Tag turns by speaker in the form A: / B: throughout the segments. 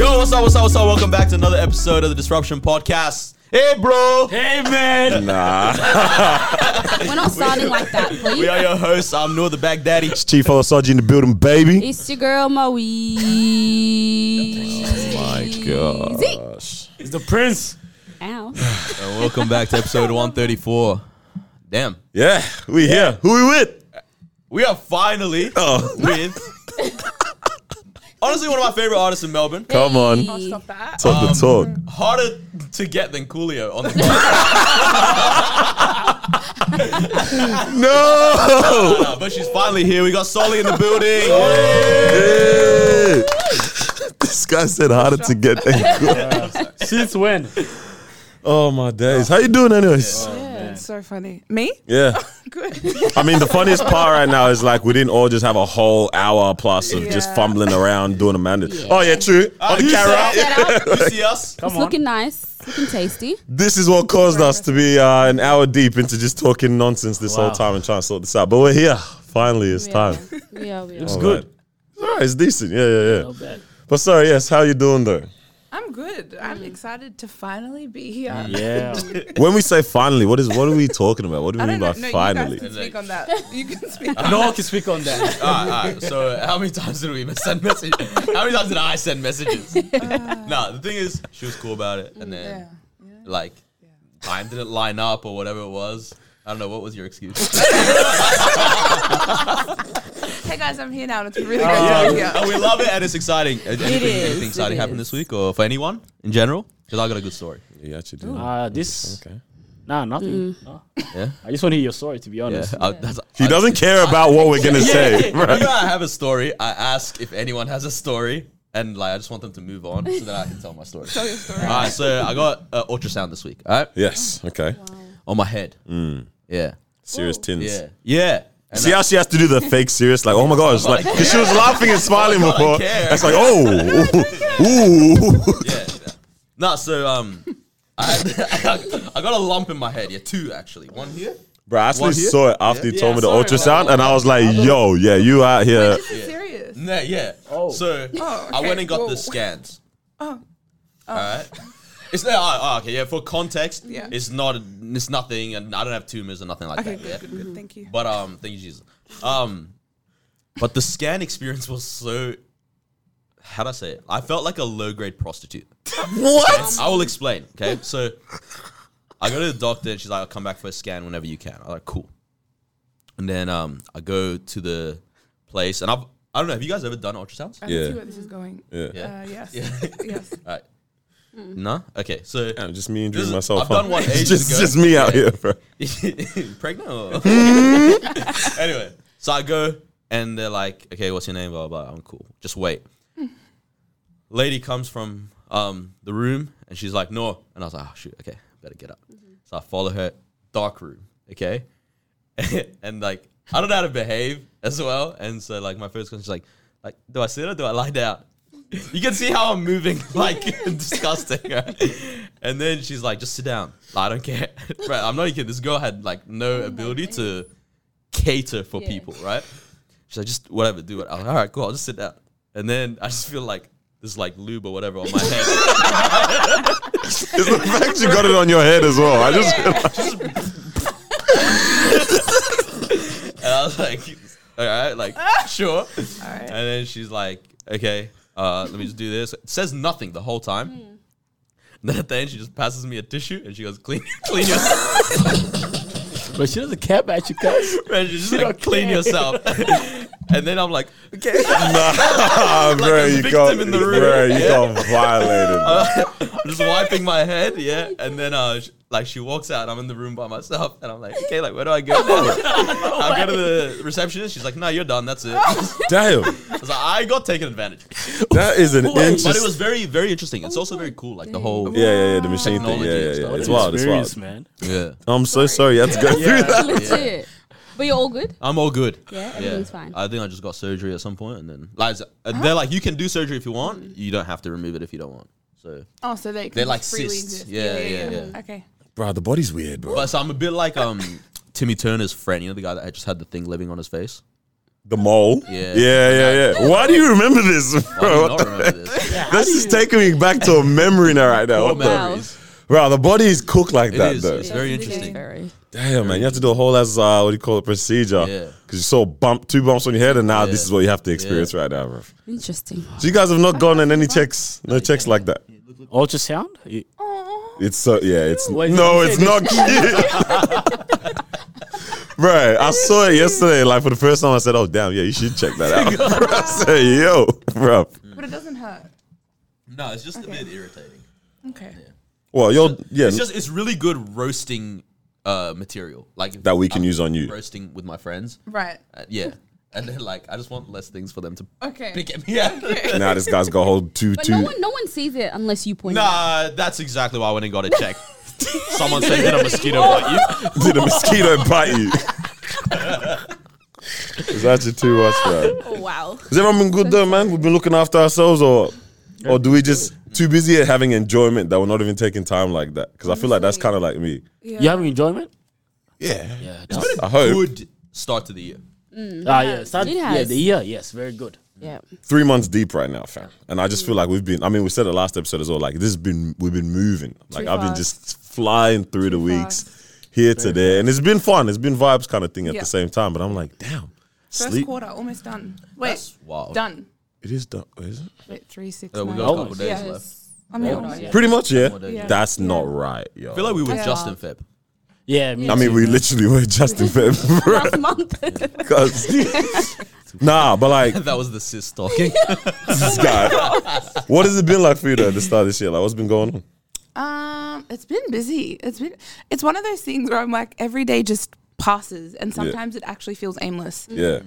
A: up? What's up? What's up? Welcome back to another episode of the Disruption Podcast. Hey, bro.
B: Hey man,
C: We're not starting like that,
A: We
C: please.
A: are your hosts. I'm Noor the Baghdadi.
D: Chief Osaji in the building, baby.
C: It's your girl Moe.
D: God.
B: it's the prince.
C: Ow.
A: And welcome back to episode 134. Damn.
D: Yeah, we here. Who we with?
A: We are finally
D: Oh,
A: with. Honestly, one of my favorite artists in Melbourne.
D: come on.
C: Stop that.
D: Talk the talk.
A: Harder to get than Coolio on the
D: No!
A: corner, but she's finally here. We got Solly in the building.
D: Hey! This guy said harder to get than good.
B: Since when?
D: Oh my days. How you doing anyways?
E: It's so funny. Me?
D: Yeah.
E: Good.
D: I mean the funniest part right now is like we didn't all just have a whole hour plus of just
E: Yeah.
D: fumbling around doing a mandate. Oh yeah, true. On the
A: you
D: carrot.
A: said-
C: Set up.
A: You see us?
B: Come
C: It's
B: on.
C: looking nice, looking tasty.
D: This is what caused us to be uh, an hour deep into just talking nonsense this
B: Wow.
D: whole time and trying to sort this out. But we're here. Finally, it's time.
C: We are. We are.
B: Looks
D: All
B: good.
D: right. It's all right. It's decent. Yeah, yeah, yeah.
B: Not bad.
D: But sorry, yes. How you doing though?
E: I'm good. I'm excited to finally be here.
B: Yeah.
D: When we say finally, what is what are we talking about? What do we
E: I
D: mean
E: don't know.
D: by
E: No,
D: finally?
E: you guys can speak on that. You can speak.
B: no one can speak on that.
A: All right, all right. So, how many times did we send messages? How many times did I send messages? nah, the thing is, she was cool about it, and then
E: Yeah.
A: like time didn't line up or whatever it was. I don't know what was your excuse.
E: Hey guys, I'm here now, and it's really
A: Oh,
E: great
B: yeah.
E: to be here.
A: and we love it, and it's exciting. Uh, Anything,
C: is,
A: anything
C: it
A: exciting happened
C: is.
A: this week, or for anyone in general? Because I got a good story.
D: You actually do.
B: Uh, this
D: Okay.
B: nah
C: Mm.
B: nothing. No.
A: Yeah,
B: I just want to hear your story to be
A: yeah.
B: honest.
A: I, that's,
D: He doesn't care about what we're gonna say.
A: I, whenever I have a story. I ask if anyone has a story, and like I just want them to move on so that I can tell my story.
E: Tell your story.
A: All right, so I got uh, ultrasound this week. All right,
D: Yes. Okay.
A: on my head. Yeah,
D: Serious tins.
A: yeah, yeah. And
D: Mm. See how she has to do the fake serious, like oh my gosh, like 'cause she was laughing and smiling
A: God, I
D: before.
A: care.
D: It's like oh, ooh.
A: yeah. yeah. No, so um, I, had, I got a lump in my head. Yeah, two actually. One here.
D: Bro, I actually
A: What, here?
D: saw it after you told
B: Yeah,
D: me
B: sorry,
D: the ultrasound, and I was like, yo, yeah, you out here.
E: This is serious.
A: No, yeah.
B: Oh.
A: So
E: Oh,
A: I went
E: okay. Oh.
A: and got
E: Whoa.
A: the scans. All right. It's not, oh, oh, okay, yeah. For context,
E: Yeah.
A: it's not, it's nothing, and I don't have tumors or nothing like
E: Okay,
A: that. Yeah.
E: good, good, good. Thank you.
A: But um, thank you, Jesus. Um, but the scan experience was so. How do I say it? I felt like a low grade prostitute.
D: What?
A: I will explain. Okay, so I go to the doctor and she's like, "I'll come back for a scan whenever you can." I'm like, "Cool." And then um, I go to the place, and I've I don't know. Have you guys ever done ultrasounds?
E: I
D: Yeah.
E: see where this is going.
D: Yeah.
A: Yeah.
E: Uh, yes.
A: Yeah.
E: Yes.
A: All right. No. Okay. So
D: Damn, just me
A: This
D: injuring
A: is-
D: myself.
A: I've done one
D: It's
A: ages
D: just,
A: ago.
D: just me out here, bro.
A: pregnant. Or? anyway, so I go and they're like, "Okay, what's your name?" Blah blah. blah. I'm cool. Just wait. Lady comes from um, the room and she's like, "No," and I was like, "Oh shoot, okay, better get up." So I follow her dark room, okay, and like I don't know how to behave as well, and so like my first question's like, like, do I sit or do I lie down? You can see how I'm moving, like disgusting. right? And then she's like, just sit down. I don't care. right, I'm not even kidding. This girl had like no ability to cater for
C: Yeah.
A: people, right? She's like, just whatever, do it. I'm like, all right, cool, I'll just sit down. And then I just feel like there's like lube or whatever on my head.
D: It's the fact you got it on your head as well. I just
A: and I was like, all right, like, sure.
E: All
A: And
E: right.
A: then she's like, okay, uh, let me just do this. says nothing the whole time. And then at the end, she just passes me a tissue and she goes, clean, clean yourself.
B: But she doesn't care about you guys.
A: And she's just like, clean yourself. and then I'm like, okay.
D: nah, bro,
A: a
D: you
A: victim
D: got
A: in the room.
D: bro, you got violated.
A: I'm just wiping my head, yeah. And then uh, sh- like she walks out, and I'm in the room by myself, and I'm like, okay, like where do I go? now? I go to the receptionist. She's like, no, you're done. That's it. I
D: Damn,
A: was like, I got taken advantage,
D: that is an
B: Wait,
D: interesting.
A: but it was very, very interesting. It's also very cool, like the whole
D: yeah, yeah, yeah, the machine thing.
A: Technology
D: Yeah,
A: and
D: yeah,
A: stuff.
D: yeah.
A: What
D: It's
B: An
D: wild. It's
B: Experience,
D: wild.
B: man.
A: yeah.
D: I'm so sorry you had to go
B: Yeah.
D: through that.
C: Legit. But you're all good.
A: I'm all good.
C: Yeah, everything's fine.
A: I think I just got surgery at some point, and then like uh, they're like, you can do surgery if you want. You don't have to remove it if you don't want. So,
E: Oh, so they can
A: They're like
E: freely
A: cysts.
E: exist.
A: Yeah, yeah, yeah.
E: Okay.
D: Bro, the body's weird, bro.
A: but so I'm a bit like um Timmy Turner's friend. You know the guy that just had the thing living on his face.
D: The mole.
A: Yeah.
D: Yeah, yeah, yeah. Why do you remember this,
A: I do
D: bro?
A: not remember this.
D: this is taking me back to a memory now, right now.
A: Poor
D: What the-
A: memories.
D: Bro, the body is cooked like
A: It
D: that,
A: is.
D: though.
A: It's very
E: Yes, it is.
A: interesting.
C: Very.
D: Damn, man. You have to do a whole ass, uh, what do you call it, procedure.
A: Yeah.
D: Because you saw bump, two bumps on your head, and now this
A: Yeah.
D: is what you have to experience right now, bro.
C: Interesting.
D: So you guys have not gone on any checks, no checks like that.
B: Ultrasound? You-
D: It's so yeah. It's
B: Wait,
D: no,
B: did
D: it's not cute. Bro, I saw it yesterday. Like for the first time, I said, "Oh damn, yeah, you should check that out." Bruh, I said, "Yo, bro,
A: Mm.
E: But it doesn't hurt.
A: No, it's just a bit irritating.
E: Okay.
D: well, you're yeah,
A: It's just it's really good roasting uh, material, like
D: that we can
A: I'm
D: use on you."
A: roasting with my friends.
E: Right.
A: Uh, yeah, and then like I just want less things for them to
E: Okay.
A: pick at me. Yeah.
D: Now this guy's got a whole two
C: But
D: two.
C: no one, no one sees it unless you point it out.
A: Nah, that's exactly why I went and got it checked. Someone said that a mosquito bite you.
D: Did a mosquito bite you? It's actually too much, bro.
C: Oh, wow.
D: Has everyone been good though, man? We've been looking after ourselves, or or do we just too busy at having enjoyment that we're not even taking time like that? Because I feel like that's kind of like me.
B: You having enjoyment? Uh,
D: Yeah,
B: Yeah.
D: I hope.
A: Good start to the year.
B: Ah, yeah. Start,
C: It
B: yeah,
C: has.
B: the year. Yes, very good.
C: Yeah.
D: three months deep right now, fam. And I
E: Mm.
D: just feel like we've been. I mean, we said the last episode as well. Like this has been, we've been moving. Like
E: Too
D: I've been
E: fast.
D: just flying through the weeks here to there, and it's been fun. It's been vibes kind of thing at
E: Yeah.
D: the same time. But I'm like, damn,
E: First
D: sleep.
E: quarter, almost done. Wait,
A: That's wild.
E: done.
D: It is done, is it?
E: Wait, three, six,
A: Uh, we
E: nine.
A: got
E: Oh,
A: a couple
B: Almost.
A: days
E: Yes.
A: left.
E: I mean, almost.
B: Yeah.
D: Pretty much, yeah.
A: days.
E: Yeah.
D: That's not right, yo.
A: I feel like we were
E: Yeah.
A: just in Feb.
B: Yeah, me
D: I mean,
B: too.
D: we literally were just in February.
C: Last month.
D: Cause, nah, but like
A: that was the sis talking.
D: this guy. What has it been like for you though at the start of this year? Like, what's been going on?
E: Um, it's been busy. It's been it's one of those things where I'm like every day just passes, and sometimes it actually feels aimless.
D: Yeah,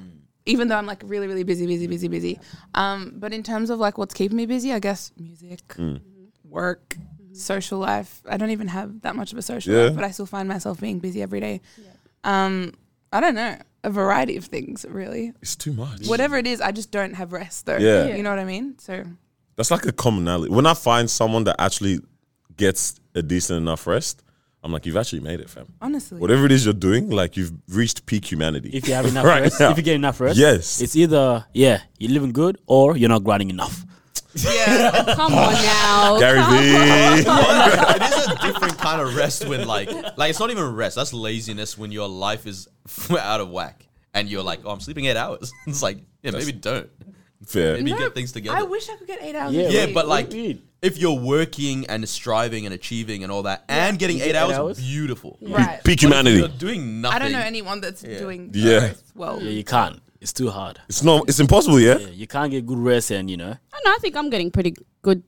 E: Even though I'm like really, really busy, busy, busy, busy. Um, but in terms of like what's keeping me busy, I guess music,
D: Mm. Mm-hmm.
E: work, social life. I don't even have that much of a social
D: Yeah.
E: life, but I still find myself being busy every day. Um, I don't know a variety of things really.
D: it's too much.
E: Whatever it is, I just don't have rest though.
D: Yeah. Yeah.
E: you know what I mean. So
D: That's like a commonality. When I find someone that actually gets a decent enough rest, I'm like, you've actually made it, fam.
E: honestly,
D: Whatever it is you're doing, like you've reached peak humanity.
B: if you have enough
D: Right
B: rest,
D: now.
B: if you get enough rest,
D: Yes.
B: it's either yeah, you're living good or you're not grinding enough.
C: Come on now.
D: Gary Vee.
A: it is a different kind of rest when like like it's not even rest. That's laziness when your life is out of whack and you're like, oh, I'm sleeping eight hours. it's like, yeah, maybe don't.
D: Fair.
A: Maybe get things together.
E: I wish I could get eight hours.
B: Yeah,
E: a
A: yeah,
E: day.
A: but like
B: Indeed.
A: if you're working and striving and achieving and all that and getting
B: You
A: eight,
B: get eight
A: hours,
B: hours?
A: beautiful.
E: right.
D: Peak
A: You're
D: humanity.
A: doing nothing.
E: I don't know anyone that's doing
D: Yeah.
E: yeah. well.
B: Yeah, you can't. It's too hard.
D: It's not. It's impossible. Yeah.
B: Yeah, you can't get good rest, and you know,
C: I, know, I think I'm getting pretty good,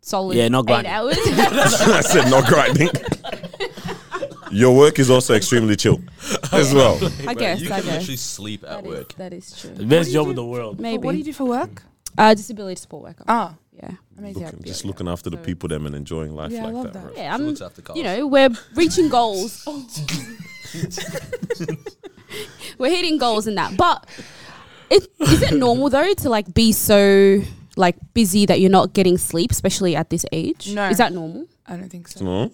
C: solid.
B: Yeah, not
C: eight
B: grinding.
C: hours.
D: I said not grinding. Your work is also extremely chill, as well.
A: Bro,
C: I guess.
A: you
C: I
A: can
C: guess.
A: literally sleep at
C: That is,
A: work.
C: that is true.
B: the best job in the world.
E: But
C: Maybe.
E: what do you do for work?
C: Uh, disability support worker.
E: Oh,
C: yeah.
E: amazing.
D: Looking- just looking after the people them and enjoying life
E: Yeah, I
D: like
E: love
D: that.
E: that.
D: right?
C: Yeah,
A: She
C: I'm.
A: looks after cars.
C: You know, we're reaching goals. Oh. we're hitting goals in that, but it, is it normal though to like be so like busy that you're not getting sleep, especially at this age?
E: No.
C: is that normal?
E: I don't think so.
D: No?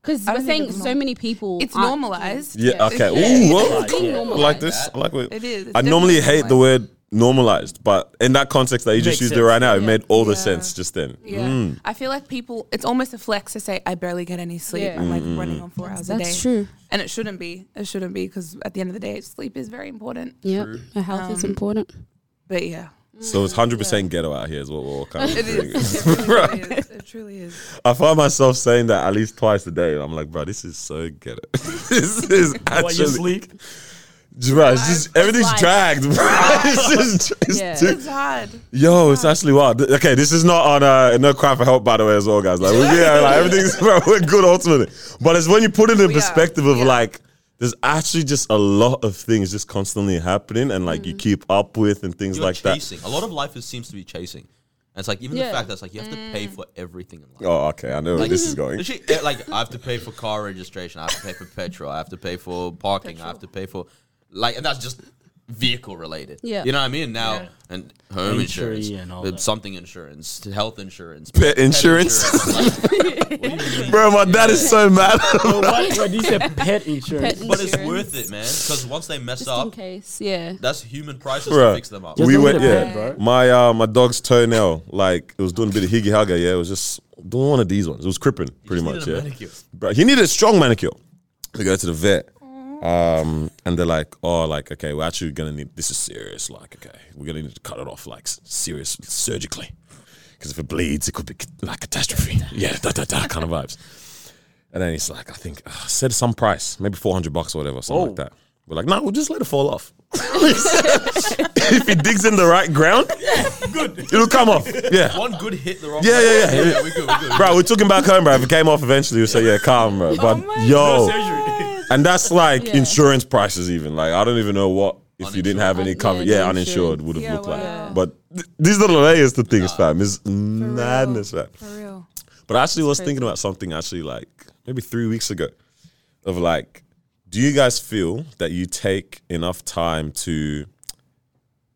C: Because
E: I
C: we're
E: don't think
C: saying
E: it's
C: so
E: normal.
C: many people.
E: It's
C: aren't-
E: normalized.
D: Yeah.
E: It's-
D: Okay.
E: yeah.
D: Ooh. What?
C: It's being
B: Yeah.
D: I
C: normalized.
D: like this. I like what.
E: It is. It's
D: I normally
E: definitely
D: hate the word normalized, but in that context that you just
B: Makes
D: used it
B: sense.
D: right now, it made all the
E: Yeah.
D: sense just then. Mm.
E: Yeah. I feel like people, it's almost a flex to say, I barely get any sleep.
D: Mm,
C: Yeah.
E: I'm like running on four hours a day.
C: That's true.
E: And it shouldn't be. It shouldn't be because at the end of the day, sleep is very important.
C: Yeah, your health is
E: Um,
C: important.
E: But Mm. yeah.
D: So it's hundred percent ghetto out here is what we're all kind of
E: It
D: doing.
E: is. It really is. It truly is.
D: I find myself saying that at least twice a day. I'm like, bro, this is so ghetto. this is
B: While you
D: actually,
B: sleep,
D: bro, it's just everything's
C: life.
D: dragged. Bro. it's just, it's
C: Yeah.
D: too-
E: It's hard.
D: Yo, it's actually wild. Th- Okay, this is not on uh, no cry for help, by the way, as well, guys. Like, we, yeah, like everything's bro, we're good ultimately, but it's when you put it in
E: We are,
D: perspective of
E: yeah.
D: like, there's actually just a lot of things just constantly happening, and like you keep up with and things
A: You're
D: like
A: chasing. A lot of life is, seems to be chasing. And it's like even
C: Yeah.
A: the fact that it's like you have to pay for everything in life.
D: that. Oh, okay, I know where this is going.
A: Literally, eh, like I have to pay for car registration, I have to pay for petrol, I have to pay for parking, I have to pay for like, and that's just vehicle related.
C: Yeah.
A: You know what I mean? Now
E: Yeah.
A: and home
B: Injury
A: insurance,
B: and all
A: uh,
B: that.
A: something insurance, health insurance,
D: Pet insurance.
A: insurance. Like,
D: Bro, my dad is so mad.
B: Bro, what? Bro, these are pet insurance.
C: Pet
A: but it's
C: insurance.
A: worth it, man. Because once they mess
C: Just in
A: up,
C: case, yeah.
A: that's human prices
D: Bruh.
A: to fix them up.
B: Just
D: we
B: don't
D: went,
B: get a
D: yeah.
B: pet, bro.
D: My uh, my dog's toenail, like it was doing a bit of higgy haga. Yeah, it was just doing one of these ones. It was cripping pretty
A: just
D: much.
A: needed a
D: Yeah,
A: manicure.
D: Bro, he needed a strong manicure. We go to the vet, um, and they're like, "Oh, like okay, we're actually gonna need this is serious. Like okay, we're gonna need to cut it off like s- serious surgically, because if it bleeds, it could be c- like catastrophe. Yeah, da da da kind of vibes." And then he's like, "I think uh, said some price, maybe four hundred bucks or whatever, something like
B: Whoa.
D: that." We're like, "No, we'll just let it fall off." if he digs in the right ground,
A: Good.
D: it'll come off. Yeah.
A: One good hit, the wrong.
D: Yeah, yeah, yeah.
A: yeah. We're good. We're good.
D: Bro, we took him back home, bro. If it came off eventually, we said, yeah, calm, bro. But yo, and that's like
C: Yeah.
D: insurance prices, even. Like, I don't even know what, if you didn't have any
C: Uninsured.
D: cover,
C: Yeah,
D: yeah,
C: uninsured.
D: uninsured would have
E: Yeah,
D: looked
E: wow.
D: like. But th- these little layers to things, fam, is madness, fam.
E: For real.
D: But I actually was thinking about something actually like maybe three weeks ago of like, do you guys feel that you take enough time to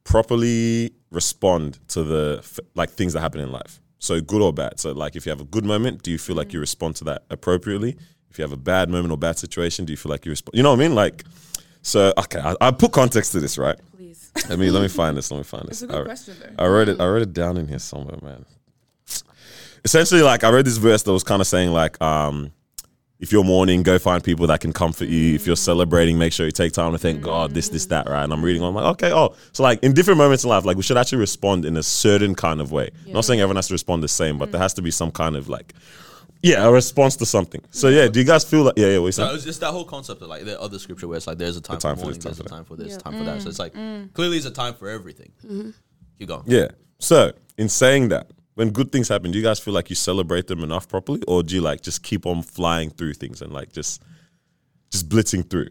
D: properly respond to the f- like things that happen in life? So good or bad. So like if you have a good moment, do you feel
E: Mm.
D: like you respond to that appropriately? If you have a bad moment or bad situation, do you feel like you respond? You know what I mean? Like, so okay, I, I put context to this, right?
E: Please.
D: Let me let me find this. Let me find this.
E: It's a good
D: All right.
E: question, though.
D: I wrote it. I wrote it down in here somewhere, man. Essentially, like I read this verse that was kind of saying like, um, if you're mourning, go find people that can comfort you. If you're celebrating, make sure you take time to thank God. This, this, that, right? And I'm reading. I'm like, okay, oh, so like in different moments in life, like we should actually respond in a certain kind of way. Not saying everyone has to respond the same, but there has to be some kind of like, yeah, a response to something. So yeah, do you guys feel like yeah, yeah, what you
A: No,
D: saying?
A: it's just that whole concept of like the other scripture where it's like there's a time,
D: time
A: for
D: for
A: mourning,
D: this, time
A: there's
D: for
A: a
D: that.
A: time for this, time for that. So it's like
C: Mm.
A: clearly it's a time for everything.
C: Mm-hmm.
A: Keep going.
D: Yeah. So in saying that, when good things happen, do you guys feel like you celebrate them enough properly, or do you like just keep on flying through things and like just just blitzing through?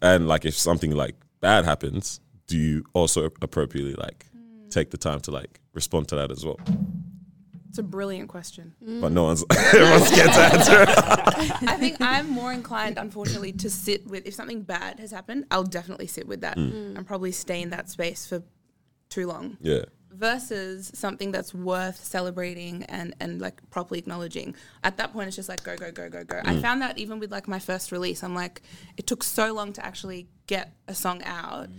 D: And like if something like bad happens, do you also appropriately like take the time to like respond to that as well?
E: It's a brilliant question.
D: But no one's everyone's scared to answer. it.
E: I think I'm more inclined, unfortunately, to sit with if something bad has happened, I'll definitely sit with that and probably stay in that space for too long.
D: Yeah.
E: Versus something that's worth celebrating and, and like properly acknowledging. At that point, it's just like go, go, go, go, go. I found that even with like my first release, I'm like, it took so long to actually get a song out.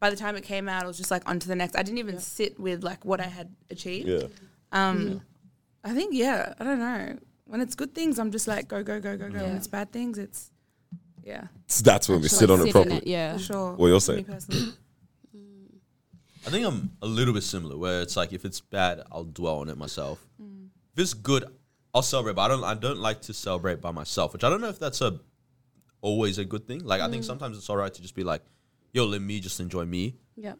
E: By the time it came out, I was just like on to the next. I didn't even sit with like what I had achieved.
D: Yeah.
E: Um, I think yeah. I don't know. When it's good things, I'm just like go go go go go. When it's bad things, it's yeah
D: So that's when we sit on
C: Like,
D: it
C: sit in
D: properly.
C: yeah.
E: for sure.
D: What you're
E: For me
D: saying.
E: personally.
A: I think I'm a little bit similar where it's like if it's bad, I'll dwell on it myself. If it's good, I'll celebrate. But I don't I don't like to celebrate by myself, which I don't know if that's a always a good thing. Like I think sometimes it's alright to just be like, yo, let me just enjoy me.
C: Yep.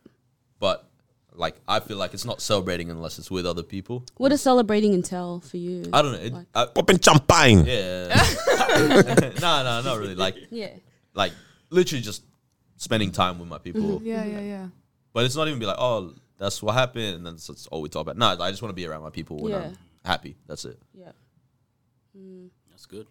A: But like I feel like it's not celebrating unless it's with other people.
C: What does celebrating entail for you?
A: I don't know. It, I,
D: Popping champagne.
A: yeah. no, no, not really. Like
C: yeah.
A: like literally just spending time with my people.
E: Yeah yeah yeah.
A: But it's not even be like, oh, that's what happened, and that's, that's all oh, we talk about. No, I just want to be around my people when
C: Yeah.
A: I'm happy. That's it.
C: Yeah.
B: That's good.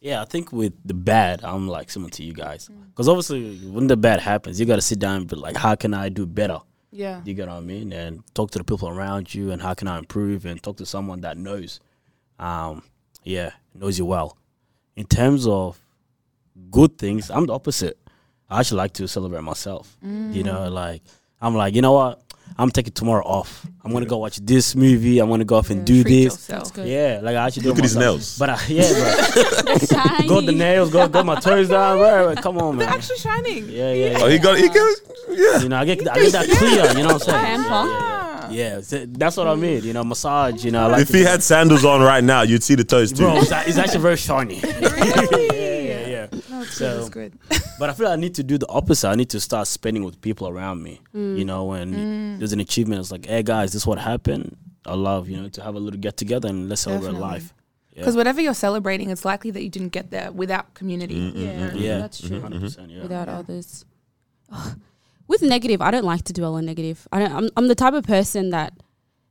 B: Yeah, I think with the bad, I'm like similar to you guys. Because obviously, when the bad happens, you got to sit down and be like, how can I do better?
E: Yeah.
B: You get what I mean? And talk to the people around you and how can I improve and talk to someone that knows. Um, yeah, knows you well. In terms of good things, I'm the opposite. I actually like to celebrate myself. You know, like I'm like, you know what? I'm taking tomorrow off. I'm gonna go watch this movie. I'm gonna go off and do
E: Treat
B: this.
E: yourself.
C: good.
B: Yeah, like I actually do
D: Look
B: it
D: at his
B: myself.
D: nails.
B: But I, yeah,
C: Shiny.
B: bro, got the nails, got got my toes down. Bro, come on,
E: They're
B: man.
E: actually shining.
B: Yeah, yeah.
D: Oh, he got he got yeah.
B: You know, I get I get that clear. You know what I'm saying?
C: Pamper.
B: Yeah, yeah, yeah. Yeah, so that's what I mean. You know, massage. You know, I like
D: If he had sandals on right now, you'd see the toes too.
B: bro, it's, a- it's actually very shiny.
E: Really?
B: Yeah, yeah.
E: No, Oh, it's
B: So-
E: good. It's good.
B: But I feel I need to do the opposite. I need to start spending with people around me. You know, when there's an achievement, it's like, hey guys, this is what happened. I love you know to have a little get together and let's celebrate
E: Definitely.
B: life. Yeah.
E: Because whatever you're celebrating, it's likely that you didn't get there without community.
C: Yeah.
B: Yeah, Mm-hmm,
C: That's true.
B: 100%, yeah.
C: without others. With negative, I don't like to dwell on negative. I don't, I'm, I'm the type of person that,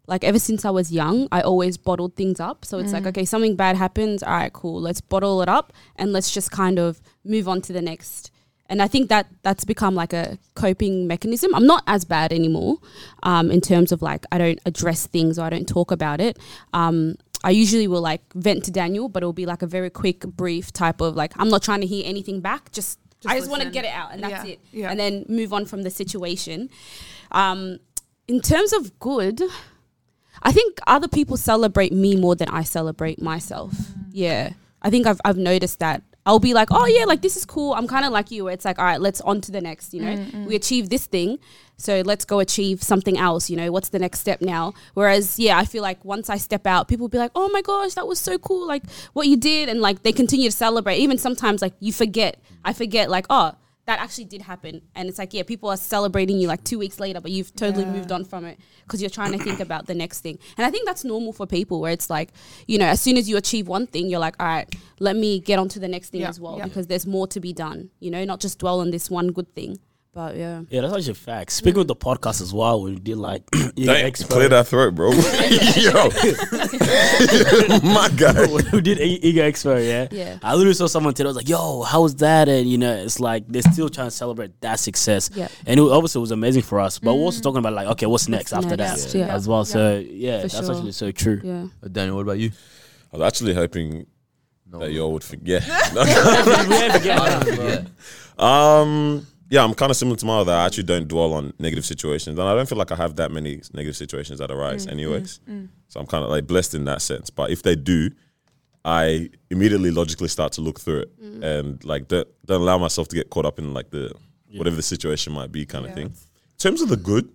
C: like, ever since I was young, I always bottled things up. So it's like,
E: Mm.
C: okay, something bad happens. All right, cool. Let's bottle it up and let's just kind of move on to the next and I think that that's become like a coping mechanism. I'm not as bad anymore um, in terms of like I don't address things or I don't talk about it. Um, I usually will like vent to Daniel, but it'll be like a very quick, brief type of like I'm not trying to hear anything back. Just,
E: Just
C: I just want to
E: listen.
C: get it out, and that's
E: Yeah,
C: it,
E: yeah.
C: and then move on from the situation. Um, in terms of good, I think other people celebrate me more than I celebrate myself. Yeah. I think I've, I've noticed that. I'll be like, oh, yeah, like this is cool. I'm kind of like you. Where it's like, all right, let's on to the next, you know, we achieved this thing. So let's go achieve something else, you know, what's the next step now? Whereas, yeah, I feel like once I step out, people be like, oh my gosh, that was so cool. Like what you did. And like they continue to celebrate. Even sometimes, like you forget, I forget, like, oh, that actually did happen. And it's like, yeah, people are celebrating you like two weeks later, but you've totally
E: Yeah.
C: moved on from it because you're trying to think about the next thing. And I think that's normal for people where it's like, you know, as soon as you achieve one thing, you're like, all right, let me get on to the next thing
E: Yeah,
C: as well
E: yeah.
C: because there's more to be done, you know, not just dwell on this one good thing. But yeah.
B: Yeah, that's actually a fact. Speaking of the podcast as well, we did like yeah,
D: Dang, clear that throat, bro. Yo, my guy.
B: we did E- Ego Expo, yeah.
C: Yeah.
B: I literally saw someone today. I was like, "Yo, how was that?" And you know, it's like they're still trying to celebrate that success.
C: Yeah. Mm.
B: And it was, obviously, it was amazing for us. But we're also talking about like, okay, what's next after
C: next?
B: that
C: Yeah.
B: as well. So yeah,
C: For
B: that's
C: sure.
B: actually so true.
C: Yeah.
A: Uh, Daniel, what about you?
D: I was actually hoping
A: No.
D: that y'all would forget.
A: Yeah.
D: Um, yeah, I'm kind of similar to Mara that I actually don't dwell on negative situations, and I don't feel like I have that many negative situations that arise,
C: Mm,
D: anyways. So I'm kind of like blessed in that sense. But if they do, I immediately logically start to look through it
C: Mm.
D: and like don't, don't allow myself to get caught up in like the whatever the situation might be kind of thing. In terms of the good,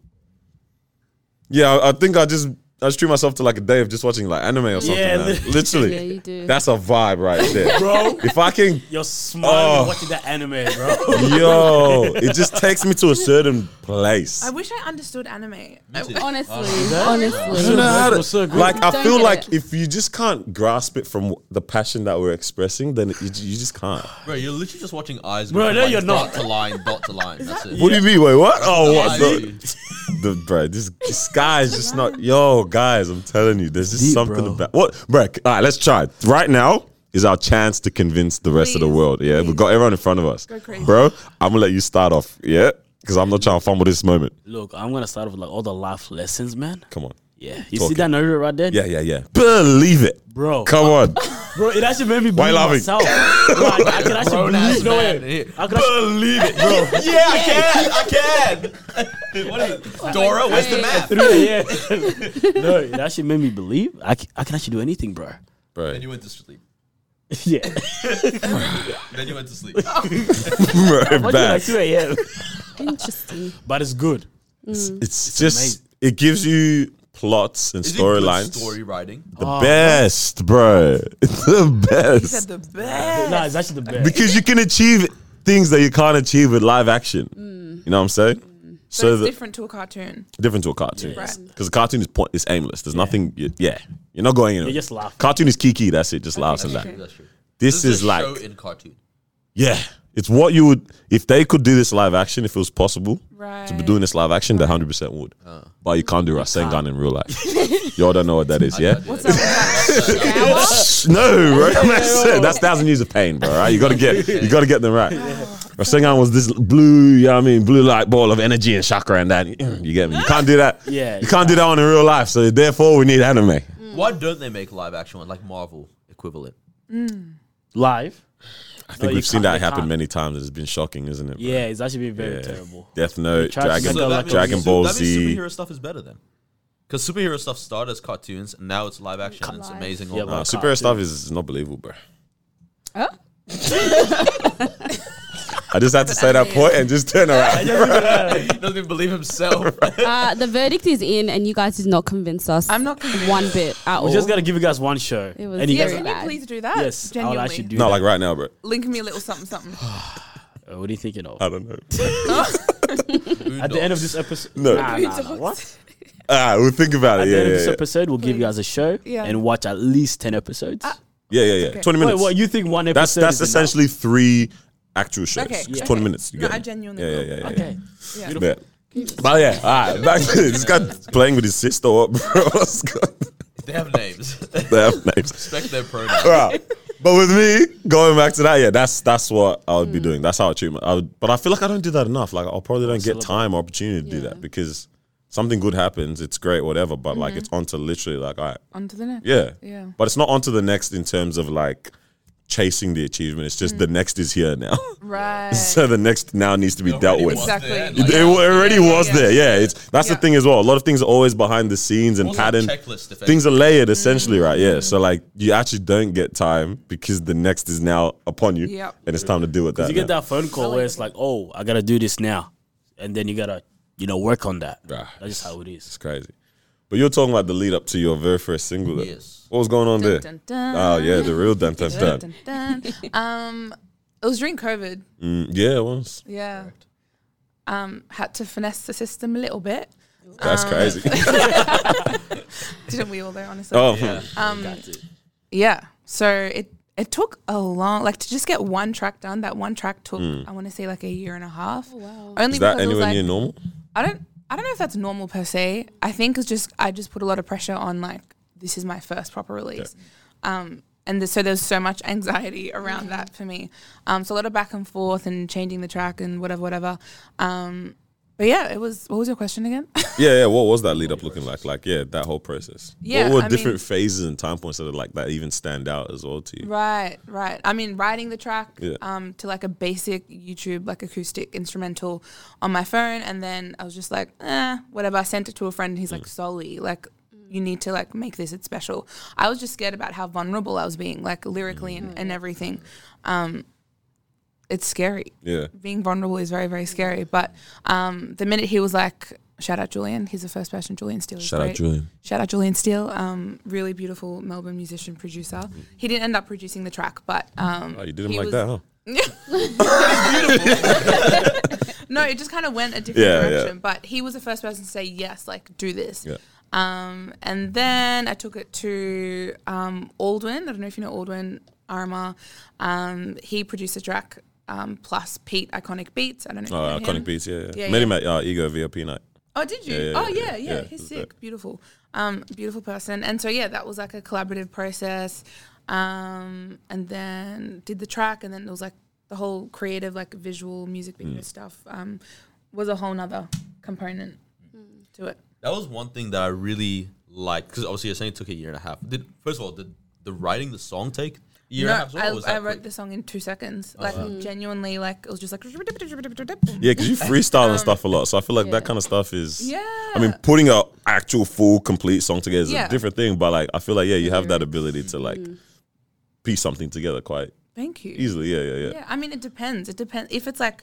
D: yeah, I, I think I just I just treat myself to like a day of just watching like anime or something.
B: Yeah,
D: man.
B: li-
D: literally,
C: Yeah, you do.
D: that's a vibe right there,
B: Bro.
D: If I can
B: You're smiling
D: Oh.
B: watching that anime, bro.
D: Yo, it just takes me to a certain place.
E: I wish I understood anime.
A: too.
C: Honestly.
D: I don't
C: honestly.
D: know how to-
B: That's so good.
D: like I
C: Don't
D: feel
C: get
D: like
C: it.
D: if you just can't grasp it from the passion that we're expressing, then it, you, you just can't.
A: Bro, you're literally just watching eyes.
B: Bro,
A: go from,
B: no, you're
A: dot
B: not.
A: to line, dot to line. That's it.
D: What do you mean? Wait, what? Oh,
A: Yeah,
D: what?
A: dude.
D: The, the bro, this, this guy is just not. Yo, guys, I'm telling you, there's just
B: Deep,
D: something
B: bro.
D: about what, bro. c- All right, let's try. it. Right now is our chance to convince the rest of the
E: Please,
D: world. Yeah, we've got everyone in front of us,
E: crazy.
D: bro. I'm gonna let you start off. Yeah, because I'm not trying to fumble this moment.
B: Look, I'm gonna start with like all the life lessons, man.
D: Come on.
B: Yeah, you
D: Talk
B: see
D: it.
B: that Naruto right there,
D: Yeah, yeah, yeah. Believe it,
B: bro.
D: Come on.
B: Bro, it actually made me believe
D: Why laughing?
B: myself. like, I can actually believe. No
A: man.
B: way.
A: Yeah.
B: I can actually,
D: Believe it, bro.
A: Yeah, I can. I can. what is it? Dora, where's the map?
B: through, yeah. no, it actually made me believe. I can, I can actually do anything, bro.
D: Bro,
A: Then you went to sleep.
B: yeah.
A: Then you went to sleep.
D: bro
B: What do you like
D: bad.
B: 2 a.m.?
C: Interesting.
B: But it's good.
D: It's, just it gives you plots and
A: Is it good
D: storylines.
A: Story writing.
D: The best, bro. the
E: He
D: best
E: said the best.
B: Nah, it's actually the best.
D: because you can achieve things that you can't achieve with live action. You know what I'm saying?
E: So,
D: So
E: it's
D: the, Mm. different.
E: different to a cartoon.
D: to a cartoon
E: Yes.
D: because
E: Right.
D: a cartoon is point is aimless. There's nothing. You, yeah, you're not going in.
B: just laugh.
D: Cartoon is kiki. That's it. Just laughs and
A: That's
D: that.
A: true. That's true.
D: This, is,
A: a
D: like
A: show in cartoon.
D: yeah. It's what you would if they could do this live action if it was possible.
E: Right.
D: to be doing this live action, they hundred percent would. But you can't do Rasengan in real life. Y'all don't know what that is, yeah?
E: What's up with that?
D: No, bro. That's, it. That's thousand years of pain, bro. Right? You gotta get you gotta get them right. Rasengan was this blue, you know what I mean, blue light ball of energy and chakra and that. You get me? You can't do that.
B: Yeah, Mm.
D: You can't do that one in real life. So therefore we need anime.
A: Why don't they make live action one like Marvel equivalent?
B: Live.
D: I think
B: you
D: we've seen
B: can't-
D: that
B: you
D: happen
B: can't.
D: many times. It's been shocking, isn't it? bro?
B: Yeah, it's actually been very
D: Yeah.
B: terrible.
D: Death Note,
B: tried to
D: Dragon,
B: make a live
D: Dragon
A: means,
D: Ball
A: that means
D: Z.
A: superhero stuff is better then. Because superhero stuff started as cartoons and now it's live action. and It's
C: Live.
A: amazing.
B: Yeah,
A: all
B: but-
A: that.
D: Nah, superhero stuff is not believable, bro.
C: Oh,
D: I just had to say that point and just turn around.
A: He doesn't even believe himself.
C: Uh, the verdict is in, and you guys did not convince us.
E: I'm not convinced.
C: one bit at all.
B: We just gotta give you guys one show.
C: It was
B: and you
E: Yeah,
B: guys,
C: very
E: can you
C: bad.
E: please do that?
B: yes, I would
E: Genuinely.
B: actually do.
D: Not
B: that.
D: like right now, bro.
E: Link me a little something, something.
B: Uh, what are you thinking of?
D: I don't know.
B: At the end of this episode,
D: No.
B: nah, nah, nah.
E: What?
D: Ah, we'll think about
B: At
D: it.
B: the end of
D: Yeah,
B: this
D: yeah,
B: episode, we'll give you guys a show
E: Yeah.
B: and watch at least ten episodes.
D: yeah, yeah, yeah, yeah. Twenty
B: Wait,
D: minutes.
B: what you think? One episode.
D: that's that's
B: is
D: essentially three actual shows.
E: Okay,
D: It's
E: yeah.
D: Twenty
E: okay.
D: minutes. You
E: No,
D: get
E: I
D: it.
E: genuinely
D: Yeah, yeah,
E: will.
D: yeah, yeah.
B: enough?
D: yeah.
B: Okay.
E: Yeah.
B: Beautiful.
D: Yeah. But yeah, all right. Back to this guy playing with his sister, or bro? What's going-
A: They have names.
D: they have names.
A: Respect their pronouns.
D: All right. But with me going back to that, yeah, that's that's what I would
E: Mm.
D: be doing. That's how I treat my. I would, but I feel like I don't do that enough. Like I probably don't get time or opportunity to do that because something good happens. It's great, whatever. But like it's on to literally like I
E: On to the next.
D: yeah
E: Mm-hmm. Yeah.
D: But it's not on to the next in terms of like chasing the achievement. It's just the next is here now.
E: Mm. Right.
D: so the next now needs to be dealt with.
E: was Exactly. there,
D: It, it already was there. Yeah, it's that's
E: Yeah.
D: the thing as well. A lot of things are always behind the sscenes and
A: Almost like
D: pattern.
A: checklist, if
D: things are layered essentially, right? Yeah.
E: Mm.
D: So like you actually don't get time because the next is now upon you,
E: Yep.
D: and it's time to deal with that.
B: you get
D: now.
B: that phone call where it's like, oh, I gotta do this now, and then you gotta, you know, work on that.
D: Bruh.
B: That's just how it is.
D: It's crazy. But you're talking about the lead up to your very first single. Then.
A: Yes.
D: What was going on there?
E: Dun, dun,
D: Oh yeah, the real dun dun dun.
E: dun, dun, dun. um, it was during COVID.
D: Mm, yeah, it was.
E: Yeah. Um, had to finesse the system a little bit. Um,
D: That's crazy.
E: Didn't we all though, honestly?
D: oh,
E: Um, yeah. So it it took a long like to just get one track done. That one track took I want to say like a year and a half.
C: wow.
E: Only
D: Hmm. is that
E: because it was
D: anywhere
E: like
D: near normal?
E: I don't I don't know if that's normal per se. I think it's just I just put a lot of pressure on like this is my first proper release. Um and the, so there's so much anxiety around that for me. Um, so a lot of back and forth and changing the track and whatever, whatever. Um, but yeah, it was. What was your question again?
D: Yeah, yeah. What was that lead up looking like? Like, yeah, that whole process.
E: Yeah,
D: what were
E: I
D: different
E: mean-
D: phases and time points that are like that even stand out as well to you?
E: Right, right. I mean, writing the track
D: Yeah.
E: um, to like a basic YouTube, like acoustic instrumental on my phone. And then I was just like, eh, whatever. I sent it to a friend and he's
D: Mm.
E: like, Solly, like, you need to like make this, it's special. I was just scared about how vulnerable I was being, like lyrically and, and everything. Um, it's scary.
D: Yeah.
E: Being vulnerable is very, very scary. But um, the minute he was like, shout out Julian, he's the first person, Julian Steele. is
D: Shout out
E: great.
D: Julian.
E: Shout out Julian Steele, um, really beautiful Melbourne musician producer. He didn't end up producing the track, but um,
D: Oh, you did him
E: he
D: like
E: was-
D: that, huh?
E: No, it just kind of went a different
D: Yeah, yeah.
E: direction. But he was the first person to say yes, like do this.
D: Yeah.
E: Um, and then I took it to um, Aldwin. I don't know if you know Aldwin Arama. Um, he produced the track. Um, plus Pete Iconic Beats. I don't know. If you
D: Oh,
E: know him.
D: iconic beats. Yeah, yeah.
E: Yeah,
D: Met
E: yeah.
D: him at uh, Ego VLP night.
E: Oh, did you?
D: Yeah, yeah,
E: oh,
D: yeah,
E: yeah, yeah.
D: yeah, it
E: He's
D: was
E: sick.
D: that.
E: Beautiful. Um, beautiful person. And so, yeah, that was like a collaborative process. Um, and then did the track, and then it was like the whole creative, like visual music video
D: Mm.
E: stuff um, was a whole nother component to it.
A: That was one thing that I really liked because obviously you're saying it took a year and a half. Did first of all, did the writing the song take a year and a half? as well, or was
E: I, I
A: that
E: wrote
A: quick?
E: the song in two seconds. Like, genuinely, like, it was just like.
D: Oh, Yeah, because you freestyle and stuff a lot, so I feel like that kind of stuff is.
E: Um, Yeah.
D: I mean, putting an actual full complete song together is
E: Yeah. Mm-hmm.
D: a different thing, but like I feel like yeah, you have that ability to like piece something together quite
E: Thank you.
D: easily. Yeah, yeah, yeah.
E: Yeah, I mean, it depends. It depends. If it's like,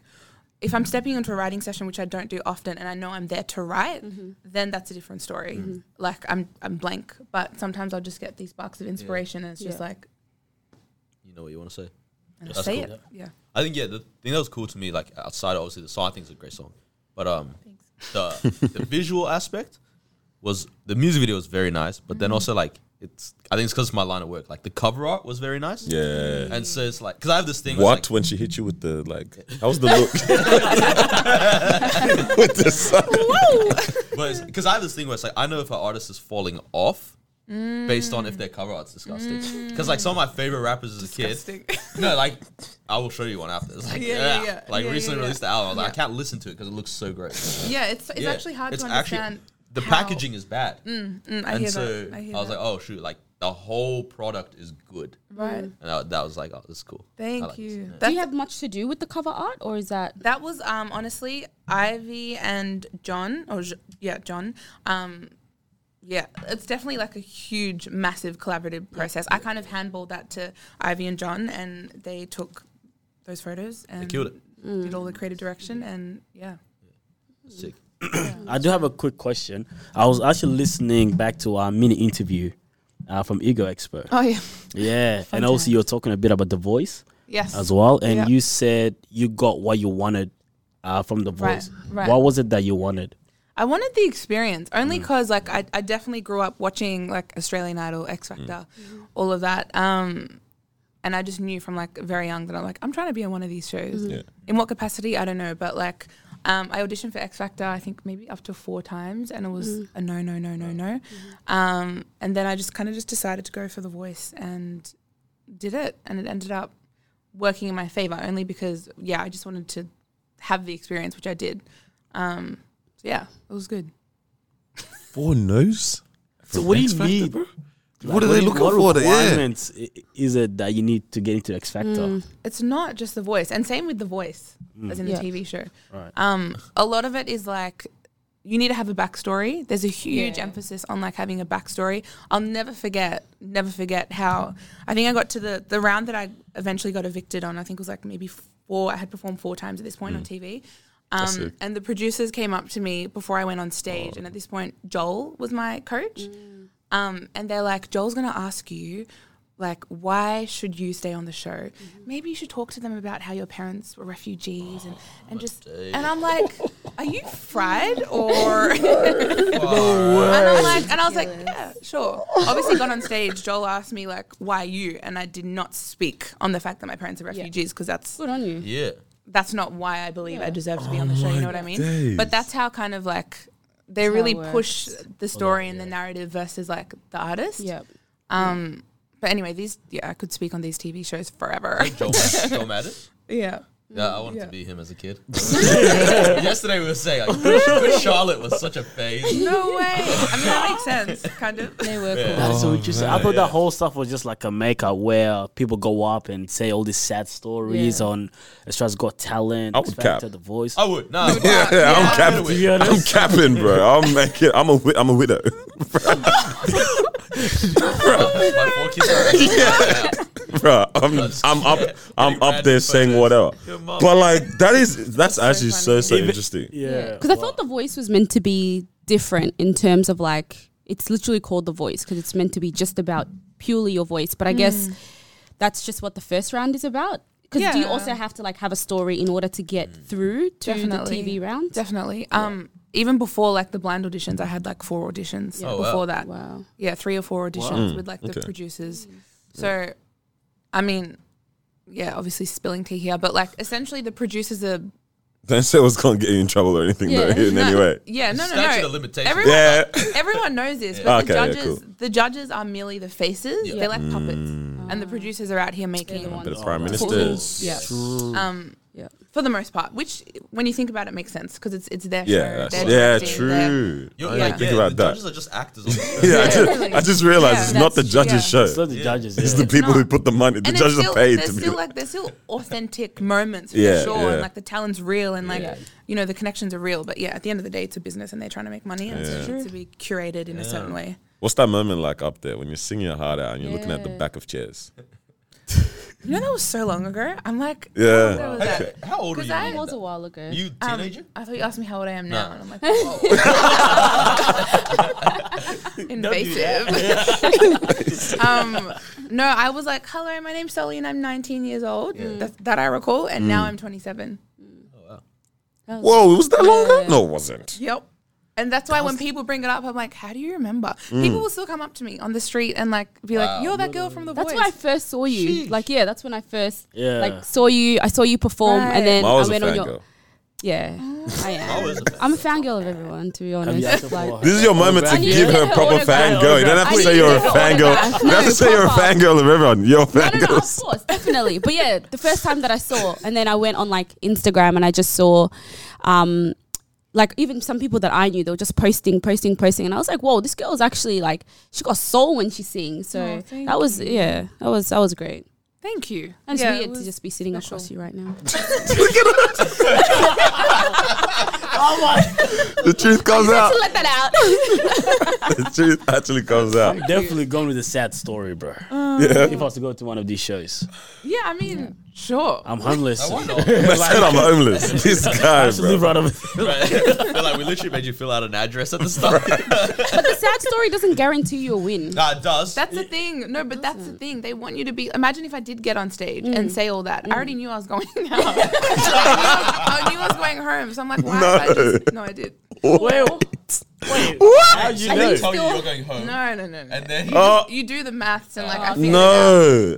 E: if I'm stepping into a writing session, which I don't do often, and I know I'm there to write,
C: Mm-hmm.
E: then that's a different story. Like I'm, I'm blank. But sometimes I'll just get these sparks of inspiration, and it's just
C: Yeah.
E: like,
A: You know what you want to say.
E: and
A: That's
E: say
A: cool.
E: it. Yeah.
A: I think yeah, the thing that was cool to me, like outside of obviously the song, I think it's a great song, but um, the the visual aspect was the music video was very nice, but
E: Mm-hmm.
A: then also like it's I think it's because my line of work, like the cover art was very nice,
D: Yeah.
A: and so it's like because I have this thing where
D: What
A: it's, like,
D: when she hit you with the like? That was the look? with the sun.
A: but because I have this thing where it's like I know if an artist is falling off. Based on if their cover art's disgusting, because like some of my favorite rappers as a
E: Mm. Disgusting.
A: kid, no, like I will show you one after. It's like
E: Yeah,
A: yeah,
E: yeah, yeah.
A: like
E: Yeah, yeah,
A: recently
E: yeah.
A: released the album. I, was like, I
E: Yeah.
A: can't listen to it because it looks so gross.
E: Yeah. It's it's
A: Yeah.
E: actually hard
A: It's
E: to
A: actually-
E: understand.
A: the
E: how-
A: packaging is bad.
E: Mm, I
A: and
E: hear
A: so
E: that. I hear
A: I, was
E: that.
A: like, oh shoot, like the whole product is good.
E: right.
A: And I, that was like, oh, this is cool. mm. I
E: Thank
A: like this.
E: you.
A: Yeah.
E: That's
C: Do you have much to do with the cover art, or is that
E: That was um, honestly Ivy and John, or J- yeah, John. Um, yeah, it's definitely like a huge, massive collaborative process. I kind of handballed that to Ivy and John, and they took those photos and
A: killed it.
E: Did all the creative direction, and yeah,
A: Sick.
B: I do have a quick question. I was actually listening back to our mini interview uh, from Ego Expert.
E: oh yeah,
B: Yeah, and
E: times.
B: also you're talking a bit about the voice
E: yes.
B: as well, and
E: Yeah.
B: you said you got what you wanted uh, from the
E: Right,
B: voice.
E: right.
B: What was it that you wanted?
E: I wanted the experience
A: Mm.
E: only because like I, I definitely grew up watching like Australian Idol, X
A: Mm.
E: Factor, all of that. Um, and I just knew from like very young that I'm like I'm trying to be on one of these shows.
D: Yeah.
C: Mm-hmm.
E: In what capacity I don't know, but like um, I auditioned for X Factor I think maybe up to four times, and it was a no, no, no, no, no. Um, and then I just kind of just decided to go for The Voice, and did it, and it ended up working in my favor only because yeah, I just wanted to have the experience, which I did. Um, so yeah, it was good.
D: Four no's?
B: So
D: From
B: what do
D: X
B: you
D: Factor,
B: need?
D: bro?
B: Like,
D: What are they
B: do you-
D: looking
B: what
D: for? Yeah.
B: Requirements i- is it that you need to get into X Factor?
E: it's not just the voice and same with the voice as in the
C: Yeah.
E: tv show
B: Right.
E: um a lot of it is like you need to have a backstory there's a huge
C: Yeah.
E: emphasis on like having a backstory i'll never forget never forget how i think i got to the the round that i eventually got evicted on i think it was like maybe four i had performed four times at this point on tv um,
D: sick.
E: and the producers came up to me before I went on stage, and at this point, Joel was my coach.
C: Mm.
E: Um, and they're like, Joel's going to ask you, like, why should you stay on the show? Maybe you should talk to them about how your parents were refugees and, and just. And I'm like, are you fried or? And I'm like, and I was like, yeah, sure. Obviously, got on stage. Joel asked me like, why you? And I did not speak on the fact that my parents are refugees because that's
C: Good on you.
A: Yeah.
E: that's not why I believe I deserve to be on the show. You know what I mean?
D: days.
E: But that's how kind of like they
C: how
E: really
C: it works.
E: push the story and the narrative versus like the artist.
C: Yeah.
E: Um. But anyway, these yeah, I could speak on these TV shows forever.
A: Joel, Joel Madden.
E: yeah.
A: Yeah, I wanted
E: Yeah.
A: to be him as a kid. Yesterday we were saying like, Good, Good Charlotte was such a phase.
E: No way. I mean that makes sense, kind of.
C: They were cool.
B: That's so interesting.
A: Oh,
B: I thought that whole stuff was just like a makeout where people go up and say all these sad stories
C: Yeah.
B: on Australia's Got Talent,
D: I would
B: X Factor,
D: cap.
B: The Voice.
A: I would. No,
D: Yeah, I'm
A: Yeah.
D: capping. I'm capping, bro. I'm making. I'm a. wi- I'm a widow.
A: my four kids are
D: bro. I'm I'm up I'm up there saying whatever. But like that is that's actually so
E: funny.
D: so interesting.
B: yeah.
C: Because I thought the voice was meant to be different in terms of like it's literally called the voice because it's meant to be just about purely your voice.
E: Mm.
C: But I guess that's just what the first round is about. Because do you
E: Yeah.
C: also have to like have a story in order to get through to
E: Definitely.
C: the TV round?
E: Definitely. Um. Even before like the blind auditions, I had like four auditions
A: Oh, wow.
E: before that.
C: Wow.
E: Yeah, three or four auditions with like the
D: Okay.
E: producers. So, I mean, yeah, obviously spilling tea here, but like essentially the producers are
D: Don't say what's gonna get you in trouble or anything
C: Yeah.
D: though. In any way.
E: Yeah, no, no,
A: Statute
E: no.
A: of limitations.
E: Everyone,
D: Yeah.
E: everyone knows this,
D: Yeah.
E: but
D: Okay,
E: the
D: yeah,
E: judges,
D: cool. Mm.
E: the judges are merely the faces.
A: Yeah.
E: They're like puppets, and the producers are out here making
C: They're the
D: The
C: ones.
D: prime
A: Tools.
D: ministers.
C: Yeah.
E: um,
C: Yeah.
E: for the most part. Which, when you think about it, makes sense because it's it's their
D: Yeah.
E: show.
D: that's-
E: they're
D: Yeah.
E: directing, they're-
D: True. I
A: You're,
D: didn't
A: yeah,
D: think
A: yeah,
D: about
A: the
D: that.
A: judges are just actors on the show.
D: Yeah. I just,
E: Totally.
D: I just realized it's
E: Yeah.
D: not the
E: That's-
D: judge's
E: yeah.
D: show.
B: It's not the judges.
D: It's
B: yeah.
D: the people who
E: not.
D: put the money. The
E: And it's
D: judges
E: still,
D: are paid
E: there's
D: to be.
E: still like there's still authentic moments for
D: Yeah,
E: sure,
D: yeah.
E: and like the talent's real, and like
C: Yeah.
E: you know the connections are real. But yeah, at the end of the day, it's a business, and they're trying to make money, and so it needs to be curated in a certain way.
D: What's that moment like up there when you're singing your heart out and you're looking at the
C: Yeah.
D: back of chairs?
E: You know that was so long ago. I'm like, how
D: Yeah.
E: old was that?
A: How old are you?
E: 'Cause I
A: when
C: It was a
A: that-
C: while ago.
A: You
E: Um,
A: teenager?
E: I thought you asked me how old I am now,
A: No.
E: and I'm like, whoa. invasive. um, no, I was like, hello, my name's Sully, and I'm 19 years old. That, that I recall, and now I'm 27.
D: Whoa, it was that long ago? No, it wasn't.
E: Yep. And that's why when people bring it up, I'm like, how do you remember? People will still come up to me on the street and like be like, you're that girl from the
C: That's
E: voice.
C: when I first saw you. Like, yeah, that's when I first
B: Yeah.
C: like saw you. I saw you perform,
E: Right. Oh.
C: and then
D: I
C: I,
D: was a
C: went on your.
D: fangirl.
C: Yeah, I
A: I
C: am.
A: was a
C: I'm a fangirl of everyone, to be
B: you
C: honest.
B: asked
C: Like,
B: for-
D: This is your moment to
C: I need
D: give
C: to
D: her
C: get
D: a
C: her
D: proper
C: autograph.
D: fangirl. You don't have
C: I
D: to
C: need
D: say
C: to
D: you're a
C: get her
D: fangirl.
C: autograph.
D: You don't have to
C: No,
D: say you're a
C: proper.
D: fangirl of everyone. You're a
C: No, no, no, of
D: fangirl.
C: course, definitely. But yeah, the first time that I saw, and then I went on like Instagram and I just saw, um, like even some people that I knew, they were just posting, posting, posting, and I was like, whoa, this girl is actually like she got soul when she sings. So
E: Oh, thank
C: that was yeah, that was that was great.
E: Thank you.
C: And it's
E: Yeah, it
C: weird to
E: was-
C: just be sitting
E: special.
C: across you right now.
D: The truth comes out.
C: let that out.
D: The truth actually comes out.
B: I'm definitely going with a sad story, bro.
D: Yeah.
B: If I was to go to one of these shows,
E: Yeah, I mean, sure.
B: I'm homeless.
A: I wonder.
D: I said I'm homeless. This guy,
B: Absolutely
D: bro.
B: right over
A: Right. Feel like we literally made you fill out an address at the start.
C: but the sad story doesn't guarantee you a win.
A: nah, it does.
E: That's the thing. No, but that's the thing. They want you to be. Imagine if I did get on stage and say all that. I already knew I was going out. I, knew I, I knew I was going home. So I'm like, why? No, I, just, no, I did.
B: Well, wait. How'd you
A: they
B: know?
A: tell you you're going home,
E: No, no, no, no.
A: and then
D: Oh
E: you do the maths and like I figured it out.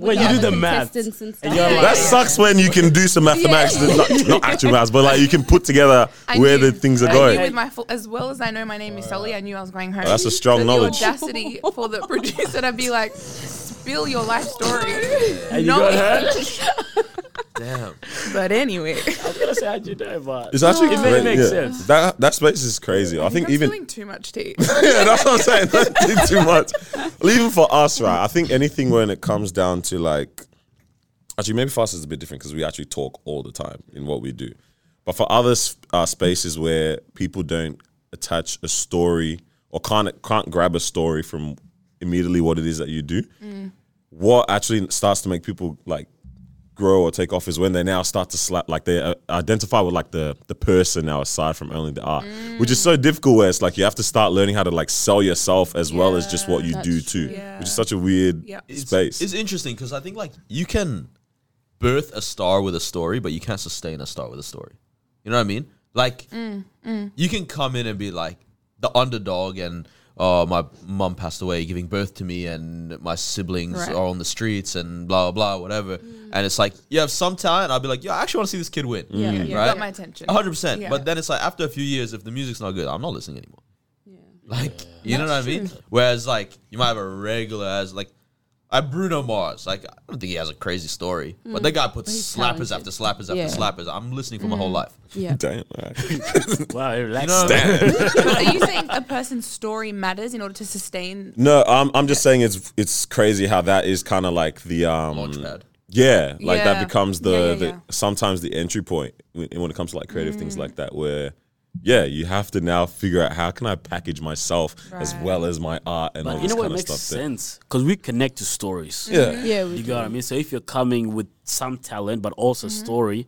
D: no.
B: Wait, you do the math.
C: Contestants and stuff.
B: And you're
E: Yeah.
B: like,
D: That sucks when you can do some mathematics, not, not actual maths, but like you can put together
E: I
D: where the
E: knew-
D: things are
E: I
D: going. Oh,
E: knew with my full, as well as I know my name is Sully, I knew I was going home.
D: That's a strong
E: But
D: knowledge.
E: The audacity for the producer to be like, spill your life story.
B: And you
E: No.
B: got hurt?
A: Damn.
E: But anyway,
B: I'm going to say I did that, but.
D: It's actually
B: It may
D: cra-
B: make
D: yeah.
B: sense.
D: That that space is crazy. I think
E: I'm
D: even
E: spilling too much tea.
D: yeah, that's what I'm saying. Don't do too much. Well, Even for us, right? I think anything when it comes down to like, actually, maybe for us it's a bit different because we actually talk all the time in what we do. But for other s- uh, spaces where people don't attach a story or can't can't grab a story from immediately what it is that you do,
E: Mm.
D: what actually starts to make people like grow or take off is when they now start to slap like they uh, identify with like the the person now aside from only the art which is
E: Mm.
D: so difficult where it's like you have to start learning how to like sell yourself as well as just what you do too
E: Yeah.
D: which is such a weird
E: Yep. It's-
D: space
A: It's interesting because I think like you can birth a star with a story, but you can't sustain a star with a story. You know what I mean? Like
E: Mm,
A: you can come in and be like the underdog and oh my mom passed away giving birth to me and my siblings
E: Right. Mm.
A: are on the streets and blah blah blah, whatever. And it's like you have some talent, I'll be like, yo, I actually want to see this kid win.
E: Yeah, you
A: Right?
E: got my attention.
A: hundred percent.
E: Yeah.
A: But then it's like after a few years, if the music's not good, I'm not listening anymore.
C: Yeah.
A: Like you know what I mean? Whereas like you might have a regular as like I Bruno Mars. Like I don't think he has a crazy story, but that guy puts
C: Mm. He's
A: slappers
C: talented.
A: after slappers after
C: Yeah. Mm.
A: slappers. I'm listening for my whole life.
C: Yeah.
D: damn right.
B: Wow, relax.
A: You know what I mean?
E: But are you saying a person's story matters in order to sustain?
D: no i'm, I'm just saying it's it's crazy how that is kind of like the um
A: Launchpad.
D: Yeah, like
E: Yeah.
D: that becomes the,
E: Yeah, yeah,
D: the
E: yeah. Mm.
D: sometimes the entry point when, when it comes to like creative things like that, where yeah, you have to now figure out how can I package myself as
E: Right.
D: well as my art and all
B: But you
D: this
B: know what
D: kind of
B: makes
D: stuff.
B: sense? Because we connect to stories.
D: There. Yeah,
C: Yeah.
B: You
C: we-
B: got what I mean? So if you're coming with some talent but also story,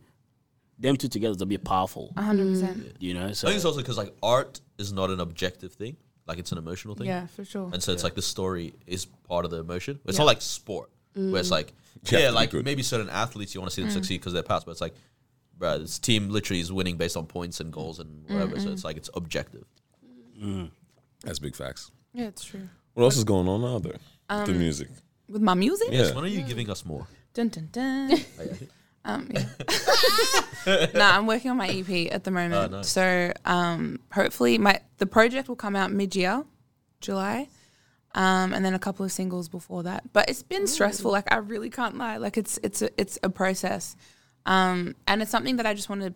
B: them two together will be powerful.
E: 100%.
B: You know, so
A: I think it's also because like art is not an objective thing. Like it's an emotional thing.
E: Yeah, for sure.
A: And so it's like the story is part of the emotion. It's not like sport where it's like
D: have
A: yeah,
D: to be
A: like
D: good.
A: maybe certain athletes you want to see them succeed because they're past, but it's like. Bro, this team literally is winning based on points and goals and whatever. So it's like it's objective.
D: That's big facts.
E: Yeah, it's true.
D: What else is going on now though? With the
E: Um,
D: music.
E: With my music?
D: Yeah.
A: When are you giving us more?
E: Dun, dun, dun. um, yeah. nah, I'm working on my EP at the moment.
A: nice.
E: So um, hopefully my the project will come out mid year, July. Um, and then a couple of singles before that. But it's been stressful. Like I really can't lie. Like it's it's a, it's a process. Um, and it's something that I just want to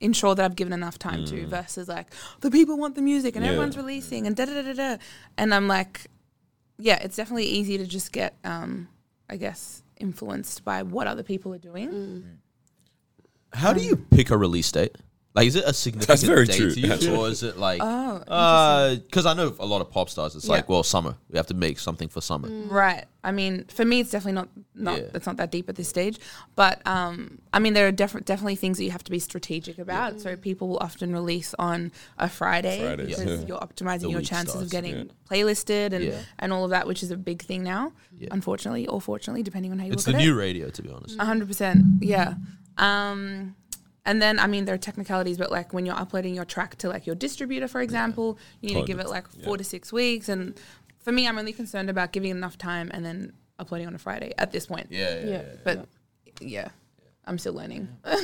E: ensure that I've given enough time to versus like the people want the music and
D: Yeah.
E: everyone's releasing and da da da da da. And I'm like, yeah, it's definitely easy to just get, um, I guess, influenced by what other people are doing.
A: How do you pick a release date? Mm. Like, is it a significant
D: very
A: date
D: true,
A: to you,
D: actually.
A: or is it like?
E: Oh,
A: Because I know a lot of pop stars. It's
E: Yeah. Mm.
A: like, well, summer. We have to make something for summer.
E: Right. I mean, for me, it's definitely not not
A: Mm. Yeah.
E: it's not that deep at this stage. But um, I mean, there are def- definitely things that you have to be strategic about. So people will often release on a Friday
D: Fridays,
E: because
D: yeah.
E: you're optimizing
A: The
E: your
A: week
E: chances
A: starts,
E: of getting playlisted and
A: Yeah.
E: and all of that, which is a big thing now. Unfortunately, or fortunately, depending on how you
A: It's the
E: look at it.
A: new radio, to be honest.
E: A hundred percent. Yeah. Um, and then I mean there are technicalities, but like when you're uploading your track to like your distributor, for example, you need to give it like four to six weeks. And for me, I'm only concerned about giving enough time and then uploading on a Friday at this point.
A: Yeah, yeah.
C: Yeah.
E: But yeah, I'm still learning.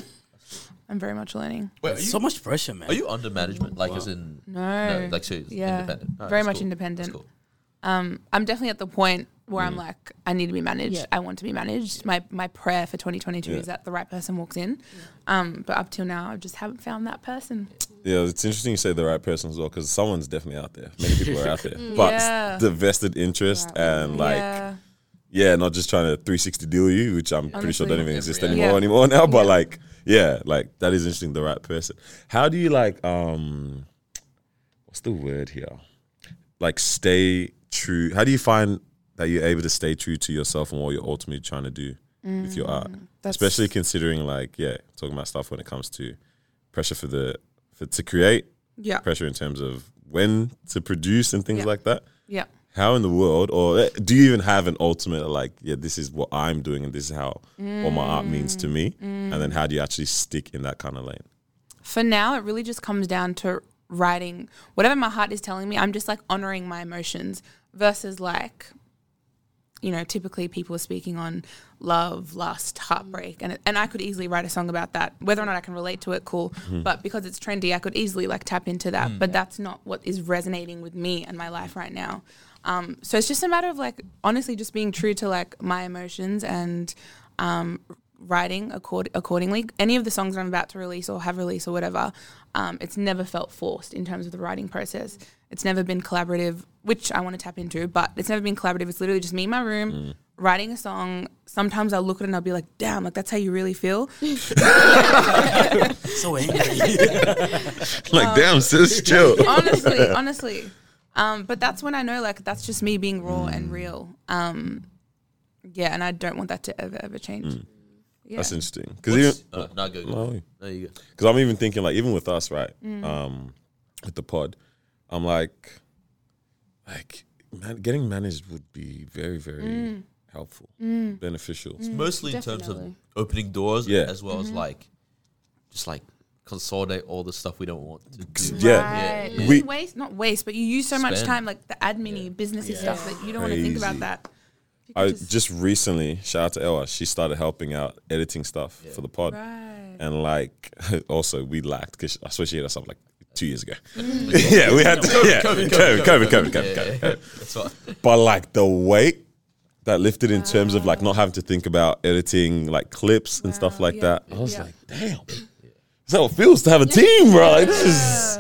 E: I'm very much learning.
A: Wait, are
B: so
A: you,
B: much pressure, man.
A: are you under management? Like, as in?
E: No.
A: like, so it's
E: Yeah.
A: independent. Alright,
E: Very
A: that's
E: much
A: cool.
E: independent.
A: That's cool.
E: I'm definitely at the point where
D: Mm.
E: I'm like, I need to be managed.
C: Yeah.
E: I want to be managed. My my prayer for 2022
D: Yeah.
E: is that the right person walks in. Um, but up till now, I just haven't found that person.
D: Yeah, it's interesting you say the right person as well because someone's definitely out there. Many people are out there, but
E: Yeah.
D: the vested interest and like yeah.
E: yeah.
D: not just trying to 360 deal you, which I'm pretty sure
E: Honestly.
D: don't even exist
A: Every
D: anymore
E: hour.
D: anymore now. But like, yeah, like that is interesting. The right person. How do you like um, what's the word here? Like stay true. How do you find that you're able to stay true to yourself and what you're ultimately trying to do with your art?
E: That's-
D: Especially considering like yeah, talking about stuff when it comes to pressure for the for to create
E: Yeah.
D: pressure in terms of when to produce and things
E: Yeah.
D: like that.
E: Yeah.
D: How in the world, or eh, do you even have an ultimate like, yeah, this is what I'm doing and this is how what my art means to me? And then how do you actually stick in that kind of lane?
E: For now, it really just comes down to writing whatever my heart is telling me. I'm just like honoring my emotions versus like, you know, typically people are speaking on love, lust, heartbreak, and it, and I could easily write a song about that. Whether or not I can relate to it, cool. But because it's trendy, I could easily like tap into that. But that's not what is resonating with me and my life right now. Um, so it's just a matter of like honestly just being true to like my emotions and um, writing accord- accordingly. Any of the songs that I'm about to release or have released or whatever, um, it's never felt forced in terms of the writing process. It's never been collaborative, which I want to tap into, but it's never been collaborative. It's literally just me in my room writing a song. Sometimes I'll look at it and I'll be like, damn, like that's how you really feel.
B: So angry.
D: Like, damn, sis, chill.
E: honestly, honestly. Um, but that's when I know, like, that's just me being raw and real. Um, yeah, and I don't want that to ever, ever change. Yeah.
D: That's interesting.
A: What's-
D: Because
A: uh, no, go, go.
D: even.
A: No, you go.
D: Because I'm even thinking, like, even with us, right? Um, with the pod, I'm like, like man, getting managed would be very, very
E: Mm.
D: helpful, beneficial.
A: mostly in terms of
C: Definitely. Mm-hmm.
A: opening doors
D: Yeah.
A: as well as like just like consolidate all the stuff we don't want to do.
D: Yeah.
E: Right.
D: Yeah. We-
E: You waste, not waste, but you use so much
A: Spend.
E: time, like the admin businessy stuff that you don't want to think about
D: Crazy.
E: that. You
D: I
E: could just-
D: just recently shout out to Ella. She started helping out editing stuff for the pod,
E: Right.
D: and like, also we lacked because I swear she hit us up like two years ago.
E: Mm-hmm.
D: yeah, we had to, yeah, COVID, COVID, COVID, COVID, COVID, COVID.
A: That's what
D: but like the weight that lifted in terms of like not having to think about editing like clips and stuff like
E: Ah. yeah.
D: that. I was
E: Yeah.
D: like, damn, that's how it feels to have a team, bro. Like this is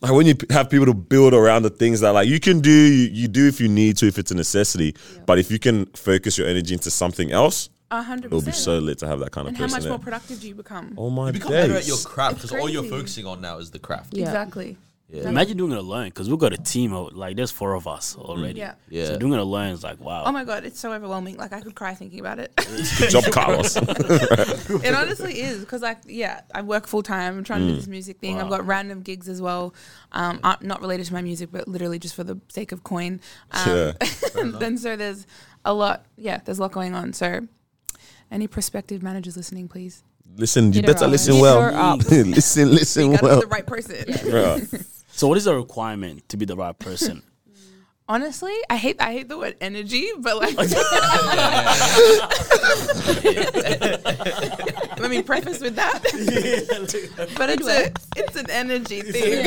D: like when you p- have people to build around the things that like you can do, you, you do if you need to, if it's a necessity. But if you can focus your energy into something else,
E: A hundred
D: it'll be
E: percent.
D: so lit to have that kind of
E: and how
D: person.
E: much
D: there.
E: more productive do you become?
D: oh my
A: you become better at
D: days.
A: your craft because all you're
E: crazy.
A: focusing on now is the craft.
C: Yeah.
E: Exactly.
B: Imagine doing it alone because we've got a team of like there's four of us already.
E: Mm. Yeah.
A: Yeah.
B: So doing it alone is like wow.
E: Oh my god, it's so overwhelming. Like I could cry thinking about it.
D: Good job, Carlos.
E: it honestly is because, like, yeah, I work full time. I'm trying
D: Mm.
E: to do this music thing. I've got random gigs as well, um, aren't- not related to my music, but literally just for the sake of coin. Um,
D: yeah.
E: then so there's a lot. Yeah, there's a lot going on. So, any prospective managers listening, please
D: Listen, you
C: Hit her
D: better
C: up.
D: listen
C: Hit her
D: well.
C: up.
D: listen, listen
E: gotta
D: well.
E: be the right person.
D: Bruh.
B: So what is the requirement to be the right person?
E: Honestly, I hate I hate the word energy, but like, let me preface with that. but it's a, it's an energy thing.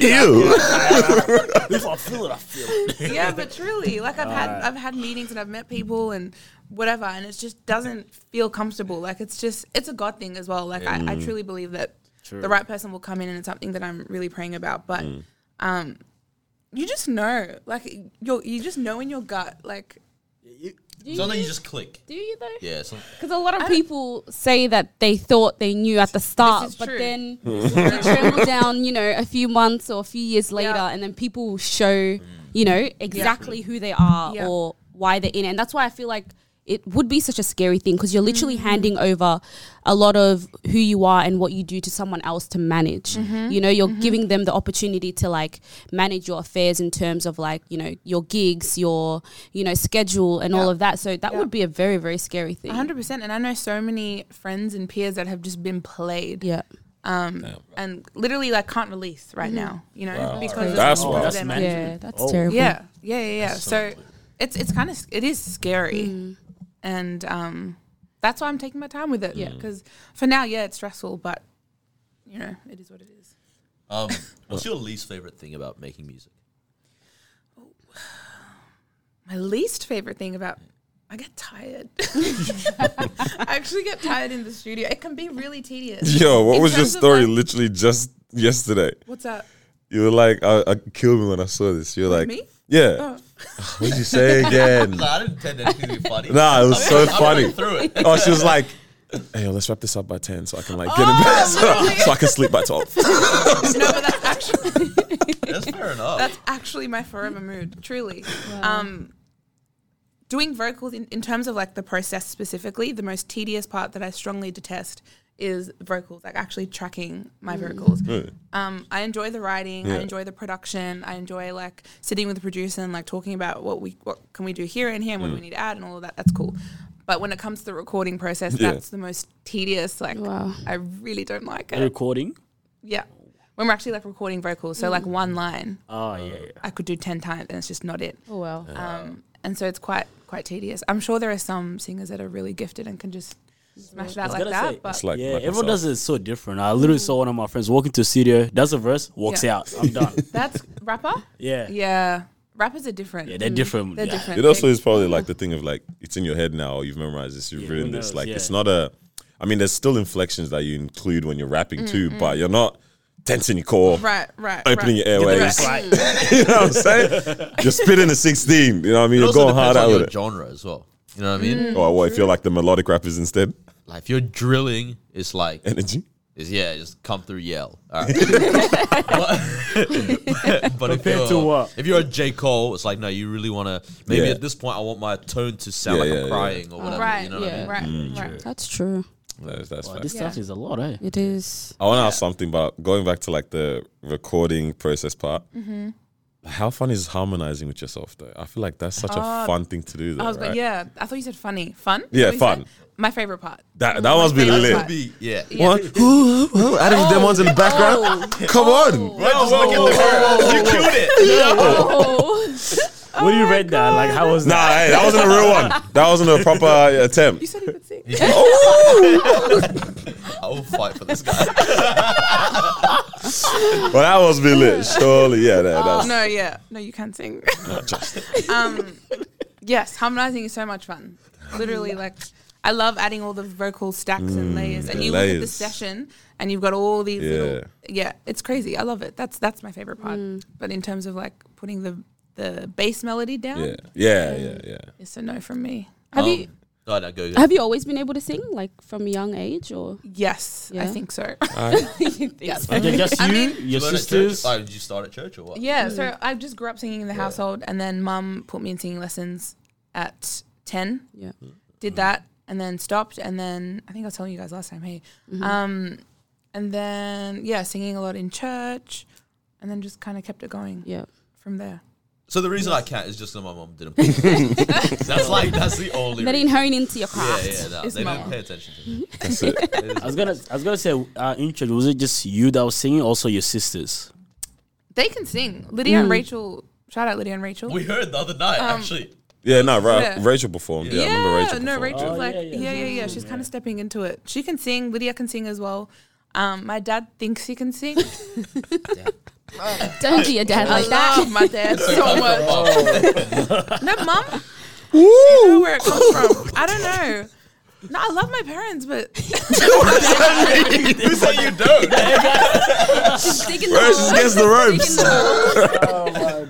D: Ew.
B: if I feel it, I feel it.
E: yeah, but truly, like I've had I've had meetings and I've met people and whatever, and it just doesn't feel comfortable. Like it's just it's a God thing as well. Like I, I truly believe that
B: True.
E: the right person will come in, and it's something that I'm really praying about. But um, you just know, like you you just know in your gut, like
C: Do
A: So
C: you,
A: then you just click.
C: do you though?
A: Yeah. So
C: Because a lot of people say that they thought they knew at the start,
E: is
C: but
E: true.
C: then they tremble down, you know, a few months or a few years later,
E: Yeah.
C: and then people show, you know, exactly who they are
E: Yeah.
C: or why they're in it. And that's why I feel like it would be such a scary thing because you're literally
E: Mm-hmm.
C: handing over a lot of who you are and what you do to someone else to manage.
E: Mm-hmm.
C: You know, you're giving them the opportunity to like manage your affairs in terms of like, you know, your gigs, your, you know, schedule and all
E: Yeah.
C: of that. So that would be a very, very scary thing.
E: 100%. And I know so many friends and peers that have just been played.
C: Yeah.
E: Um, and literally like can't release right now, you know, because of
D: That's
E: all
D: wild.
E: of
B: That's
E: them.
B: mad.
C: Yeah, that's
B: Oh.
C: terrible.
E: Mm-hmm. Yeah, yeah, yeah. yeah. So it's it's kind of it is scary, and um, that's why I'm taking my time with it. Yeah, because for now, yeah, it's stressful, but you know, it is what it is.
A: um, what's your least favorite thing about making music?
E: My least favorite thing about I get tired. I actually get tired in the studio. It can be really tedious.
D: Yo, what
E: In
D: was your
E: terms of,
D: story?
E: like-
D: literally just yesterday.
E: What's up?
D: You were like, I, I killed me when I saw this. You're like,
E: me? Oh.
D: yeah. What did you say again?
A: No, I didn't intend anything to be funny.
D: nah, it was so
A: I went
D: funny.
A: through it.
D: Oh, she was like, hey, yo, let's wrap this up by ten so I can like get in bed so, so I can sleep by twelve.
E: no, but that's actually
A: That's fair enough.
E: that's actually my forever mood. Truly. Um, doing vocals in, in terms of like the process specifically, the most tedious part that I strongly detest is vocals, like actually tracking my vocals. Um, I enjoy the writing, I
D: Yeah.
E: enjoy the production, I enjoy like sitting with the producer and like talking about what we what can we do here and here and what
D: Mm.
E: do we need to add and all of that. That's cool. But when it comes to the recording process,
D: Yeah.
E: that's the most tedious. Like,
C: Wow.
E: I really don't like
B: The
E: it.
B: recording.
E: Yeah. When we're actually like recording vocals, so like one line,
A: Uh,
B: Oh yeah, yeah.
E: I could do 10 times and it's just not it.
C: Oh well.
E: Um, and so it's quite quite tedious. I'm sure there are some singers that are really gifted and can just smash it out
B: was
E: like
B: gonna
E: that.
B: say,
E: but
D: like,
B: yeah,
D: like
B: everyone
D: myself.
B: does it so different. I literally saw one of my friends walk into a studio, does a verse, walks
E: Yeah.
B: out. I'm done.
E: that's rapper.
B: Yeah. Yeah,
E: Yeah, rappers are different.
B: they're different.
E: They're
B: yeah.
E: different.
D: It also is probably like the thing of like it's in your head now. Or you've memorized this. You've
B: Yeah,
D: written
B: who
D: this.
B: knows?
D: Like
B: Yeah.
D: it's not a. I mean, there's still inflections that you include when you're rapping too, but you're not tensing your core,
E: Mm, right, right.
D: opening your
E: right.
D: airways.
E: Right.
D: you know what I'm saying? You're spitting a 16. You know what I mean?
A: It
D: You're
A: also
D: going hard
A: depends
D: out
A: on
D: with
A: your
D: it.
A: genre as well. You know what I mean?
D: Or what if you're like the melodic rappers instead?
C: Mm.
A: Like if you're drilling, it's like
D: Energy.
A: it's, yeah, just come through yell. All right. but but if you're,
B: Compared to what?
A: if you're a J Cole, it's like no, you really want to. Maybe
D: Yeah.
A: at this point, I want my tone to sound
D: Yeah,
A: like
D: yeah,
A: I'm
D: yeah.
A: crying or whatever.
E: Right,
A: you know what I
C: yeah.
A: mean?
E: right, right.
C: That's true.
D: That's, that's
B: Wow,
D: fine.
B: "Oh, this stuff
E: Yeah.
B: is a lot, eh?
C: It is.
D: I want to ask something about going back to like the recording process part.
E: Mm-hmm.
D: How fun is harmonizing with yourself though? I feel like that's such a fun thing to do. Though,
E: Uh, I was
D: right?
E: like, yeah. I thought you said funny. Fun.
D: Yeah,
E: What you said?
D: fun.
E: My favorite part.
D: That that must be
E: favorite
D: lit.
E: part.
A: Be- yeah.
E: Yeah.
D: One, whoo, whoo, whoo, adding them ones in the background. Come on,
A: oh. You killed it.
E: Oh
B: What do you rate that? Like, how was that?
D: nah, hey, that wasn't a real one. That wasn't a proper uh, attempt.
E: You said you could sing.
A: I will fight for this guy.
D: But that must be lit. Surely, yeah, that, that's
E: no, yeah, no, you can sing.
D: not just.
E: um, yes, harmonizing is so much fun. Literally, like I love adding all the vocal stacks and layers. And
D: Mm, the
E: you look at the
D: layers.
E: session, and you've got all these.
D: Yeah.
E: Little, yeah, it's crazy. I love it. That's that's my favorite part. But in terms of like putting the the bass melody down,
D: Yeah, yeah, yeah, yeah.
E: it's a no from me.
C: Have
A: Um,
C: you
A: No, no, go. go.
C: have you always been able to sing like from a young age or?
E: Yes, I
C: Yeah.
E: think so. yes.
B: Okay, just you,
E: I mean-
A: You
B: your
A: learn at church?
B: sisters.
A: Oh, did you start at church or what?
E: Yeah, so I just grew up singing in the household, and then mum put me in singing lessons at 10,
C: Yeah.
E: did that, and then stopped. And then I think I was telling you guys last time, hey. Um, and then, yeah, singing a lot in church, and then just kind of kept it going
C: Yeah.
E: from there.
A: So the reason I can't is just that my mom didn't. that's like that's the only.
C: They didn't
A: reason.
C: hone into your
A: Yeah,
C: craft.
A: yeah, no,
E: It's
A: they
E: my
A: didn't
E: mom.
A: pay attention to me.
D: That's it.
B: I was gonna, I was gonna say, uh, in church, was it just you that was singing, also your sisters?
E: They can sing. Lydia and Rachel, shout out Lydia and Rachel.
A: We heard the other night actually.
D: Yeah, no, Ra-
E: Yeah.
D: Rachel performed. Yeah, I remember Rachel.
E: no,
D: performed.
E: Rachel's
B: Oh,
E: like,
B: yeah,
E: yeah,
B: yeah.
E: yeah, yeah. She's kind of stepping into it. She can sing. Lydia can sing as well. Um, my dad thinks he can sing.
C: Don't do your dad
E: I
C: like that.
E: love my dad so much. No, mum. You know where it comes from. I don't know. No, I love my parents, but
A: Who said you don't?
C: She's digging the
D: Rachel just
C: hole.
D: gets the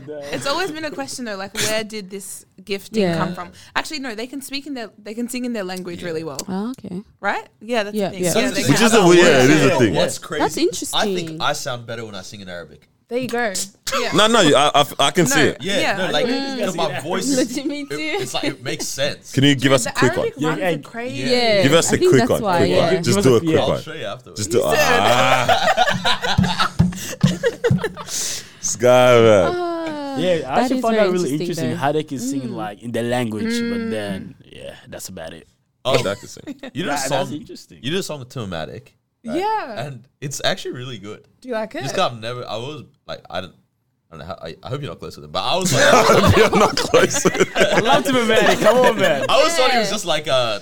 D: ropes.
E: it's always been a question though, like where did this gifting
C: Yeah.
E: come from? Actually, no, they can speak in their they can sing in their language really well,
C: Oh, okay.
E: right? Yeah, that's
C: Yeah,
E: the thing.
C: yeah.
E: Yeah, they
D: Which
E: can.
D: is a yeah, it is a thing.
A: What's crazy?
C: That's
A: I think
C: interesting.
A: I sound better when I sing in Arabic.
E: there you go. Yeah.
D: No, no, you- I, I, I can see
E: No.
D: it.
A: Yeah,
E: Yeah,
A: no,
E: I
A: like
E: know.
A: you know, my voice. Is,
C: Legit, me
A: it-
C: too.
A: it's like it makes sense.
D: Can you give us a
E: The
D: quick one?
E: Arabic runs
B: Yeah,
E: are
B: yeah.
E: crazy.
C: Yeah.
D: Give us
C: I
D: a
C: think
D: quick
C: that's
D: one.
C: why,
D: quick
C: yeah.
D: one. Just
B: Give us
D: do a
B: a-
D: quick
B: yeah.
A: I'll
D: one.
A: show you afterwards.
D: Just do ah. This guy, man.
C: Ah,
B: Yeah, I
C: that
B: actually found
C: is very Mm.
B: that really interesting.
C: though.
B: How they can sing like in their language,
C: Mm.
B: but then yeah, that's about it.
A: Oh,
D: That could sing.
A: you did a
B: That- that's
A: song.
B: interesting.
A: You did a song with Tomatic,
E: Yeah.
A: and it's actually really good.
E: Do you like it?
A: Just 'cause I've never. I was like, I don't. I don't know. How, I, I hope you're not close with him, but I was like,
D: You're not close.
B: I love to be mad. Come on, man.
A: I always thought he was just like a,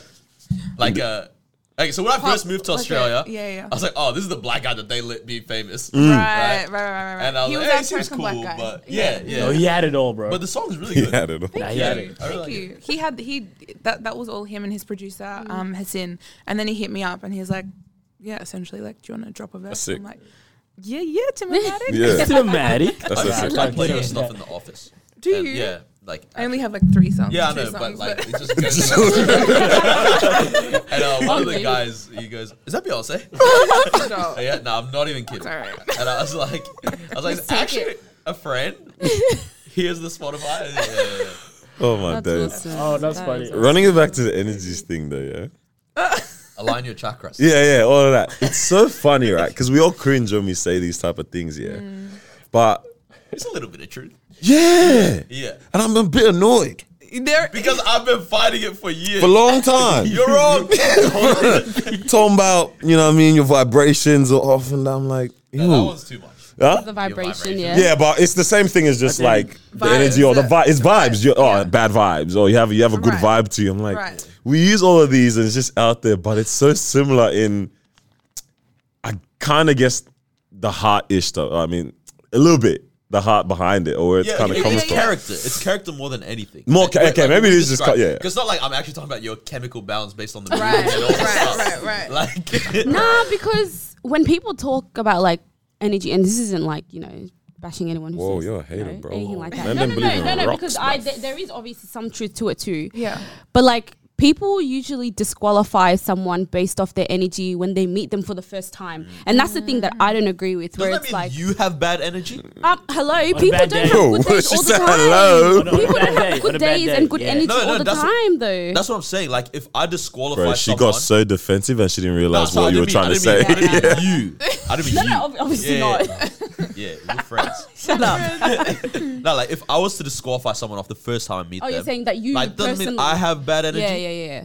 A: like a. Okay, so when I first moved to
E: like a-
A: Australia,
E: yeah, yeah.
A: I was like, oh, this is the black guy that they let be famous.
E: Right, right, right, right, right.
A: And I was
E: he
A: like,
E: was
A: hey,
E: our
A: he seems cool,
E: African black guy.
A: but yeah, yeah.
B: No, Oh, he had it all, bro.
A: But the song's really
D: He
A: good.
D: had it all.
B: Nah, he
E: you.
B: had it.
A: I really
E: Thank
A: like
E: you. He had he that that was all him and his producer um Hassan, and then he hit me up and he's like, yeah, essentially like, do you want to drop a verse?
D: sick.
E: I'm like, yeah, yeah, Timothy.
D: Yeah,
B: It's dramatic.
D: that's
A: I,
D: it.
A: I play her stuff in the office.
E: Do
A: And
E: you?
A: Yeah, like
E: I only have like three songs.
A: Yeah, I
E: two
A: know, but
E: songs,
A: like
E: but-
A: it just goes. and uh, one of the
C: Amazing.
A: guys, he goes, "Is that Beyonce?" Oh,
E: Stop.
A: yeah, no, I'm not even kidding.
E: alright.
A: And I was like, I was like,
C: Just take
A: actually,
C: it.
A: a friend. Here's the Spotify. Yeah, yeah, yeah.
D: Oh my
C: that's
D: days.
C: awesome.
B: Oh, that's
C: That
B: funny.
C: is-
D: Running it back to the energies thing though, yeah.
A: Align your chakras.
D: Yeah, yeah, all of that. It's so funny, right? Because we all cringe when we say these type of things, yeah.
C: Mm.
D: But
A: It's a little bit of truth.
D: yeah,
A: Yeah,
D: and I'm a bit annoyed
E: There,
A: because I've been fighting it for years.
D: for a long time.
A: You're wrong.
D: talking about, you know what I mean, your vibrations are off, and I'm like,
A: No, that
D: ew.
A: one's too much.
D: Huh?
C: The vibration,
A: vibration.
C: yeah.
D: Yeah, but it's the same thing as just
B: think
D: like the
E: vibes,
D: energy or the
E: yeah.
D: vibe. It's vibes. You're, oh,
E: Yeah.
D: bad vibes. Or you have you have a good
E: Right.
D: vibe to you. I'm like,
E: Right.
D: we use all of these and it's just out there, but it's so similar in. I kind of guess the heart ish stuff. I mean, a little bit the heart behind it, or where it kind of
A: it-
D: comes
A: it's
D: from.
A: character. It's character more than anything.
D: More
A: Like,
D: ca-
A: like-
D: okay,
A: like
D: maybe
A: what
D: it
A: you
D: is just
A: described.
D: ca- yeah.
A: 'Cause it's not like I'm actually talking about your chemical balance based on the
E: Right,
A: mood and all this
E: right,
A: stuff.
E: right, right.
A: Like,
C: Nah, because when people talk about like energy, and this isn't like you know bashing anyone. Who
D: Whoa,
C: says,
D: you're a hater,
C: you know,
D: bro.
C: Anything like that.
D: Man
C: no,
D: don't
C: no,
D: believe
C: no,
D: in
C: no, no,
D: rocks,
C: because
D: bro.
C: I th- there is obviously some truth to it too.
E: Yeah.
C: But like people usually disqualify someone based off their energy when they meet them for the first time, and that's the thing that I don't agree with.
A: does
C: where
A: that mean
C: it's like,
A: you have bad energy?
C: um, hello,
B: a
C: people
B: bad
C: don't
B: day.
C: have
D: Yo,
C: good days
D: she
C: all the
D: said
C: time.
D: hello.
B: On a
C: People
B: bad
C: don't
B: day,
C: have
B: on
C: good
B: a bad
C: days
B: day,
C: and good
B: yeah.
C: energy
A: No, no,
C: all the
A: that's-
C: time, though.
A: That's what I'm saying. Like, if I disqualify
D: Bro, she
A: someone,
D: got so defensive and she didn't
A: No,
D: realize
A: sorry,
D: what
A: I
D: you were
A: didn't
D: trying
A: mean-
D: to say.
A: I didn't mean- I didn't mean you. I didn't mean
C: no,
A: you.
C: no, ob- obviously
A: yeah,
C: not.
A: Yeah, we're friends.
C: Shut up.
A: No, like if I was to disqualify someone off the first time I meet
C: Oh,
A: them,
C: you're saying that you
A: like doesn't mean
C: personally-
A: I have bad energy
C: Yeah, yeah, yeah.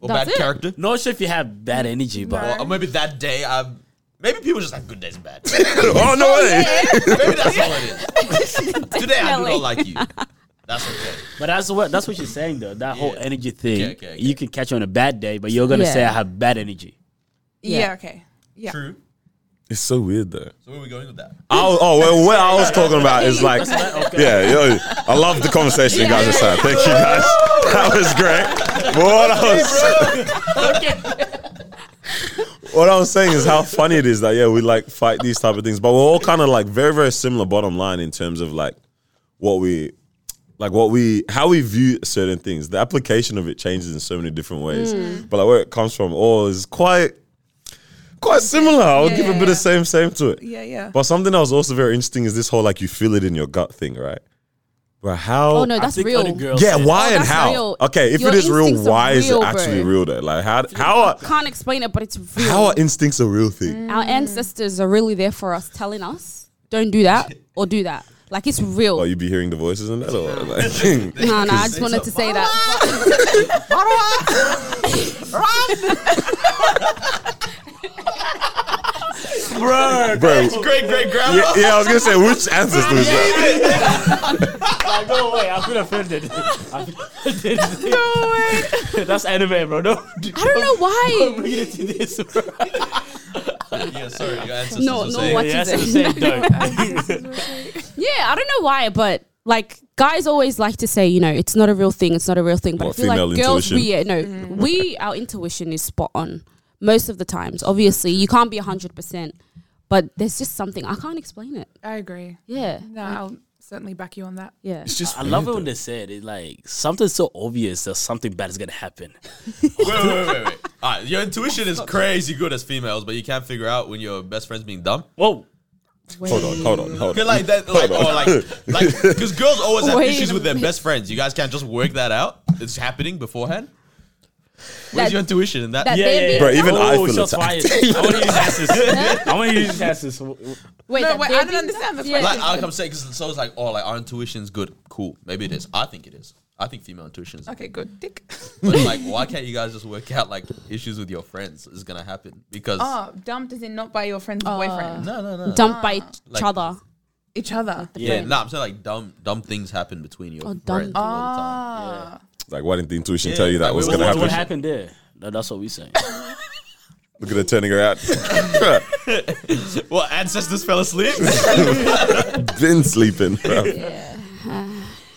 A: or
C: that's
A: bad
C: it.
A: character,
B: Not sure if you have bad energy, but
A: or, or maybe that day I'm. Maybe people just have good days and bad. days.
D: oh no way!
A: maybe that's all it is. Today I do
C: Definitely.
A: not like you. That's okay.
B: but that's what that's what you're saying though. That whole
A: Yeah.
B: energy thing,
A: Okay, okay, okay.
B: you can catch on a bad day, but you're gonna
C: Yeah.
B: say I have bad energy.
E: Yeah.
C: Yeah.
E: okay. Yeah.
A: True.
D: It's so weird though.
A: So where are we going with that?
D: I was, oh, well, what I was talking about is like, yeah, yo, I love the conversation you guys just had. Thank you guys. That was great. But what I was, what I was saying is how funny it is that yeah, we like fight these type of things, but we're all kind of like very, very similar. Bottom line in terms of like what we, like what we, how we view certain things. The application of it changes in so many different ways,
E: Hmm.
D: but like where it comes from, all is quite, quite similar. I would
E: Yeah,
D: give a
E: yeah,
D: bit
E: yeah.
D: of same, same to it.
E: Yeah, yeah.
D: But something that was also very interesting is this whole like you feel it in your gut thing, right? But how?
C: Oh no, that's
B: think other
C: real.
B: girls
D: yeah,
B: say-
D: why
C: Oh,
D: and
C: that's
D: how?
C: real.
D: Okay, if
C: Your
D: it is real,
C: instincts are
D: why is it
C: real,
D: actually
C: bro.
D: real though? Like how how are
C: Can't explain it, but it's real. Mm.
D: how are instincts a real thing?
C: Our ancestors are really there for us, telling us, "Don't do that or do that." Like it's real.
D: Oh, you be hearing the voices in that or like
C: no, no, I just wanted to say that.
A: Bro,
D: Bro.
A: great great grandma.
D: yeah, yeah, I was gonna say which ancestors. that?
B: Like, no way, I feel offended. I feel offended. no way. That's anime, bro. No,
C: I don't know why.
B: bring it to this, bro.
A: yeah, sorry, your ancestors
C: No,
A: are
C: no
A: saying.
C: one-
B: Yeah, that's
C: it?
B: what I'm saying, though.
C: Yeah, I don't know why, but like guys always like to say, you know, it's not a real thing. It's not a real thing. But I
D: What,
C: feel
D: female
C: like girls, we yeah,
D: intuition?
C: no, we our intuition is spot on most of the times. Obviously, you can't be hundred percent, but there's just something I can't explain it.
E: I agree.
C: Yeah,
E: No, I'll certainly back you on that.
C: yeah.
D: It's just
B: I love it
D: weird,
B: when they said it like something's so obvious that something bad is gonna happen.
A: Wait, wait, wait, wait. All right, your intuition is crazy good as females, but you can't figure out when your best friend's being dumb.
B: Whoa.
D: though. Hold on, hold on, hold
A: Cause
D: on.
A: like that, like or like, like, because girls always have
C: Wait
A: issues
C: a
A: with their
C: minute.
A: best friends. You guys can't just work that out. It's happening beforehand. Where's
C: That-
A: your intuition in that?
C: that- Yeah, yeah, yeah.
D: Bro, even I feel
B: Oh, shots
D: attacked.
B: fired. I want to use asses. I want to use asses.
C: Wait,
E: No,
C: that
E: wait, I
C: they're
E: don't
C: being-
E: understand the
C: Yeah.
A: Like, like I'm saying, because so it's like, oh, like our intuition's good, cool. Maybe it is. I think it is. I think female intuition is.
E: Okay, good. Tick.
A: But like, why can't you guys just work out like issues with your friends is gonna happen? Because
E: Oh, dumped is in not by your friend's boyfriend.
A: no, no, no.
C: dumped by each
A: Like-
C: other.
E: Oh. Each other.
A: yeah, no, I'm saying like dumb, dumb things happen between your
C: Oh, dumb
A: friends
C: things.
A: all the time.
E: Ah.
D: Like why didn't the intuition
A: Yeah,
D: tell you that
A: like,
D: was
A: what-
D: gonna
A: what-
D: happen?
B: What happened there? No, that's what we saying.
D: Look at her turning her out.
A: Well, ancestors fell asleep.
D: Been sleeping, bro.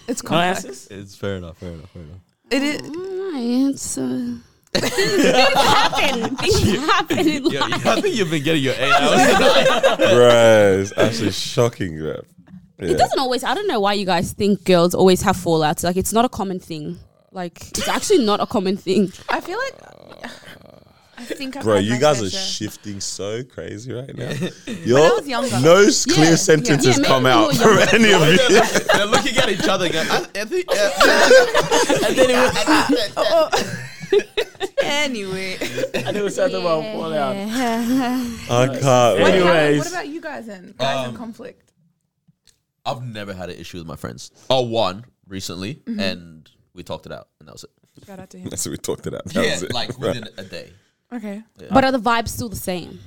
E: It's
B: No
E: complex.
B: asses.
A: it's fair enough. Fair enough. Fair enough.
E: It is.
C: Right, so things happen. Things happen in
A: Yo,
C: life.
A: I think you've been getting your eight hours.
D: Bro, it's actually shocking, bro. Yeah.
C: It doesn't always. I don't know why you guys think girls always have fallouts. Like it's not a common thing. Like it's actually not a common thing.
E: I feel like. I think I've
D: Bro,
E: had
D: you
E: my
D: guys
E: fair
D: are
E: share.
D: shifting so crazy right now. Your
E: was younger-
D: no s-
C: Yeah,
D: clear
C: yeah.
D: sentences
C: Yeah,
D: come
C: maybe
D: out
C: when you
D: from
C: were
D: any of you.
A: They're looking at each other. Going, I, I think. Uh,
B: And then it was,
E: Oh, Anyway.
B: and it was something about fallout.
D: I can't.
E: Wait,
D: wait.
E: how-
B: Anyways.
E: what about you guys then? Guys
A: Um,
E: in conflict.
A: I've never had an issue with my friends. Oh, one recently,
C: Mm-hmm.
A: and we talked it out, and that was it.
E: Shout out to him.
D: That's what we talked about. That
A: yeah,
D: was it.
A: like
D: Bro.
A: within a day.
E: Okay.
C: But are the vibes still the same?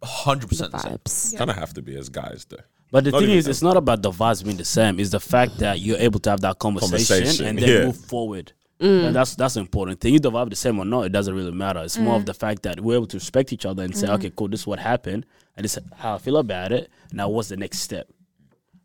A: hundred
C: the
A: percent the same.
C: vibes.
D: Kind of have to be as guys though.
B: But the
D: Not
B: thing
D: even
B: is, it's not about the vibes being the same. It's the fact that you're able to have that conversation,
D: Conversation,
B: and then
D: yeah.
B: move forward. And that's that's the important thing. You the vibe the same or not, it doesn't really matter. It's more of the fact that we're able to respect each other and say, okay, cool, this is what happened, and this is how I feel about it. Now, what's the next step?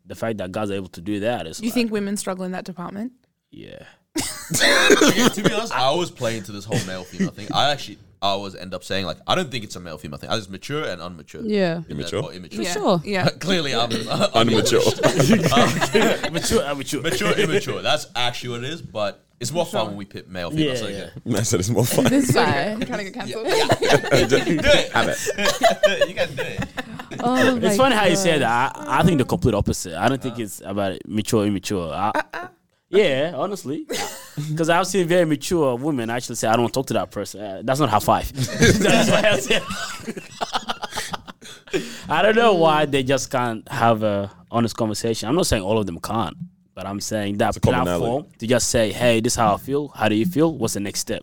B: The fact that guys are able to do that is,
E: Do you think women struggle in that department?
B: yeah,
A: to be honest, I always play into this whole male female thing. I actually I always end up saying like I don't think it's a male female thing. I just mature and unmature.
C: Yeah.
A: In that
D: Immature?
A: whole immature.
C: Yeah. sure.
E: Yeah.
A: Clearly, I'm, I'm
D: Unmature.
B: mature, uh, mature.
A: mature, immature. That's actually what it is. But it's more fun when we pit male female.
B: Yeah,
A: so
B: yeah.
D: Man said it's more fun.
E: This guy. I'm trying to get cancelled.
D: Have it.
A: you can do it.
C: Oh my
B: It's funny how you
C: God.
B: say that. I, I think the complete opposite. I don't think it's about mature, immature. I, Yeah, honestly, because I've seen very mature women actually say, "I don't talk to that person." Uh, that's not high five. That's why I said- I don't know why they just can't have a honest conversation. I'm not saying all of them can't, but I'm saying that
D: a commonality.
B: platform to just say, "Hey, this is how I feel. How do you feel? What's the next step?"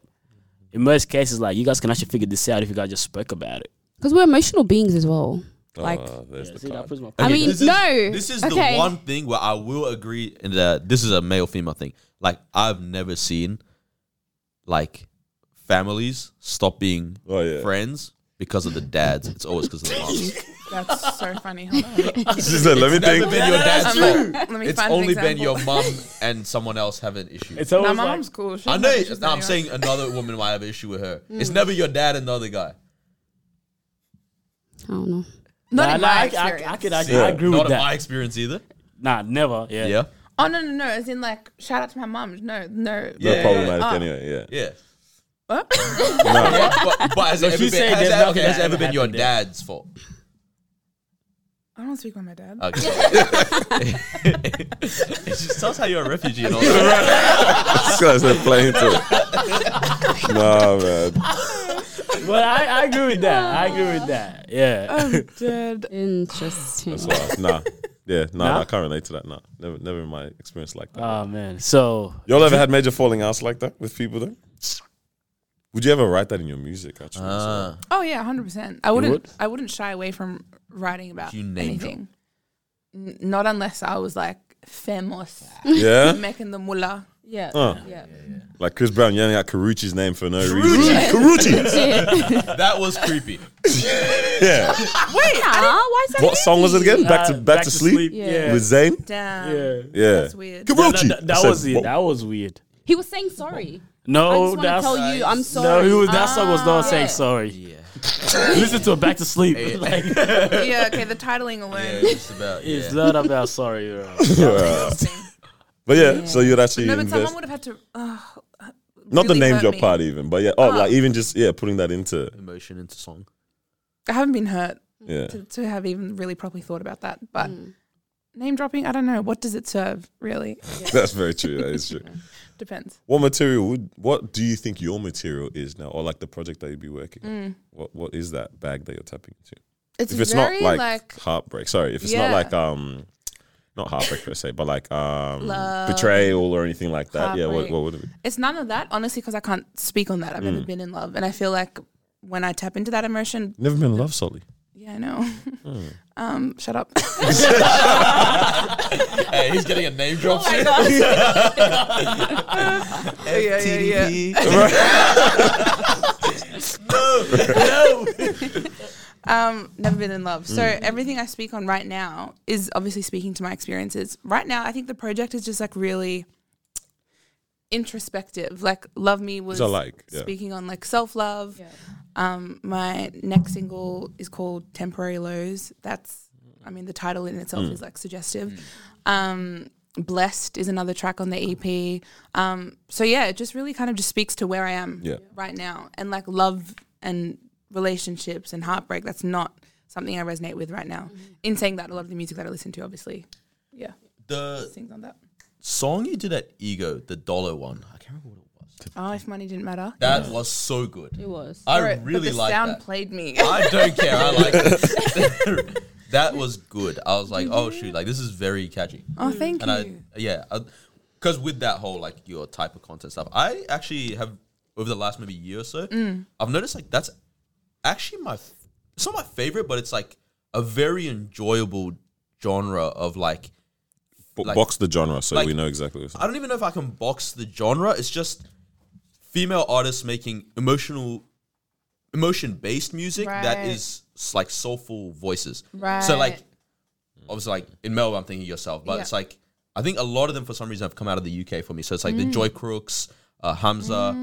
B: In most cases, like you guys can actually figure this out if you guys just spoke about it.
C: Because we're emotional beings as well. Like,
D: Oh, there's the
B: See, that
D: card.
B: proves my point.
C: I mean,
A: this is,
C: no.
A: This is
C: okay.
A: the one thing where I will agree in that this is a male female thing. Like I've never seen like families stop being
D: Oh, yeah.
A: friends because of the dads. It's always because of the moms.
E: That's so funny. Hold on.
D: She said, let me
A: Never
D: think.
A: been your dad's
E: I'm
A: fault.
E: like, let me
A: It's
E: find an
A: only been
E: example.
A: your mum and someone else have an issue.
B: It's always
E: Nah,
B: like-
E: my mom's cool. She
A: I
E: doesn't
A: know.
E: have issues
A: no,
E: with
A: I'm
E: anyone.
A: saying another woman might have an issue with her.
E: Hmm.
A: It's never your dad and the other guy.
C: I don't know.
E: Not
B: Nah,
E: in
B: nah,
E: my
B: I, I,
E: experience.
B: I could actually
D: Yeah.
B: I agree
A: Not
B: with
A: in
B: that.
A: my experience either.
B: Nah, never. Yeah.
A: Yeah.
E: Oh no no no! As in like shout out to my mum. No no.
D: No
A: Yeah.
D: problematic
E: Ah.
D: anyway. Yeah.
A: Yeah.
E: What?
A: but, but has it ever
B: she's
A: been,
B: saying
A: has
B: there's
A: that-
B: nothing
A: okay, has
B: that
A: it ever been your
B: happened there.
A: dad's fault?
E: I don't speak on my dad.
A: Okay. it just tells how you're a refugee and all that.
D: This guy's not playing to it. Nah, man.
B: But I, I agree with that. I agree with that. Yeah.
E: I'm dead.
C: Interesting.
D: That's why. Nah. Yeah, nah,
B: Nah?
D: I can't relate to that. Nah, never, never in my experience like that.
B: Oh man. So
D: Y'all ever had major falling outs like that with people though? Would you ever write that in your music? Actually, as well?
A: Ah.
E: Oh yeah, hundred percent. I wouldn't.
B: would?
E: I wouldn't shy away from writing about
A: You name drop.
E: anything. N- not unless I was like famous,
D: yeah,
E: making the mullah.
C: Yeah.
D: Huh.
C: Yeah.
D: like Chris Brown yelling out Karuchi's name for no reason. Karuchi,
A: that was creepy.
D: yeah.
C: Wait, why is that?
D: What song was it again? Back to
B: Uh,
D: Back, to, sleep,
B: Yeah.
C: Yeah.
D: with Zayn.
E: Damn.
B: Yeah.
D: Yeah,
E: That's weird.
B: No, no,
D: Karuchi.
B: that,
D: I
B: that
D: said,
B: was
D: "Whoa."
B: it. That was weird.
C: He was saying sorry. I
B: No,
C: just want to
B: Oh, that's
C: tell you, I'm sorry.
B: no. He was, that song was not
C: Ah.
B: saying
C: Yeah.
B: sorry. Listen to it. Back to sleep. like,
E: yeah. Okay. The titling
A: Yeah,
E: alone.
A: it's about. Yeah.
B: It's not about sorry, bro.
D: But yeah, so you'd actually
E: No, but someone
D: invest.
E: would have had to. Uh,
D: Not
E: really
D: the name
E: hurt
D: drop
E: me.
D: part even, but yeah. Oh, like even just yeah, putting that into
A: Emotion into song.
E: I haven't been hurt
D: yeah.
E: to, to have even really properly thought about that,
C: Ah.
E: but. Name dropping, I don't know. What does it serve, really?
D: That's very true. That is true.
E: Depends.
D: What material would? What do you think your material is now, or like the project that you'd be working?
E: Mm.
D: on? What What is that bag that you're tapping into?
E: It's,
D: if it's
E: very
D: not like,
E: like
D: heartbreak, sorry, if it's
E: Yeah.
D: not like um, not heartbreak per se, but like um,
E: Love.
D: betrayal or anything like that. Yeah, what,
E: Heartbreak.
D: what would it be?
E: It's none of that, honestly, because I can't speak on that. I've
D: Mm.
E: never been in love, and I feel like when I tap into that emotion,
D: Never been in love, Solly.
E: yeah, I know.
D: Hmm.
E: um, shut up.
A: Hey, he's getting a name drop.
C: Oh my gosh.
E: yeah, yeah, yeah. Um, never been in love, so
D: Mm.
E: everything I speak on right now is obviously speaking to my experiences. Right now, I think the project is just like really introspective. Like, love me was
D: Which I like. Yeah.
E: speaking on like self love. Um, my next single is called Temporary Lows. That's, I mean, the title in itself
A: Mm.
E: is like suggestive. Um, Blessed is another track on the EP. Um, so yeah, it just really kind of just speaks to where I am
D: Yeah.
E: right now, and like love and relationships and heartbreak. That's not something I resonate with right now. In saying that, a lot of the music that I listen to, obviously, yeah,
A: The
E: sings on that.
A: song you did at Ego, the dollar one. I can't remember what it was.
E: Oh, if money didn't matter,
A: That was so good.
C: It was.
A: I
E: Right, but
A: really
E: the
A: like
E: sound
A: that.
E: played me.
A: I don't care. I like it. that was good. I was like, oh shoot, like this is very catchy.
E: oh, thank
A: and I
E: you.
A: yeah, because with that whole like your type of content stuff, I actually have over the last maybe year or so, I've noticed like that's actually my f- it's not my favorite, but it's like a very enjoyable genre of like
D: Bo-
A: Like-
D: box the genre so
A: like-
D: we know exactly what's
A: I don't even know if I can box the genre. It's just female artists making emotional, emotion based music that
E: Right.
A: is s- like soulful voices.
E: Right.
A: So like, obviously, like in Melbourne, I'm thinking yourself, but
E: Yeah.
A: it's like I think a lot of them for some reason have come out of the UK for me. So it's like
E: Mm.
A: the Joy Crooks, uh, Hamza,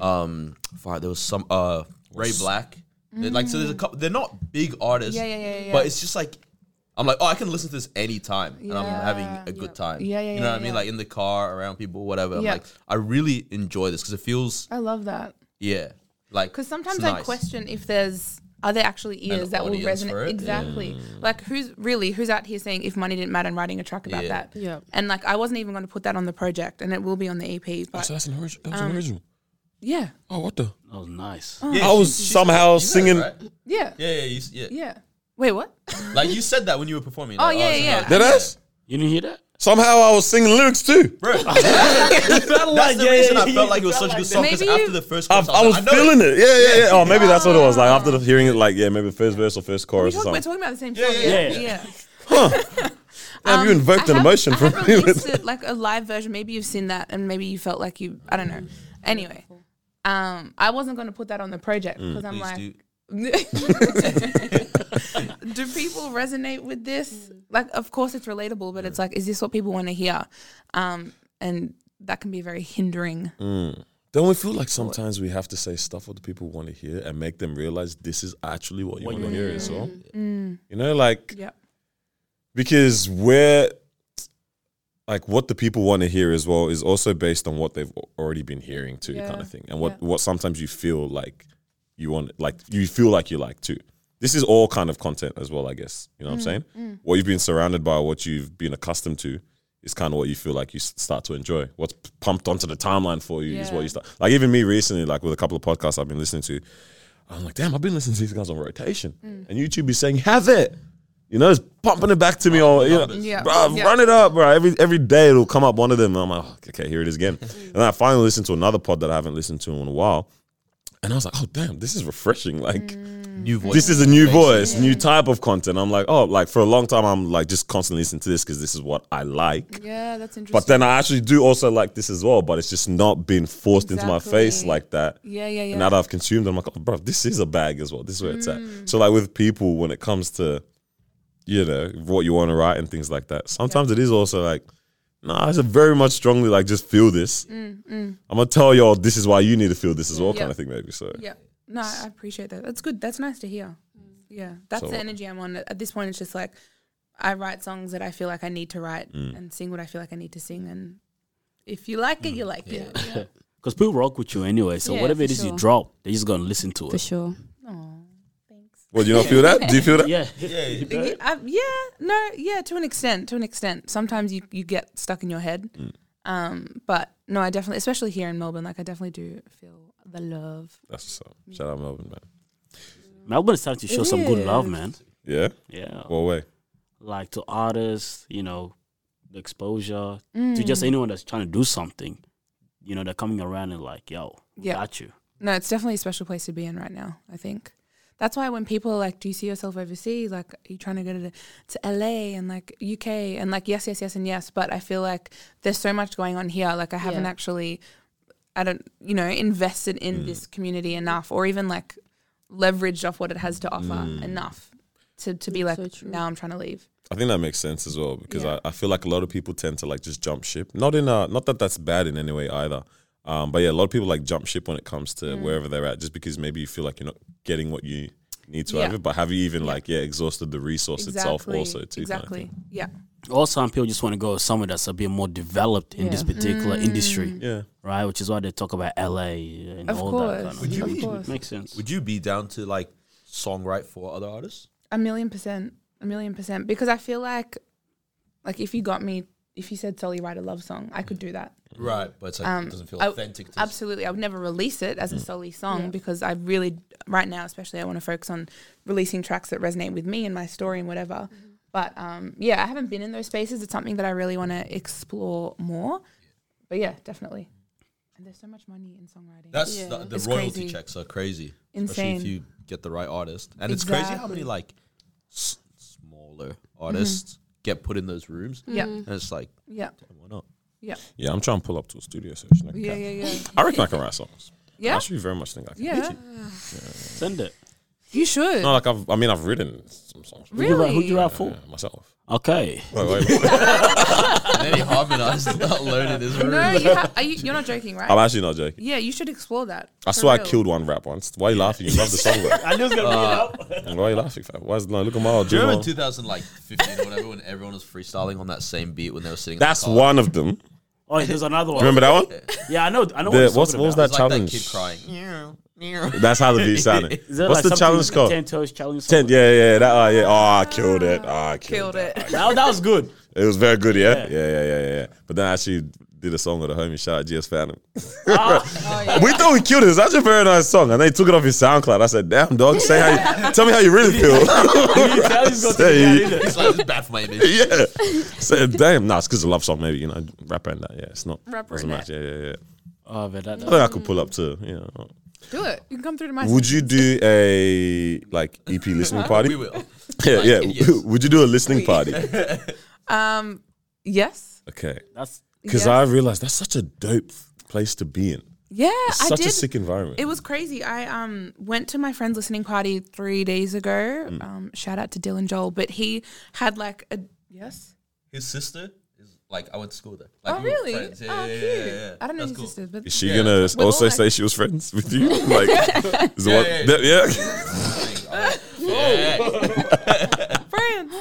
A: um, fuck, there was some uh, Ray Black. They're Like so, there's a couple. They're not big artists,
E: Mm. Yeah, yeah, yeah, yeah.
A: but it's just like I'm like, oh, I can listen to this anytime, and I'm having
E: Yeah.
A: a good time.
E: Yeah, yeah,
A: You know
E: yeah,
A: what I mean?
E: yeah.
A: Like in the car, around people, whatever. I'm
E: Yeah.
A: like, I really enjoy this because it feels,
E: I love that.
A: yeah, like
E: Because sometimes
A: it's
E: I
A: nice.
E: question if there's are there actually ears
A: An
E: that will
A: audience for
E: resonate
A: it?
E: exactly like who's really who's out here saying if money didn't matter and writing a track about
A: Yeah.
E: that
C: Yeah.
E: and like I wasn't even going to put that on the project and it will be on the EP but
D: Oh, that's an original. That
E: Um,
D: was an original.
E: yeah
D: Oh, what the?
B: That was nice.
A: Yeah,
D: I was
A: she- she-
D: somehow
A: you know that,
D: singing-
A: right?
E: yeah yeah,
A: Yeah, yeah, you, s- yeah.
E: wait what
A: Like you said that when you were performing.
E: oh
A: like,
E: yeah
A: it's
E: yeah
A: like-
D: That ass?
B: You didn't hear that?
D: Somehow I was singing lyrics too.
A: Bro, that's the
B: yeah,
A: reason
B: yeah,
A: I
B: yeah,
A: felt like it was such a good song because
E: Maybe
A: after
E: you-
A: the first
D: I,
A: chorus,
D: I was
A: like, know
D: feeling it. Yeah, yeah, yeah. Oh, maybe that's what it was like after the, hearing it. Like, yeah, maybe first verse or first
E: we
D: chorus or
E: talk, we're
D: something.
E: talking about the same
A: Yeah,
E: song
A: yeah,
E: yeah
B: yeah.
E: yeah.
D: Have you invoked
E: um, I
D: an
E: have-
D: emotion
E: I
D: from
E: have
D: me?
E: released it, like a live version. Maybe you've seen that, and maybe you felt like you. I don't know. Anyway, um, I wasn't going to put that on the project because I'm
A: Mm. Please
E: like,
A: do.
E: do people resonate with this?
D: Mm.
E: Like, of course it's relatable, but it's like, is this what people want to hear? Um, and that can be very hindering.
D: Mm. Don't we feel like sometimes we have to say stuff what the people want to hear and make them realize this is actually what you
B: What
D: want to
B: you
D: hear as well? You know, like
E: Yeah,
D: because we're like what the people want to hear as well is also based on what they've al- already been hearing too, kind
E: Yeah,
D: of thing, and what what sometimes you feel like you want, like you feel like you like too. This is all kind of content as well, I guess. You know
E: Mm,
D: what I'm saying? What you've been surrounded by, what you've been accustomed to, is kind of what you feel like you s- start to enjoy. What's p- pumped onto the timeline for you is what
E: Yeah.
D: you start. Like even me recently, like with a couple of podcasts I've been listening to, I'm like, damn, I've been listening to these guys on rotation, and YouTube is saying, have it. You know, it's pumping it back to me all. You know,
E: Yeah.
D: bruh,
E: Yeah.
D: run it up, bro. Every every day it'll come up one of them. And I'm like, "Oh, okay, here it is again.
E: Mm.
D: and then I finally listened to another pod that I haven't listened to in a while, and I was like, oh damn, this is refreshing. Like
E: Mm.
A: new voice.
D: this is a new voice, new type of content. I'm like, oh, like for a long time I'm like just constantly listening to this because this is what I like.
E: yeah, that's interesting.
D: But then I actually do also like this as well, but it's just not being forced into my face
E: Exactly.
D: like that.
E: yeah, yeah, yeah.
D: And now that I've consumed, it, I'm like, oh, bro, this is a bag as well. This is where it's
E: Mm.
D: at. So, like with people, when it comes to, you know, what you want to write and things like that, sometimes it is also like, nah, it's a very much strongly like, just feel this. I'm gonna tell y'all this is why you need to feel this as well, kind
E: Mm, Yeah.
D: of thing, maybe. So,
E: yeah. No, I I appreciate that. That's good. That's nice to hear. Yeah, that's
D: So-
E: the energy I'm on. At this point, it's just like I write songs that I feel like I need to write
D: Mm.
E: and sing what I feel like I need to sing. And if you like it,
D: Mm.
E: you like it. Yeah.
B: Because people rock with you anyway. So
E: Yeah,
B: whatever
E: for
B: it is you
C: sure.
B: drop, they're just going to listen to
C: for
B: it.
C: sure.
D: well, you don't feel that? Do you feel that?
B: Yeah.
A: Yeah, yeah.
E: Yeah, I- yeah, no, yeah, to an extent, to an extent. Sometimes you, you get stuck in your head. Um, but no, I definitely, especially here in Melbourne, like I definitely do feel the love.
D: That's what's up. Shout out Melbourne, man.
B: Melbourne is starting to show
E: It
B: some good love,
E: is.
B: man.
D: Yeah.
B: Yeah.
D: Well, wait.
B: like to artists, you know, the exposure to just
E: Mm.
B: anyone that's trying to do something. You know, they're coming around and like, yo, we
E: Yeah.
B: got you.
E: No, it's definitely a special place to be in right now, I think. That's why when people are like, do you see yourself overseas? Like, are you trying to go to, to LA and like UK and like, yes, yes, yes, and yes. But I feel like there's so much going on here. Like, I haven't
C: Yeah.
E: actually, I don't, you know, invested in this community enough or even like leveraged off what it has to offer enough to, to be like,
C: so true.
E: now I'm trying to leave.
D: I think that makes sense as well because
E: Yeah.
D: I, I feel like a lot of people tend to like just jump ship. Not in a not that that's bad in any way either. Um, but yeah, a lot of people like jump ship when it comes to
E: Mm.
D: wherever they're at, just because maybe you feel like you're not getting what you need to
E: Yeah.
D: have it. But have you even like yeah exhausted the resource itself also too? kind of
E: Exactly.
D: thing.
E: yeah.
B: Or some people just want to go somewhere that's a bit more developed in this
C: Yeah.
E: Mm.
B: particular industry,
D: Yeah.
B: right? Which is why they talk about LA and
E: Of
B: all that
E: course.
B: kind of
A: Would you
E: of
A: be-
E: course.
B: Makes sense.
A: Would you be down to like songwrite for other artists?
E: A million percent. A million percent. Because I feel like like if you got me if you said Sully write a love song, I could do that.
A: Right, but it's like
E: Um,
A: it doesn't feel
E: I-
A: authentic. To
E: Absolutely. I would never release it as a Sully song
C: Yeah.
E: because I really right now especially I want to focus on releasing tracks that resonate with me and my story and whatever. But um yeah, I haven't been in those spaces. It's something that I really want to explore more. But yeah, definitely. And there's so much money in songwriting.
A: That's
E: Yeah.
A: the, the
E: It's
A: royalty
E: crazy.
A: checks are crazy. Especially
E: Insane.
A: if you get the right artist. And it's crazy how many
E: Exactly.
A: like s- smaller artists get put in those rooms.
E: Mm-hmm. Yeah.
A: And it's like,
E: yeah,
A: why not?
E: yeah,
D: Yeah, I'm trying to pull up to a studio session.
E: yeah, yeah, yeah,
D: I reckon I can write songs. I
E: yeah.
D: actually very much think I can.
E: Yeah.
B: Send it.
E: You should.
D: No, like I've, I mean, I've written some songs
B: Who do you write- Who do you
E: Really?
B: write for?
D: uh, myself.
B: Okay.
D: Wait, wait, wait.
A: And then he harmonized, not loaded his room.
E: No, you ha- are you, you're not joking, right?
D: I'm actually not joking.
E: yeah, you should explore that.
D: I
E: for
D: swear I
E: real.
D: killed one rap once. Why are you laughing? You love the song, bro.
B: I knew it was gonna bring it up.
D: Why are you laughing, fam? Why is no? Look at my old
A: Do you remember
D: Gmail.
A: in 2015 or whatever when everyone was freestyling on that same beat when they were sitting? in the
D: That's
A: car?
D: one of them.
B: Oh, there's another one.
D: Remember that one?
B: Yeah, I know. I know.
D: The-
B: what,
D: what's- what was
A: It was like
D: Challenge.
A: that kid crying.
D: That's how the beat sounded. What's the challenge called?
B: Ten toes challenge.
D: Ten. Yeah, yeah, that. Oh, yeah. Oh, I killed it. Oh, I killed,
E: Killed
D: it.
E: it.
B: That, that was good.
D: It was very good. Yeah?
B: Yeah.
D: yeah, yeah, yeah, yeah. yeah. But then I actually did a song with a homie. Shout out GS Phantom.
E: Oh, yeah.
D: We thought we killed it. It's actually a very nice song. And they took it off his SoundCloud. I said, "Damn, dog, say how you, tell me how you really feel."
B: Challenge got to
D: Say-
B: be that, isn't it?
A: It's like, it's bad for my image.
D: yeah. Said, "Damn, nah, it's because a love song, maybe you know, rapper and that. Yeah, it's not
E: Rapper
D: doesn't
E: and
D: match. Yeah, yeah, yeah.
B: Oh, man, that,
D: I think I could pull up too. You know.
E: Do it. You can come through to my.
D: Would you do a like EP listening party?
A: We will.
D: yeah, yeah.
A: idiots.
D: Would you do a listening party?
E: Um. Yes.
D: Okay.
B: that's
D: Because
E: Yes.
D: I realized that's such a dope place to be in.
E: Yeah, I
D: Such
E: did.
D: a sick environment.
E: it was crazy. I um went to my friend's listening party three days ago.
D: Mm.
E: Um, shout out to Dylan Joel, but he had like a yes.
A: His sister is like I went to school there. Like,
E: Oh
A: we were
E: really?
A: friends. Yeah,
E: oh,
A: yeah, yeah,
E: cute.
A: yeah, yeah.
E: I don't know
A: That's
E: his
A: cool.
E: sisters, but
D: Is she
A: Yeah.
D: gonna
E: all
D: also
E: like-
D: say she was friends with you? like, is the
A: Yeah,
D: one-
A: yeah,
D: that- yeah,
A: Yeah.
E: friends.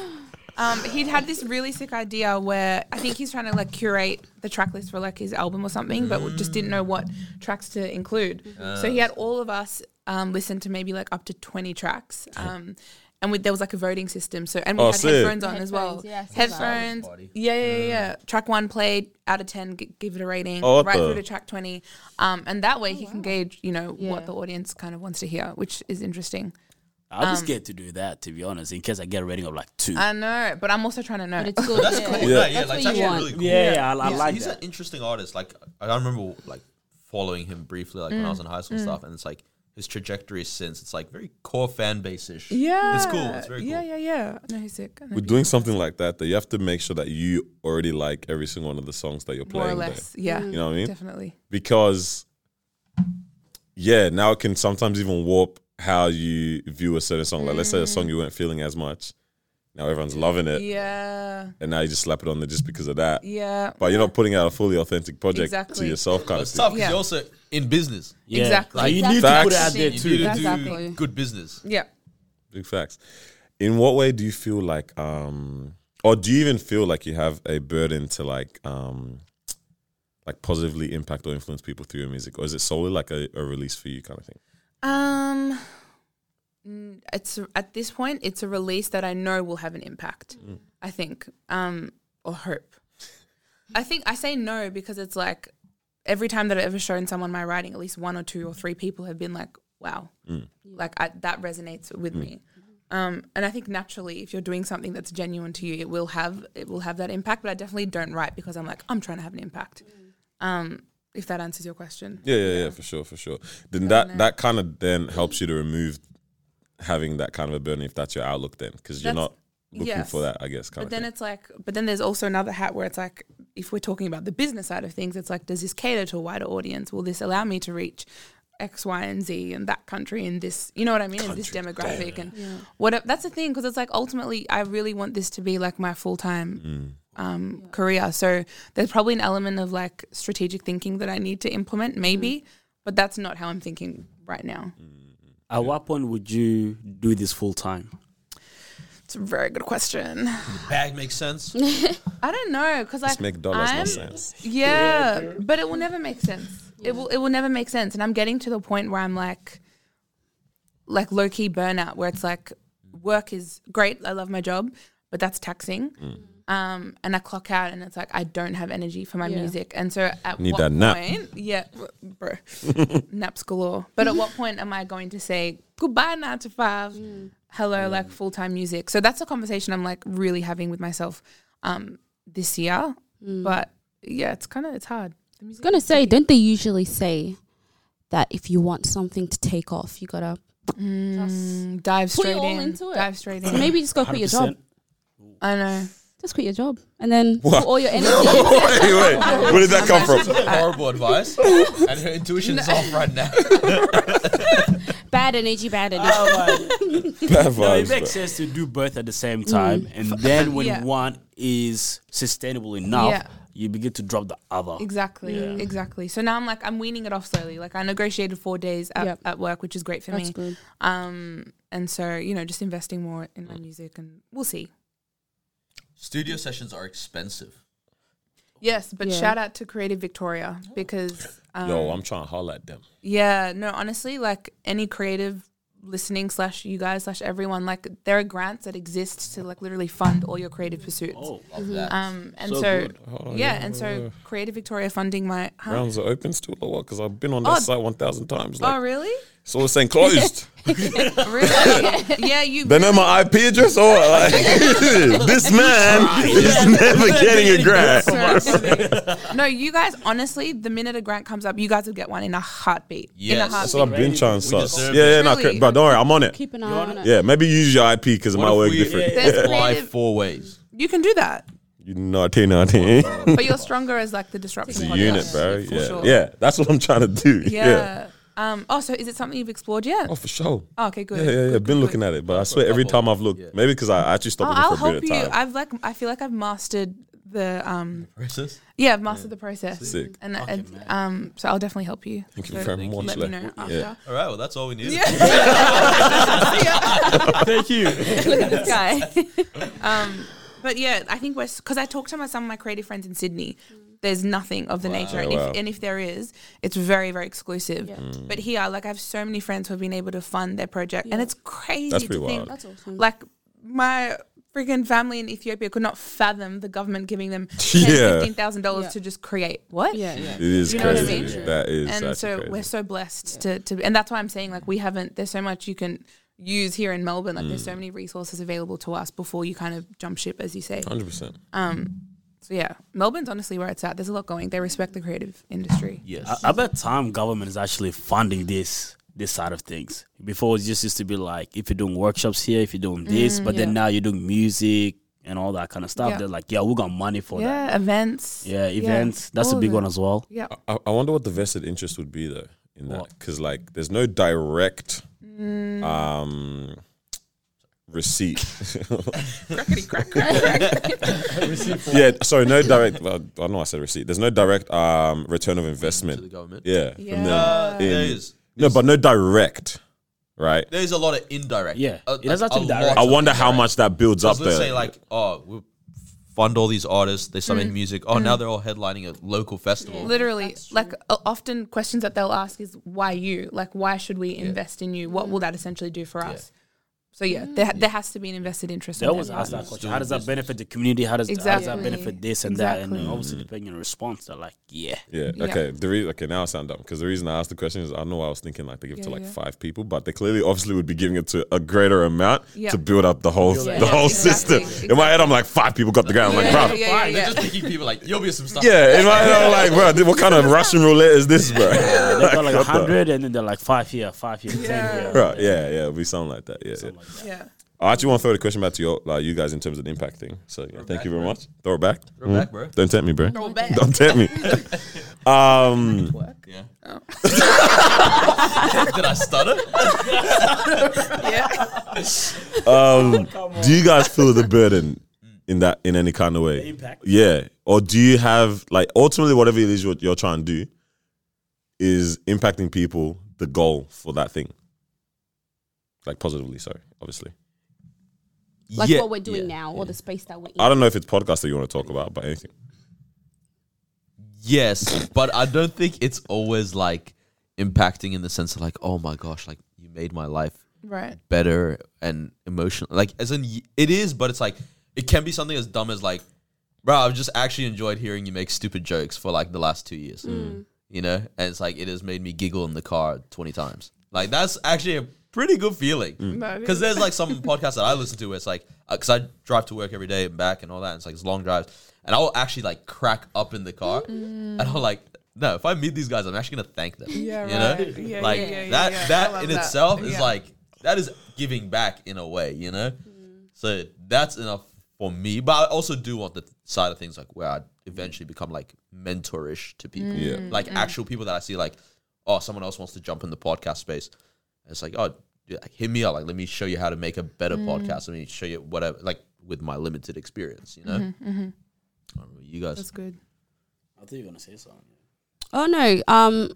E: Um, he'd had this really sick idea where I think he's trying to like curate the track list for like his album or something, but we just didn't know what tracks to include. so he had all of us um, listen to maybe like up to twenty tracks, um, and we, there was like a voting system. So and we
D: Oh,
E: had
D: sick.
E: headphones on as well.
C: Headphones, yes, as well.
E: headphones.
A: Party.
E: Yeah, yeah, yeah, yeah. Track one played out of ten, g- give it a rating.
D: Mm. Oh, what
E: right
D: the-
E: through to track twenty, um, and that way he can gauge, you know,
C: Oh, Yeah.
E: what the audience kind of wants to hear, which is interesting.
B: I'll be scared to do that, to be honest, in case I get a rating of like two.
E: I know, but I'm also trying to know.
C: But it's good.
A: That's
C: yeah.
A: cool.
D: Yeah.
A: Yeah, yeah.
C: That's
A: Like, it's
C: what you
A: actually
C: want.
A: really cool.
B: yeah, yeah, I, I
A: he's,
B: like
A: he's
B: that.
A: an interesting artist. Like I I remember like following him briefly, like when I was in high school
B: Mm,
A: and stuff, and it's like his trajectory since it's like very core fan base ish.
E: Yeah.
A: it's cool. It's very cool.
E: Yeah, yeah, yeah. No, he's sick. No,
D: With doing something like that, though, you have to make sure that you already like every single one of the songs that you're
E: more
D: playing.
E: or
D: there.
E: less. Yeah.
D: You know what I mean?
E: Definitely.
D: Because, yeah, now it can sometimes even warp how you view a certain song. Like, let's say a song you weren't feeling as much. Now everyone's loving it,
E: Yeah.
D: and now you just slap it on there just because of that.
E: Yeah.
D: But you're not putting out a fully authentic project
E: Exactly.
D: to yourself, kind
A: But
D: of
A: it's
D: thing.
A: tough because
E: Yeah.
A: you're also in business.
B: Yeah.
E: Exactly.
B: Like, you
C: Exactly.
B: need to put it out
D: Facts.
B: there
A: You
B: too.
A: need to do
C: Exactly.
A: good business.
E: Yeah.
D: Big facts. In what way do you feel like, um, or do you even feel like you have a burden to like, um, like positively impact or influence people through your music, or is it solely like a, a release for you kind of thing?
E: Um mm, it's at this point it's a release that I know will have an impact. I think. Um or hope. I think I say no because it's like every time that I've ever shown someone my writing, at least one or two or three people have been like, "Wow."
D: Mm.
E: Like I, that resonates with me. Um, and I think naturally, if you're doing something that's genuine to you, it will have it will have that impact. But I definitely don't write because I'm like I'm trying to have an impact. Um, if that answers your question,
D: Yeah, yeah, yeah, for sure, for sure. Then that that kind of then helps you to remove having that kind of a burden if that's your outlook then, because you're
E: That's-
D: not looking
E: yes.
D: for that, I guess. Kind
E: But
D: of
E: then
D: thing.
E: it's like, but then there's also another hat where it's like, if we're talking about the business side of things, it's like, does this cater to a wider audience? Will this allow me to reach X, Y, and Z in that country in this, you know what I mean, in this demographic and what? That's the thing because it's like ultimately, I really want this to be like my full time
D: Mm.
E: um, career. So there's probably an element of like strategic thinking that I need to implement, maybe, but that's not how I'm thinking right now.
D: Mm.
B: At what point would you do this full time?
E: It's a very good question.
A: The bag makes sense.
E: I don't know because like
D: Just make dollars no
E: I'm-
D: sense.
E: Yeah, but it will never make sense. It will it will never make sense. And I'm getting to the point where I'm like like low key burnout where it's like work is great, I love my job, but that's taxing.
D: Mm.
E: Um, and I clock out and it's like I don't have energy for my
C: Yeah.
E: music. And so at
D: Need
E: what
D: that nap.
E: point yeah, w- bro. naps galore. But at what point am I going to say goodbye nine to five? Hello, like full time music. So that's a conversation I'm like Mm. really having with myself um this year. But yeah, it's kind of it's hard. The music
C: Mm. gonna
E: is
C: say,
E: deep.
C: don't they usually say that if you want something to take off, you gotta
E: Mm, dive
C: Put it
E: straight
C: all
E: in.
C: into it.
E: Dive straight in.
C: maybe just go quit your job.
B: 100%.
E: I know.
C: Just quit your job and then
D: What?
C: put all your energy.
D: wait, wait. Where did that come from?
A: Horrible advice, and her intuition is off right now.
C: bad energy, bad energy.
D: Bad
B: No, it
D: vibes,
B: makes
D: bro.
B: sense to do both at the same time, and then when
E: Yeah.
B: one is sustainable enough,
E: Yeah.
B: you begin to drop the other.
E: Exactly.
B: Yeah.
E: Exactly. So now I'm like I'm weaning it off slowly. Like I negotiated four days at,
C: Yep.
E: at work, which is great for
C: That's
E: me.
C: good.
E: Um, and so you know, just investing more in my music, and we'll see.
A: Studio sessions are expensive.
E: Yes, but
C: Yeah.
E: shout out to Creative Victoria because um,
D: Yo, I'm trying to holler at them.
E: yeah, no, honestly, like any creative listening slash you guys slash everyone, like there are grants that exist to like literally fund all your creative pursuits.
B: Oh,
A: Of that.
E: Um, and
B: So
E: so,
B: good.
E: yeah, and so Creative Victoria funding my. Huh?
D: Rounds are open still or what? Because I've been on that
E: Oh.
D: site 1,000 times. Like,
E: Oh really?
D: It's always saying closed.
E: Really? yeah, you.
D: they know my IP address or what? like, this man is never getting a grant.
E: no, you guys. Honestly, the minute a grant comes up, you guys will get one in a heartbeat. in
A: Yes.
E: a heartbeat.
D: That's what I've been trying to
A: We
D: start.
A: deserve
D: Yeah, yeah, no,
E: Really?
D: but don't worry, I'm on it.
C: Keep an eye on it.
D: Yeah, maybe use your IP because it might work different.
E: There's
A: Apply
E: creative-
A: four ways.
E: You can do that,
D: You naughty, naughty.
E: but you're stronger as like the disruption.
D: It's a
E: podcast,
D: unit, bro.
E: for
D: Yeah,
E: sure.
D: yeah, that's what I'm trying to do.
E: Yeah.
D: Yeah.
E: Um. Oh, so is it something you've explored yet?
D: Oh, for sure.
E: Oh, okay, good.
D: Yeah, yeah, yeah.
E: Good,
D: Been
E: good,
D: looking
E: good.
D: at it, but I swear every time I've looked, maybe because I actually
E: Oh,
D: stopped
E: I'll
D: looking for a
E: help
D: bit
E: you.
D: of time.
E: I've like I feel like I've mastered the um.
A: Process.
E: Yeah, I've mastered the process.
D: Sick.
E: And, and, um. So I'll definitely help you.
D: Thank you
E: So
D: very much.
E: Let me
D: like,
E: know
D: yeah.
E: after.
A: All right. Well, that's all we need.
B: Thank you.
C: Look at this guy.
E: Um. But yeah, I think we're because I talked to my some of my creative friends in Sydney. There's nothing of the nature, and,
D: Wow. Mm.
E: if, and if there is, it's very very exclusive.
C: Yeah.
E: But here, like I have so many friends who have been able to fund their project, and
C: Yeah.
E: it's crazy.
D: That's
E: to
D: pretty
E: think
D: wild.
C: That's awesome.
E: like my freaking family in Ethiopia could not fathom the government giving them
D: Yeah.
E: fifteen thousand dollars
C: Yeah.
E: to just create what.
C: yeah, yeah.
D: It is
E: You know what I
D: crazy.
E: mean?
D: That is
E: And
D: actually
E: so
D: crazy.
E: we're so blessed to, to, and that's why I'm saying like we haven't. There's so much you can use here in Melbourne. Like there's so
B: Mm.
E: many resources available to us before you kind of jump ship, as you say.
D: 100%.
E: Um, so yeah, Melbourne's honestly where it's at. There's a lot going. They respect the creative industry.
A: Yes.
B: I, I bet time government is actually funding this this side of things. Before it just used to be like if you're doing workshops here, if you're doing this, but
C: yeah.
B: then now you're doing music and all that kind of stuff.
E: Yeah.
B: They're like, yeah, we got money for that.
E: yeah, events.
B: Yeah, events. That's
E: all
B: a
E: of
B: big
E: it.
B: one as well.
E: Yeah,
D: I, I wonder what the vested interest would be though in that
B: What?
D: because like there's no direct um receipt yeah sorry no direct well, i know i said receipt there's no direct um return of
A: To the
D: investment
A: government.
D: yeah, from them
A: Uh,
D: in-
A: there is.
D: no but no direct right
A: There's a lot of indirect.
B: Yeah.
A: A-
B: It doesn't have to
A: a
B: be
A: lot
B: direct.
D: i
A: of
D: wonder how
A: indirect.
D: much that builds up
A: Because let's
D: though
A: say like, oh, we fund all these artists. They
C: Mm.
A: submit music. Oh, now they're all headlining a local festival.
E: literally like o- often questions that they'll ask is why you like why should we invest in you what will that essentially do for us so yeah there, there has to be an invested interest
B: They
E: in
B: always
E: everyone.
B: ask that question. How does that benefit the community? How does, how does that
E: Exactly.
B: benefit this and that? And then
E: Exactly.
B: obviously depending on the response, they're like, yeah.
D: yeah
E: Yeah.
D: okay the re- okay now i sound dumb because the reason i asked the question is i know i was thinking like they give it to
E: Yeah,
D: like
E: yeah.
D: five people but they clearly obviously would be giving it to a greater amount
E: Yeah.
D: to build up the whole
E: Yeah.
D: the whole
E: Exactly,
D: system in my head i'm like five people got the ground I'm like bro
E: Yeah, yeah,
A: Why?
E: yeah.
A: They're just picking people like you'll be some stuff.
D: Yeah, in my head, I'm like, bro, dude, what kind of Russian roulette is this, bro?
B: They got like
D: what the-
B: 100 and then they're like five here, five here, 10 here.
D: Bro, yeah, yeah, we sound like that. Yeah, yeah.
E: yeah
D: I actually want to throw the question back to your, like, you guys in terms of the impact thing. So yeah, thank you very much. Throw it back. Mm-hmm.
A: Throw it back, bro.
D: Don't tempt me, bro.
E: Throw it back.
D: Don't tempt me. um,
E: work
A: Yeah.
C: Oh.
A: Did I stutter?
E: yeah
D: um, do you guys feel the burden in that in any kind of way?
B: impact?
D: Yeah, or do you have like ultimately whatever it is you're, you're trying to do is impacting people the goal for that thing, like positively. Sorry, obviously.
C: Like
A: Yeah,
C: what we're doing
A: yeah.
C: now or the space that we're in.
D: I don't know if it's podcast that you want to talk about, but anything.
A: Yes, but I don't think it's always like impacting in the sense of like, oh my gosh, like you made my life
E: right
A: better and emotional. Like as in y- it is, but it's like it can be something as dumb as like, bro, I've just actually enjoyed hearing you make stupid jokes for like the last two years. You know, and it's like it has made me giggle in the car twenty times. Like that's actually a pretty good feeling because there's like some podcasts that I listen to where it's like because I drive to work every day and back and all that. And it's like it's long drives, and I'll actually like crack up in the car, and I'll like. no, if I meet these guys, I'm actually gonna thank them.
E: Yeah,
A: you know,
E: right. Yeah,
A: like
E: yeah, yeah, yeah,
A: that
E: yeah. I
A: that
E: love
A: in
E: that.
A: itself is
E: Yeah.
A: like that is giving back in a way, you know.
D: Mm-hmm.
A: So that's enough for me, but I also do want the th- side of things like where I eventually become like mentorish to people,
D: Yeah. Mm,
A: like actual people that I see like, oh, someone else wants to jump in the podcast space. And it's like, oh, yeah, hit me up. Like, let me show you how to make a better
D: Mm.
A: podcast. Let me show you whatever, like with my limited experience, you know.
D: Mm-hmm.
E: Mm-hmm.
A: I don't know, You guys,
E: That's good.
B: I thought you were gonna say something.
C: Oh no. Um,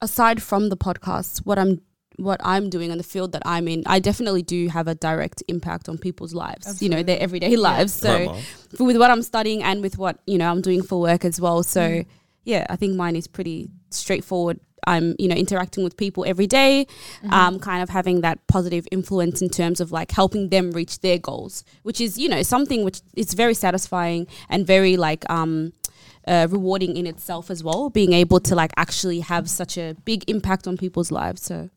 C: aside from the podcast, what I'm what I'm doing in the field that I'm in, I definitely do have a direct impact on people's lives. You know, their everyday lives. So
D: Right,
C: f- with what I'm studying and with what you know I'm doing for work as well. So yeah, I think mine is pretty straightforward. I'm you know interacting with people every day, um, kind of having that positive influence in terms of like helping them reach their goals, which is you know something which it's very satisfying and very like um, uh, rewarding in itself as well. Being able to like actually have such a big impact on people's lives. So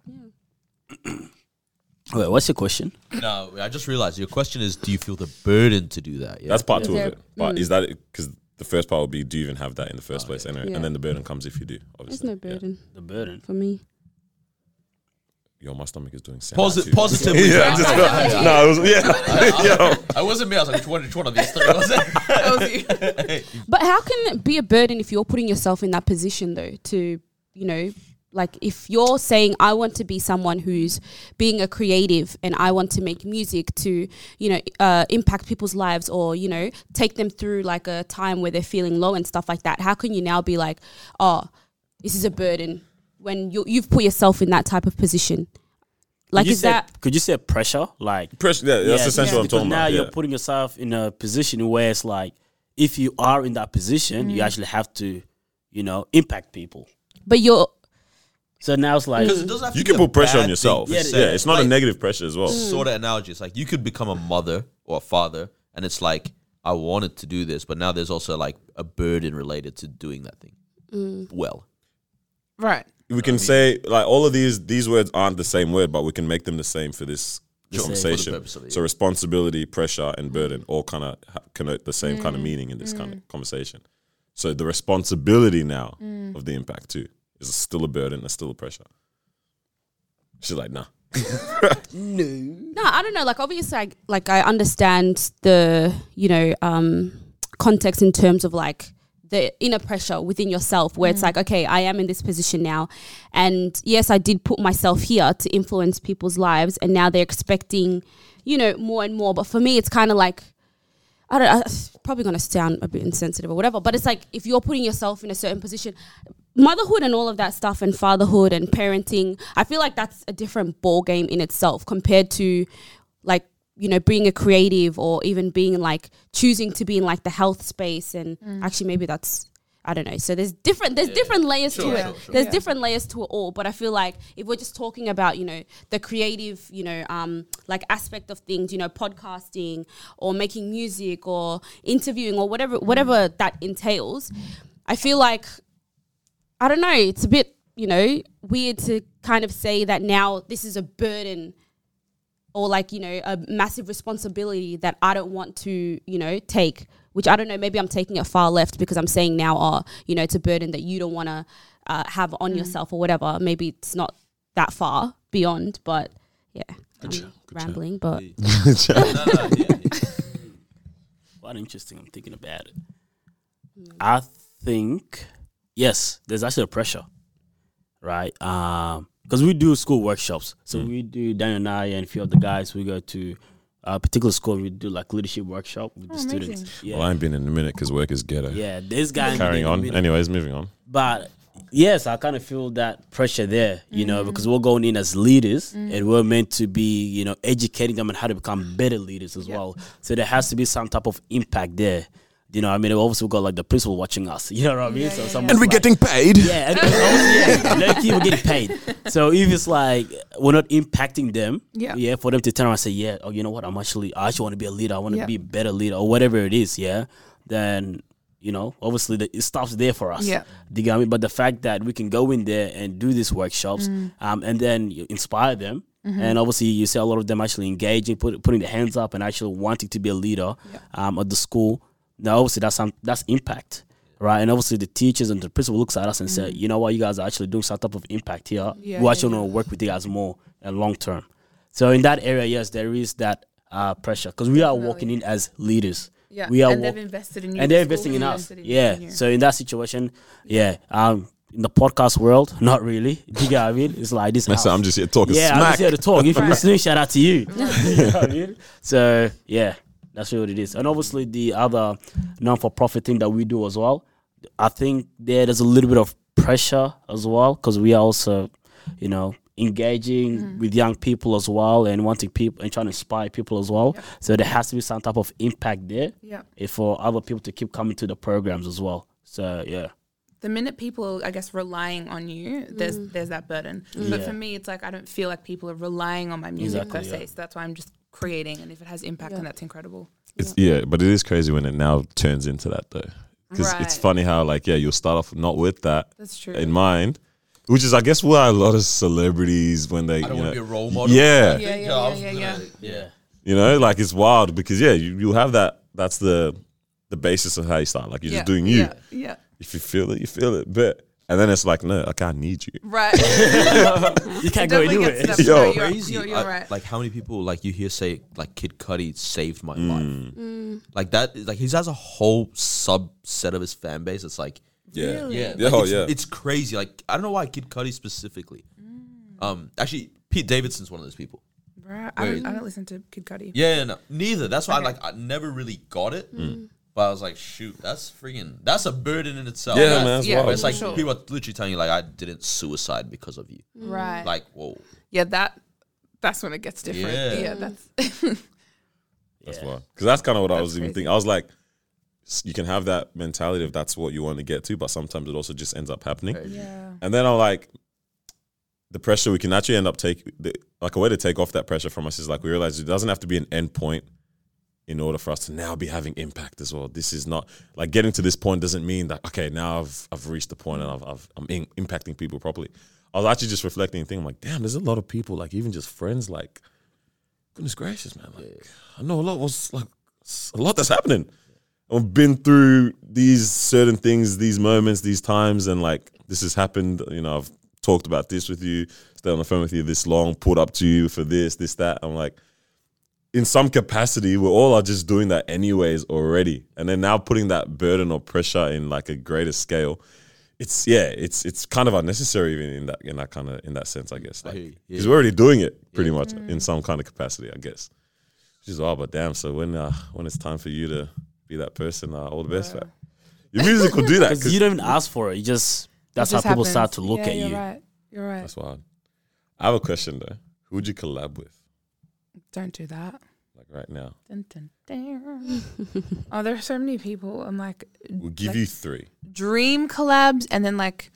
B: Wait, what's your question?
A: no, I just realized your question is, do you feel the burden to do that? Yeah.
D: That's part two
C: Yeah.
D: of it. But is that because the first part would be do you even have that in the
B: Oh,
D: first place anyway?
C: Yeah.
D: And then the burden comes if you do.
C: there's
D: Obviously,
C: no
D: Yeah.
C: burden
B: The burden.
C: for me.
D: Yo, my stomach is doing sound
A: Posi-
D: too.
A: positively.
D: yeah, just no, it was yeah. Yo,
A: I wasn't me. I was like, which one, which one of these three was it?
C: But how can it be a burden if you're putting yourself in that position though? To you know, like if you're saying I want to be someone who's being a creative and I want to make music to you know uh, impact people's lives or you know take them through like a time where they're feeling low and stuff like that. How can you now be like, oh, this is a burden when you you've put yourself in that type of position? Like
B: could you
C: is
B: say,
C: that
B: could you say pressure? Like
D: pressure. Yeah, that's
B: Yeah,
D: essentially what I'm
B: because
D: talking
B: now
D: about.
B: you're
D: yeah.
B: putting yourself in a position where it's like, if you are in that position, you actually have to, you know, impact people.
C: but you're
B: So now it's like,
A: Because it doesn't have
D: you
A: to
D: can
A: be a
D: put pressure
A: bad
D: on yourself.
A: thing
D: Yeah,
A: per se.
D: it's not a
A: Like, Mm.
D: negative pressure as well.
A: Sort of analogy. It's like you could become a mother or a father, and it's like I wanted to do this, but now there's also like a burden related to doing that thing. Well,
E: Right.
D: We
A: Mm.
D: can say like all of these these words aren't the same word, but we can make them the same for this
B: same.
A: For the
D: conversation.
A: purpose of it,
D: So responsibility, pressure, and burden all kind of ha- connote the same
A: Mm.
D: kind of meaning in this kind of conversation. So the responsibility now
A: Mm.
D: of the impact too is still a burden, it's still a pressure. She's like, nah.
C: No, I don't know. Like obviously, I, like I understand the you know um, context in terms of like the inner pressure within yourself, where it's like, okay, I am in this position now, and yes, I did put myself here to influence people's lives, and now they're expecting, you know, more and more. But for me, it's kind of like. I don't. I, it's probably gonna sound a bit insensitive or whatever, but it's like if you're putting yourself in a certain position, motherhood and all of that stuff, and fatherhood and parenting. I feel like that's a different ball game in itself compared to, like you know, being a creative or even being like choosing to be in like the health space. And actually, maybe that's I don't know. So there's different there's different layers
A: Sure,
C: to it.
A: sure, sure.
C: There's different layers to it all. But I feel like if we're just talking about you know the creative you know um like aspect of things you know podcasting or making music or interviewing or whatever whatever that entails, I feel like I don't know. It's a bit you know weird to kind of say that now this is a burden or like you know a massive responsibility that I don't want to you know take. Which I don't know. Maybe I'm taking it far left because I'm saying now, oh, you know, it's a burden that you don't want to uh, have
E: Mm.
C: on yourself or whatever. Maybe it's not that far beyond, but yeah, I'm rambling. But
B: quite interesting. I'm thinking about it. I think yes, there's actually a pressure, right? Um, because we do school workshops, so
D: Mm.
B: we do Daniel and I and a few of the guys. We go to a particular school. We do like leadership workshop with the students. Yeah,
D: Well, I ain't been in a minute because work is ghetto.
B: yeah. This guy
D: Carrying on. Anyways, moving on.
B: but yes, I kind of feel that pressure there, you
E: Mm-hmm.
B: know, because we're going in as leaders
E: Mm.
B: and we're meant to be, you know, educating them on how to become better leaders as well. So there has to be some type of impact there. You know, what I mean, obviously we've got like the principal watching us. You know what I mean? so someone's
D: And we're
B: like-
D: getting paid.
B: yeah, and obviously, yeah, low key, we're getting paid. So if it's like we're not impacting them,
E: Yeah.
B: yeah, for them to turn around and say, yeah, oh, you know what, I'm actually, I actually want to be a leader, I want to
E: Yeah.
B: be a better leader, or whatever it is, yeah, then you know, obviously, the, it stops there for us.
E: Yeah.
B: Do you get me? But the fact that we can go in there and do these workshops,
E: Mm.
B: um, and then you inspire them.
E: Mm-hmm.
B: And obviously, you see a lot of them actually engaging, put, putting their hands up, and actually wanting to be a leader um, at the school. Now, obviously, um, that's some, that's impact. right? And obviously the teachers and the principal looks at us and say, you know what, you guys are actually doing some type of impact here.
E: Mm. Yeah,
B: we
E: yeah,
B: actually want to work with you guys more and long term. So in that area, yes, there is that uh, pressure because we are walking in as leaders.
E: Yeah,
B: we are
E: and they've
B: walk-
E: invested in you.
B: and
E: the
B: they're
E: school
B: investing in us.
E: invested in you,
B: yeah.
E: in you.
B: So in that situation, yeah, um, in the podcast world, not really. Do you get what I mean? It's like this.
D: That's why
B: house.
D: I'm just here talking
B: yeah, I'm
D: smack.
B: just here to talk. If you're
E: Right.
B: listening, shout out to you. You know what I mean? So yeah, that's really what it is. And obviously the other non-for-profit thing that we do as well, I think there, there's a little bit of pressure as well because we are also, you know, engaging with young people as well and wanting people and trying to inspire people as well. So there has to be some type of impact there
E: yeah.
B: eh, for other people to keep coming to the programs as well. So yeah,
E: the minute people are, I guess relying on you, there's there's that burden. But
B: Yeah.
E: for me, it's like I don't feel like people are relying on my music per
B: Exactly,
E: se.
B: yeah.
E: So that's why I'm just creating, and if it has impact, then that's incredible.
D: It's, yeah, but it is crazy when it now turns into that though, because it's
E: Right.
D: funny how like yeah, you'll start off not with that
E: That's true.
D: in mind, which is I guess why a lot of celebrities when they
A: I don't
D: you
A: want
D: know,
A: to be a role model.
D: Yeah.
A: I think,
E: Yeah, yeah,
A: uh, I
E: yeah,
A: was
E: yeah,
A: gonna-
E: yeah.
B: yeah,
D: you know like it's wild because yeah, you you have that that's the the basis of how you start like you're just doing you.
E: Yeah, yeah.
D: If you feel it, you feel it, but and then it's like no, like I need you.
E: right.
B: you can't go
E: Definitely
B: anywhere.
E: gets stuff.
D: Yo.
E: No, you're,
A: Crazy.
E: You're, you're
A: I-
E: right.
A: Like how many people like you hear say like Kid Cudi saved my life. Like that like he has a whole subset of his fan base. It's like
D: Yeah,
A: yeah,
D: Yeah,
A: like,
D: oh,
A: it's,
D: yeah.
A: It's crazy. Like I don't know why Kid Cudi specifically.
E: Mm.
A: Um, actually, Pete Davidson's one of those people.
E: right. I, don't, I don't listen to Kid Cudi.
A: Yeah, yeah, no, neither. That's why I like I never really got it.
E: Mm.
A: But I was like, shoot, that's freaking that's a burden in itself.
D: Yeah,
A: That's-
D: man, that's
E: yeah,
D: wild.
A: But it's like
E: Sure.
A: people are literally telling you like I didn't suicide because of you.
E: Right.
A: Like whoa,
E: yeah, that that's when it gets different.
A: Yeah.
E: Yeah, that's
D: That's why. Because that's kind of what I was even
E: crazy.
D: thinking. I was like, s- you can have that mentality if that's what you want to get to, but sometimes it also just ends up happening.
E: yeah.
D: And then I'm like, the pressure we can actually end up take the, like a way to take off that pressure from us is like we realize it doesn't have to be an end point in order for us to now be having impact as well. This is not like getting to this point doesn't mean that okay now I've I've reached the point and I've, I've I'm in, impacting people properly. I was actually just reflecting and thinking like, damn, there's a lot of people like even just friends like, goodness gracious, man, like I know a lot was like s- a lot that's happening. I've been through these certain things, these moments, these times, and like this has happened. You know, I've talked about this with you, stayed on the phone with you this long, pulled up to you for this, this, that. I'm like, in some capacity, we're all are just doing that anyways already, and then now putting that burden or pressure in like a greater scale. It's yeah, it's it's kind of unnecessary even in that in that kind of in that sense, I guess. Like,
A: hear you.
D: because we're already doing it pretty much in some kind of capacity, I guess. Which is all but damn. So when uh, when it's time for you to be that person, uh, all the best. fam. Your music will do that.
B: Because
D: 'cause-
B: you don't even ask for it. You just that's
E: It just
B: how people
E: happens.
B: start to look
E: Yeah,
B: at
E: you're
B: you.
E: Right. You're right.
D: That's wild. I have a question though. Who would you collab with,
E: Don't do that.
D: like right now?
E: Dun, dun, dun. oh, there are so many people. I'm like,
D: We'll give
E: like,
D: you three.
E: dream collabs, and then like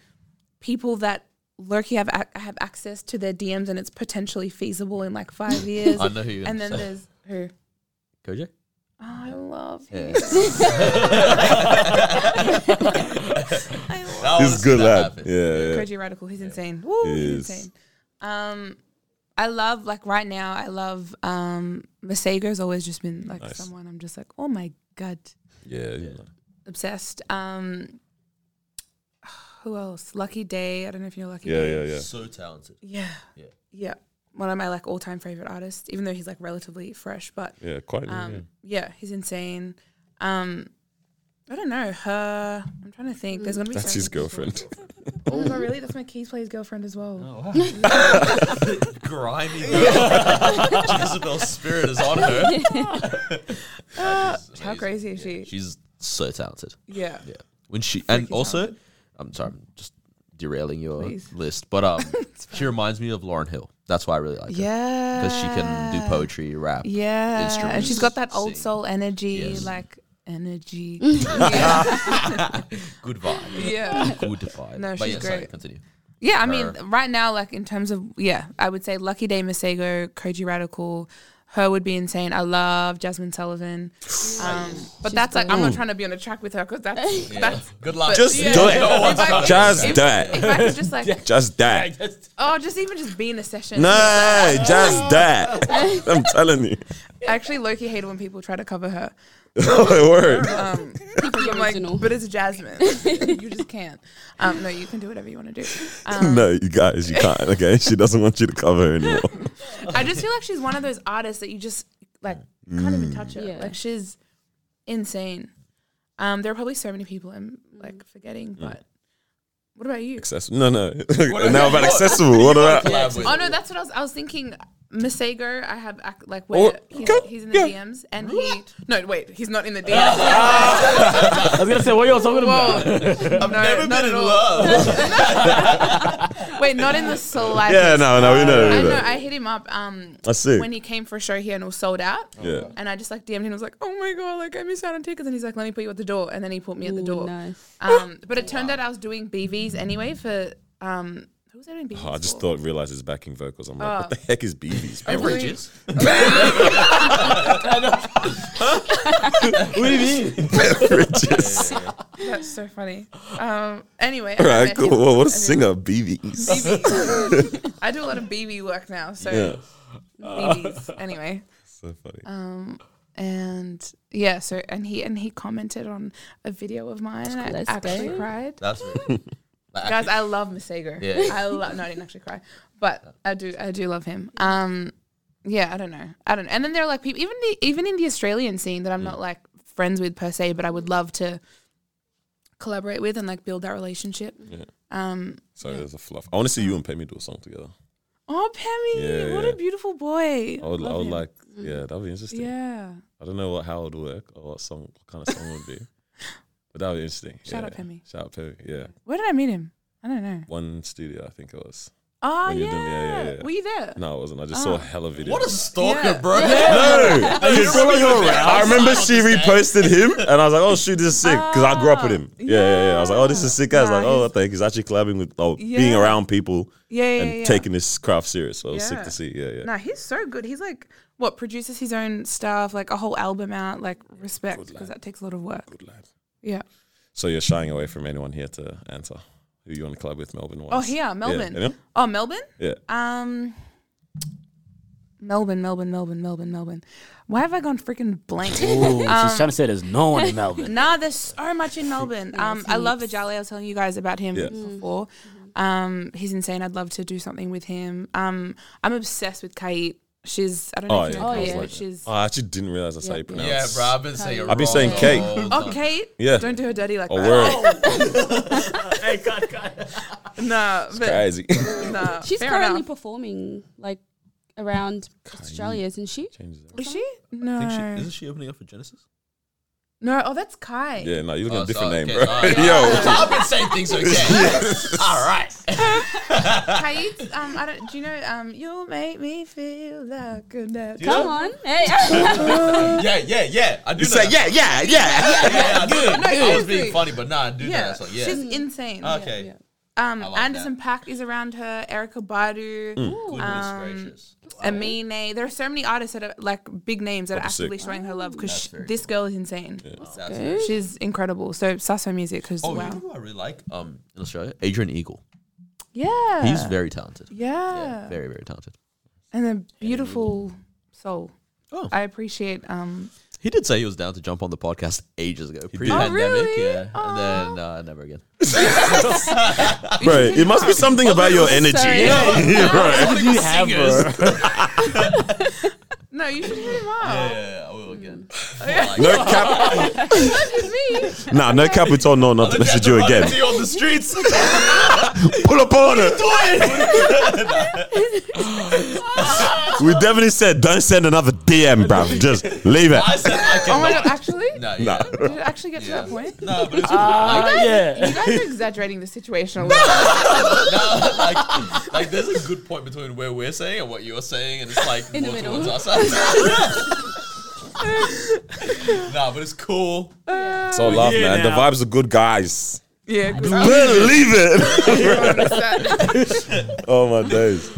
E: people that lurky have ac- have access to their DMs, and it's potentially feasible in like five years.
A: I know who you're
E: and
A: gonna
E: then
A: say.
E: there's who.
A: Kojak.
E: Oh, I love him.
A: I love
D: This is good lad. Yeah, yeah.
E: Koji Radical. He's insane. Woo,
D: Yes.
E: he's insane. Um, I love like right now. I love um, Masego's always just been like
D: Nice.
E: someone. I'm just like, oh my god,
D: yeah. you know.
E: obsessed. Um, who else? Lucky Day. I don't know if you know Lucky
D: Yeah,
E: Day.
D: yeah, yeah.
A: So talented.
E: Yeah.
A: Yeah.
E: Yeah. One of my like all time favorite artists, even though he's like relatively fresh, but
D: Yeah, quite. new,
E: um
D: yeah.
E: yeah, he's insane. Um I don't know, her I'm trying to think. There's gonna be
D: That's
E: so
D: his
E: many people.
D: girlfriend.
E: Oh my God, really? That's my keys player's girlfriend as well.
A: Oh, Grimy. girl. Jezebel's spirit is on her. That is
E: How
A: amazing.
E: crazy is she?
A: She's so talented.
E: Yeah.
A: Yeah. When she and
E: Freaking
A: also,
E: talented.
A: I'm sorry, I'm just derailing your
E: Please.
A: list, but um, she reminds me of Lauren Hill. That's why I really like her
E: Yeah.
A: because she can do poetry, rap.
E: Yeah. And
A: instruments,
E: she's got that old
A: sing.
E: soul energy,
A: Yes.
E: like energy. yeah.
A: Good vibe.
E: yeah.
A: Good vibe.
E: No,
A: but
E: she's
A: yeah, sorry,
E: great.
A: continue.
E: Yeah, I
A: her.
E: mean, right now, like in terms of yeah, I would say Lucky Day Masego, Koji Radical, her would be insane. I love Jasmine Sullivan, um, but that's like I'm not trying to be on a track with her because that's that's
A: Good luck.
D: Just do it.
A: No one's
E: If I-
A: got it.
D: Just
E: if-
D: do it.
E: If I could just like
D: Just that.
E: oh, just even just be in a session.
D: No, just that. I'm telling you.
E: I actually Loki hated when people try to cover her.
D: Oh, Word.
E: Um, because I'm
C: original.
E: like, but it's Jasmine. you just can't. Um, no, you can do whatever you want to do. Um,
D: No, you guys, you can't. Okay, she doesn't want you to cover her anymore.
E: I just feel like she's one of those artists that you just like can't even touch her.
C: Yeah.
E: Like she's insane. Um, there are probably so many people I'm like forgetting, but what about you?
D: Access- No, no. now about accessible. What about?
E: Oh no, that's what I was. I was thinking. Masego, I have ac- like
D: Oh,
E: where he's,
D: okay,
E: he's in the
D: yeah.
E: DMs and he no wait he's not in the DMs.
D: Ah.
B: I was gonna say what you were talking about.
E: Whoa, I've
A: Never been in love.
E: Wait, not in the slightest.
D: Yeah, no, no, we know. We
E: I know.
D: know.
E: I hit him up um,
D: That's sick.
E: when he came for a show here and it was sold out.
D: Yeah.
E: And I just like DM'd him. I was like, oh my God, like I missed out on tickets. And he's like, let me put you at the door. And then he put me at the
C: Ooh,
E: door.
C: nice.
E: Um, but it turned out I was doing BVs anyway for, um, who was I doing BVs?
D: Oh, I just
E: for?
D: thought realized his backing vocals. I'm like, what the heck is BB's?
A: Bridges.
B: What do you mean?
D: Bridges.
E: That's so funny. Um, anyway.
D: All
E: I
D: right,
E: met
D: cool.
E: him,
D: Well, what a
E: and then-
D: singer, BB's.
E: BVs. I do a lot of BV work now. So
D: Yeah.
E: BVs. Anyway.
D: So funny.
E: Um, and yeah, so and he and he commented on a video of mine, and I
C: Let's
E: actually
C: go.
E: cried.
A: That's me. Like,
E: Guys, I love Masego.
A: Yeah.
E: I love. No, I didn't actually cry, but I do. I do love him. Um, yeah, I don't know. I don't. know. And then there are like people, even the even in the Australian scene that I'm
D: Mm.
E: not like friends with per se, but I would love to collaborate with and like build that relationship.
D: Yeah.
E: Um.
D: Sorry, there's a fluff. I want to see you and Pemi do a song together.
E: Oh, Pemmy,
D: Yeah,
E: what
D: yeah. Oh,
E: a beautiful boy.
D: I would, I
E: Love
D: would
E: him. Mm.
D: like, yeah, that'd be interesting.
E: Yeah.
D: I don't know what how it would work or what song, what kind of song it would be, but that would be interesting.
E: Shout
D: yeah.
E: out Pemi.
D: Shout out Pemi. Yeah,
E: Where did I meet him? I don't know.
D: one studio I think it was.
E: Oh
D: When
E: yeah.
D: you're doing- yeah, yeah, yeah.
E: Were you there?
D: No, it wasn't. I just
E: Oh.
D: saw a hella video.
A: What a stalker,
E: Yeah.
A: bro.
D: no!
A: Are you
D: Just following
A: remember
D: him
A: the
D: around.
A: videos?
D: I remember
A: I
D: she reposted
A: understand.
D: him, and I was like, "Oh shoot, this is sick!" Because I grew up with him. Yeah, yeah, yeah. I was like, "Oh, this is sick." I was
E: Ah, Yeah.
D: like, "Oh, thank." He's actually collabing with, oh, being
E: Yeah.
D: around people
E: Yeah, yeah,
D: and
E: yeah.
D: taking this craft serious. So it was sick
E: Yeah.
D: to see. Yeah, yeah.
E: Nah, he's so good. He's like what produces his own stuff, like a whole album out. Like respect, because that takes a lot of work.
D: Good lad.
E: Yeah.
D: So you're shying away from anyone here to answer who you want to collab with, Melbourne?
E: Oh,
D: wise?
E: here, Melbourne.
D: Yeah. anyone?
E: Oh, Melbourne.
D: yeah.
E: Um, Melbourne, Melbourne, Melbourne, Melbourne, Melbourne. Why have I gone freaking blank?
B: Ooh,
E: Um,
B: she's trying to say there's no one in Melbourne.
E: nah, there's so much in Melbourne. Um, I love Ajale. I was telling you guys about him
D: Yeah.
E: before.
D: Mm-hmm.
E: Um, he's insane. I'd love to do something with him. Um, I'm obsessed with Kate. She's I don't know
D: Oh,
E: if you
D: yeah.
E: know
D: Oh,
E: Kate,
D: yeah.
E: but she's
D: Oh, I actually didn't realize that's how you pronounce.
A: Yeah, bro. I've been saying.
D: I've been saying cake.
E: Oh, Kate.
D: Yeah.
E: Don't do her dirty like
D: A
E: that.
D: word.
E: No, but
D: Crazy.
E: no.
C: She's
E: Uh, fair
C: currently
E: enough.
C: performing like around Australia, isn't she?
D: Changes everything.
E: Is she? No.
A: isn't she opening up for Genesis?
E: no. Oh, that's Kai.
D: Yeah, no, you're looking at a
A: Oh,
D: different
A: sorry,
D: name,
A: okay,
D: bro.
A: sorry.
D: Yo,
A: So I've been saying things okay. All right.
E: Kai. Um, I don't. Do you know? Um, you make me feel like a nut.
A: Yeah.
C: Come on. Hey.
A: Yeah, yeah, yeah. I do
D: you
A: know
D: say
A: that.
D: yeah, yeah, yeah.
A: Yeah, I do. I was
E: seriously.
A: being funny, but nah, I do know
E: Yeah,
A: that song. Yeah. Ah,
E: she's insane.
A: okay.
E: Um,
A: I like Mm.
E: Anderson Pack is around her. Erica Badu,
A: Goodness
E: Um,
A: gracious.
E: Amine. There are so many artists that are like big names that are
D: Proper sick.
E: actively showing her love because
A: very
E: this girl is insane.
A: That's
E: She's incredible. So Sasso music because
A: Oh, you know
E: wow,
A: who I really like um, in Australia? Adrian Eagle.
E: yeah,
A: He's very talented.
E: yeah,
A: Very, very talented.
E: and a beautiful
D: Mm.
E: soul.
A: Oh.
E: I appreciate um
A: He did say he was down to jump on the podcast ages ago,
D: did.
A: pre-pandemic.
E: Oh, really?
A: Yeah,
E: Aw.
A: and then uh, never again.
D: bro, it must be something about your energy.
C: Sorry.
D: Yeah, right.
A: What do you have,
E: No, you should hit him up.
A: Yeah, I will again.
D: No cap.
E: It's me.
D: Nah, no cap. We told no not to message you again.
A: See you on the streets.
D: Pull up on it. We definitely said don't send another DM, bro. Just leave it.
A: I said I
E: Oh my
A: cannot.
E: god, actually,
A: No,
D: Nah.
A: yeah.
E: did it actually get to that point?
A: No, but it's
B: Ah, yeah.
E: You guys are exaggerating the situation a little.
A: no, like, like there's a good point between where we're saying and what you're saying, and it's like
C: In the
A: more
C: middle.
A: towards us. nah, but it's cool.
D: So laugh,
B: Yeah,
D: man. The
B: now.
D: vibes are good, guys.
E: yeah, good.
D: Leave it.
E: Understand.
D: Oh my days.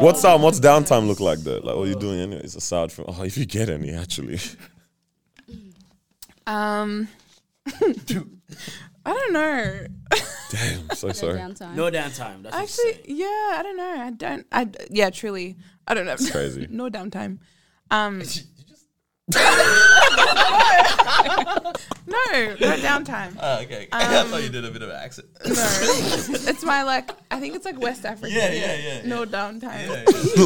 D: What's um what's downtime look like though? Like what are you doing anyways aside from oh if you get any actually.
E: um, I don't know.
D: I'm so sorry.
C: Downtime.
B: No downtime. That's
E: Actually, yeah, I don't know. I don't. I yeah, truly, I don't know.
D: crazy.
E: no downtime. Um,
A: You just
E: No, no downtime.
A: Oh, okay. I thought you did a bit of an accent.
E: it's my like. I think it's like West African.
A: Yeah, yeah, yeah,
E: No downtime.
A: yeah.
E: Isn't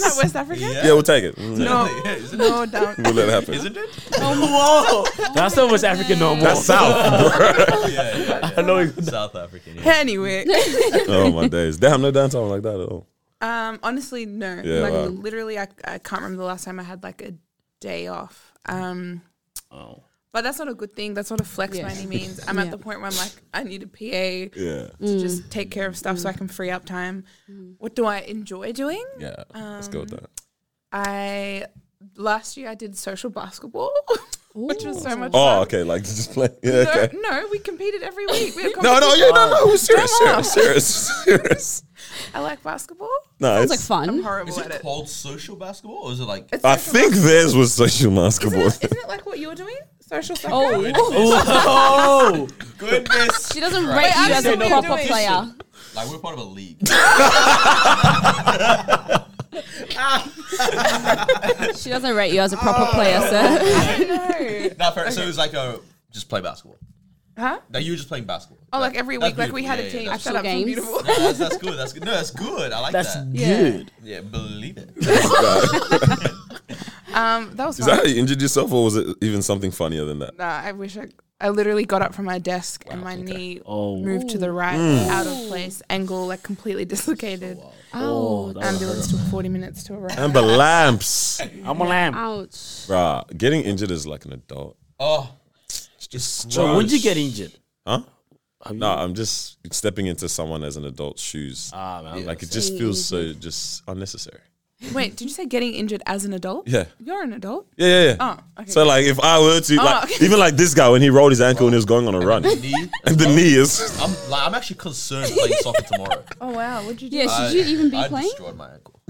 E: that West African?
A: Yeah.
D: yeah, we'll take it.
E: No,
A: Yeah, isn't it?
E: no down.
D: We'll let it happen.
A: Isn't it?
B: That's not West African no more.
D: That's South.
A: Yeah, yeah,
B: I know it's-
A: yeah. South African. Yeah.
E: Anyway,
D: oh my days. Damn, no downtime like that at all.
E: um, honestly, no.
D: Yeah,
E: like
D: wow.
E: literally, I, I can't remember the last time I had like a day off. Um,
B: Oh.
E: but that's not a good thing. That's not a flex by
C: Yeah.
E: any means. I'm at
C: Yeah.
E: the point where I'm like, I need a PA
D: Yeah.
E: to
A: Mm.
E: just take care of stuff so I can free up time. What do I enjoy doing?
D: Yeah. Let's go
E: Um,
D: with that.
E: I last year I did social basketball, which was so much
D: Oh,
E: fun.
D: okay. Like just play. Yeah,
E: No,
D: okay.
E: no, we competed every week. We had
D: No, no,
E: competition.
D: yeah, no, no. We're serious,
E: Come on.
D: serious, serious, serious.
E: I like basketball.
D: No,
C: Sounds like
D: it's,
E: I'm
C: fun.
E: horrible
A: Is
E: at
A: it
E: it.
A: called social basketball or is it like?
E: It's
D: I
E: social
D: think theirs was social basketball.
E: Isn't it, isn't it like what you're doing? Social soccer?
C: Oh,
B: Oh,
A: Goodness.
C: she doesn't rate you as a
E: absolutely
C: proper
E: doing-
C: player.
A: Like we're part of a league.
C: She doesn't rate you as a
E: Uh,
C: proper player, sir.
E: No.
A: Not fair. So it was like a just play basketball.
E: Huh?
A: Now you were just playing basketball.
E: Oh, like every
A: That's
E: week, like we had
A: beautiful.
E: a team.
A: Yeah, yeah,
E: Shut up,
C: Games.
E: games. beautiful.
A: No, that's, that's good. That's good. No, that's good. I like
B: that's
A: that.
B: good.
A: Yeah, believe it.
E: Um, that was
D: Is
E: fun.
D: that how you injured yourself, or was it even something funnier than that?
E: nah, I wish I. I literally got up from my desk and my knee
B: Oh.
E: moved to the right, out of place, angle like completely dislocated.
B: Oh,
C: Oh,
B: that was
E: Ambulance took 40 minutes to arrive.
D: Amber lamps.
B: hurt. I'm a
E: Uh,
B: lamb.
C: ouch.
D: Bruh, getting injured is like an adult.
A: Oh,
D: It's just
B: So when did you get injured?
D: Huh?
B: Have you-
D: No, I'm just stepping into someone as an adult's shoes.
B: Ah, man.
D: like it just feels so just unnecessary.
E: Wait, did you say getting injured as an adult?
D: Yeah.
E: You're an adult.
D: Yeah, yeah, yeah.
E: Oh, okay.
D: So like if I were to like
E: okay.
D: even like this guy when he rolled his ankle and he was going on a run.
A: knee.
D: And the knee is
A: I'm like I'm actually concerned playing soccer tomorrow.
E: Oh wow, what'd you do?
C: Yeah, should you even be
A: I
C: playing? Oh,
A: destroyed my ankle.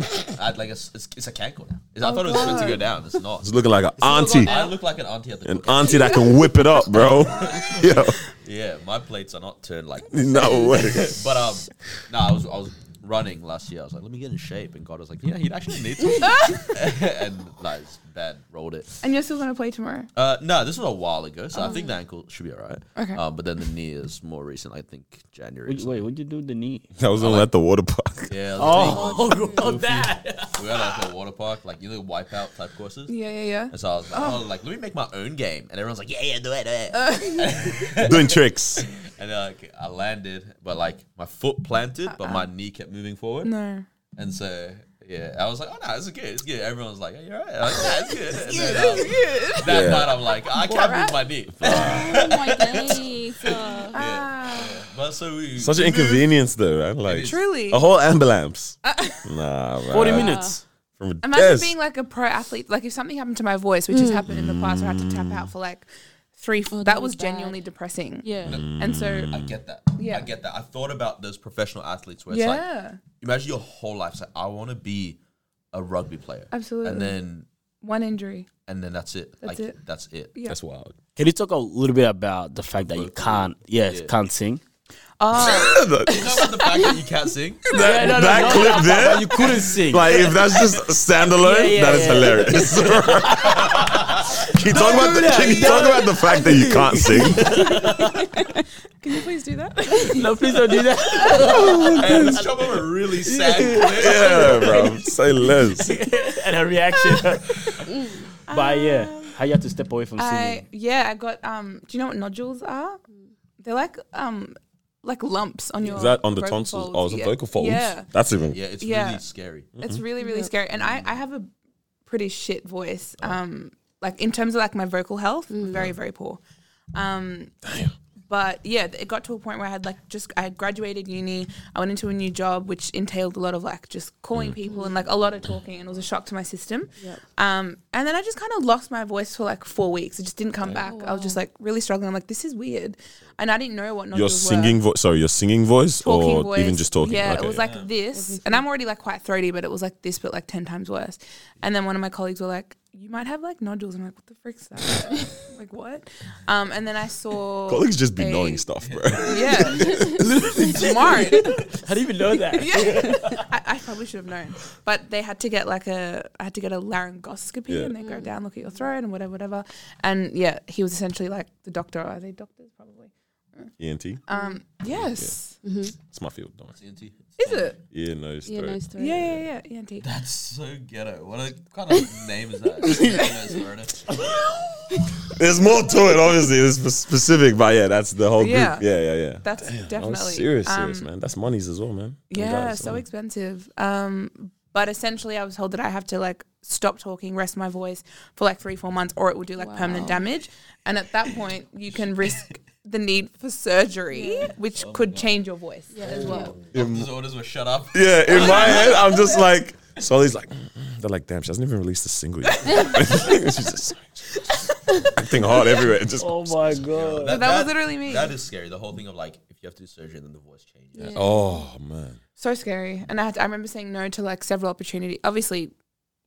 A: I had like a, s- it's, it's a cankle now. It's- I thought it was meant to go down. It's not.
D: it's looking like an auntie.
A: I look like an auntie at the
D: An
A: cookout.
D: auntie that can whip it up, bro. Yo,
A: Yeah, my plates are not turned like.
D: no way.
A: But um, no, I was I was running last year. I was like, let me get in shape, and God was like, yeah, you actually need to. and like, it's bad, rolled it.
E: And you're still gonna play tomorrow.
A: Uh, no, this was a while ago, so I think the ankle should be alright.
E: Oh. Okay.
A: Um, but then the knee is more recent. I think January. or
B: Wait, wait, what'd you do with the knee?
D: I was gonna let the water park.
A: something. Yeah.
B: Oh, that.
A: We were at like a water park, like you know, wipeout type courses.
E: Yeah, yeah, yeah.
A: And so I was like, oh. like let me make my own game, and everyone's like, yeah, yeah, do it, do it.
E: Uh.
D: Doing tricks.
A: and uh, like I landed, but like my foot planted, but my knee kept moving forward,
E: Uh-uh. No.
A: and so. Yeah, I was like, oh no, it's good, it's good. Everyone was like, oh, you're right. I was like, yeah, it's good. And then, um, That
D: Yeah.
A: night, I'm like, I can't move my knee.
C: Oh my days. uh,
E: Ah.
A: But so we
D: Such an inconvenience though, man. Like
A: is.
E: Truly. Uh,
D: a whole ambulance. Nah, man.
B: 40 minutes.
D: From a
E: Imagine
D: desk.
E: being like a pro athlete. Like if something happened to my voice, which has happened in the past, where I had to tap out for like three.
C: Mm. Oh,
E: that,
C: that
E: was
C: was bad.
E: genuinely depressing.
C: yeah.
E: And so,
D: Mm.
E: uh,
A: I get that.
E: Yeah.
A: I get that. I thought about those professional athletes where it's like,
E: yeah,
A: imagine your whole life. It's like, I want to be a rugby player.
E: Absolutely.
A: And then,
E: one injury.
A: and then that's it.
E: That's
A: like,
E: it.
A: That's it.
E: Yeah.
D: That's wild.
B: Can you talk a little bit about the fact that you can't, yeah, can't sing?
E: Oh,
A: You know about the fact that you can't sing?
D: That, that clip there,
B: You couldn't sing.
D: like if that's just standalone,
B: Yeah, yeah,
D: that is
B: yeah.
D: hilarious. can you talk about the, can you talk about the fact that you can't sing?
E: can you please do that?
B: no, please don't do that.
A: and it's come up a really sad clip.
D: yeah, bro. Say less.
B: and her reaction. but yeah, how you have to step away from
E: I
B: singing.
E: yeah, I got. Um, do you know what nodules are?
C: Mm.
E: They're like um, like lumps on your.
D: Is that on the
E: vocal
D: tonsils?
E: folds.
D: Oh, is it
E: Yeah.
D: vocal folds?
E: Yeah,
D: That's even.
A: Yeah, it's
E: Yeah.
A: really scary.
E: it's
D: Mm-hmm.
E: really really scary. And I I have a pretty shit voice. Um, like in terms of like my vocal health, very very poor. Um, but yeah, th- it got to a point where I had like just I had graduated uni. I went into a new job, which entailed a lot of like just calling
D: Mm-hmm.
E: people and like a lot of talking, and it was a shock to my system. Um, and then I just kind of lost my voice for like four weeks. It just didn't come back. I was just like really struggling. I'm like, this is weird, and I didn't know what
D: Your
E: nodules were.
D: singing voice, sorry, your singing voice,
E: Talking
D: or
E: voice.
D: even just talking.
E: Yeah,
D: Okay.
E: it was like this, and I'm already like quite throaty, but it was like this, but like ten times worse. And then one of my colleagues were like, you might have like nodules. I'm like, what the frick's that? like what? Um, and then I saw
D: Colleagues just be
E: a-
D: knowing stuff, bro.
E: Yeah, smart.
B: How do you even know that?
E: Yeah, I, I probably should have known. But they had to get like a, I had to get a laryngoscopy,
D: Yeah.
E: and they go down, look at your throat, and whatever, whatever. And yeah, he was essentially like the doctor. Are they doctors? Probably.
D: ENT.
E: Um, yes.
D: E It's my field. Don't. worry.
E: Is it?
D: Ear, nose,
C: Yeah,
D: throat.
C: nose throat.
E: Yeah, yeah, yeah. ENT.
F: That's so ghetto. What a kind of name is that?
D: There's more to it, obviously. It's sp- specific, but yeah, that's the whole
E: Yeah.
D: group. Yeah, yeah, yeah.
E: That's
D: Oh,
E: definitely
D: serious, serious,
E: um,
D: man. That's monies as well, man. Them
E: Yeah,
D: guys,
E: so
D: um,
E: expensive. Um, but essentially, I was told that I have to like stop talking, rest my voice for like three, four months, or it will do like permanent damage. And at that point, you can risk the need for surgery, which could change your voice as well.
F: Doctor's orders were shut up.
D: Yeah, in my head, I'm just like, Solly's like, "Mm, mm." they're like, damn, she hasn't even released a single yet. She's just acting hard everywhere. Just
B: Oh my god.
E: So that, was literally me.
F: That is scary. The whole thing of like, if you have to do surgery, then the voice changes.
D: oh man,
E: so scary. And I had to, I remember saying no to like several opportunities. Obviously,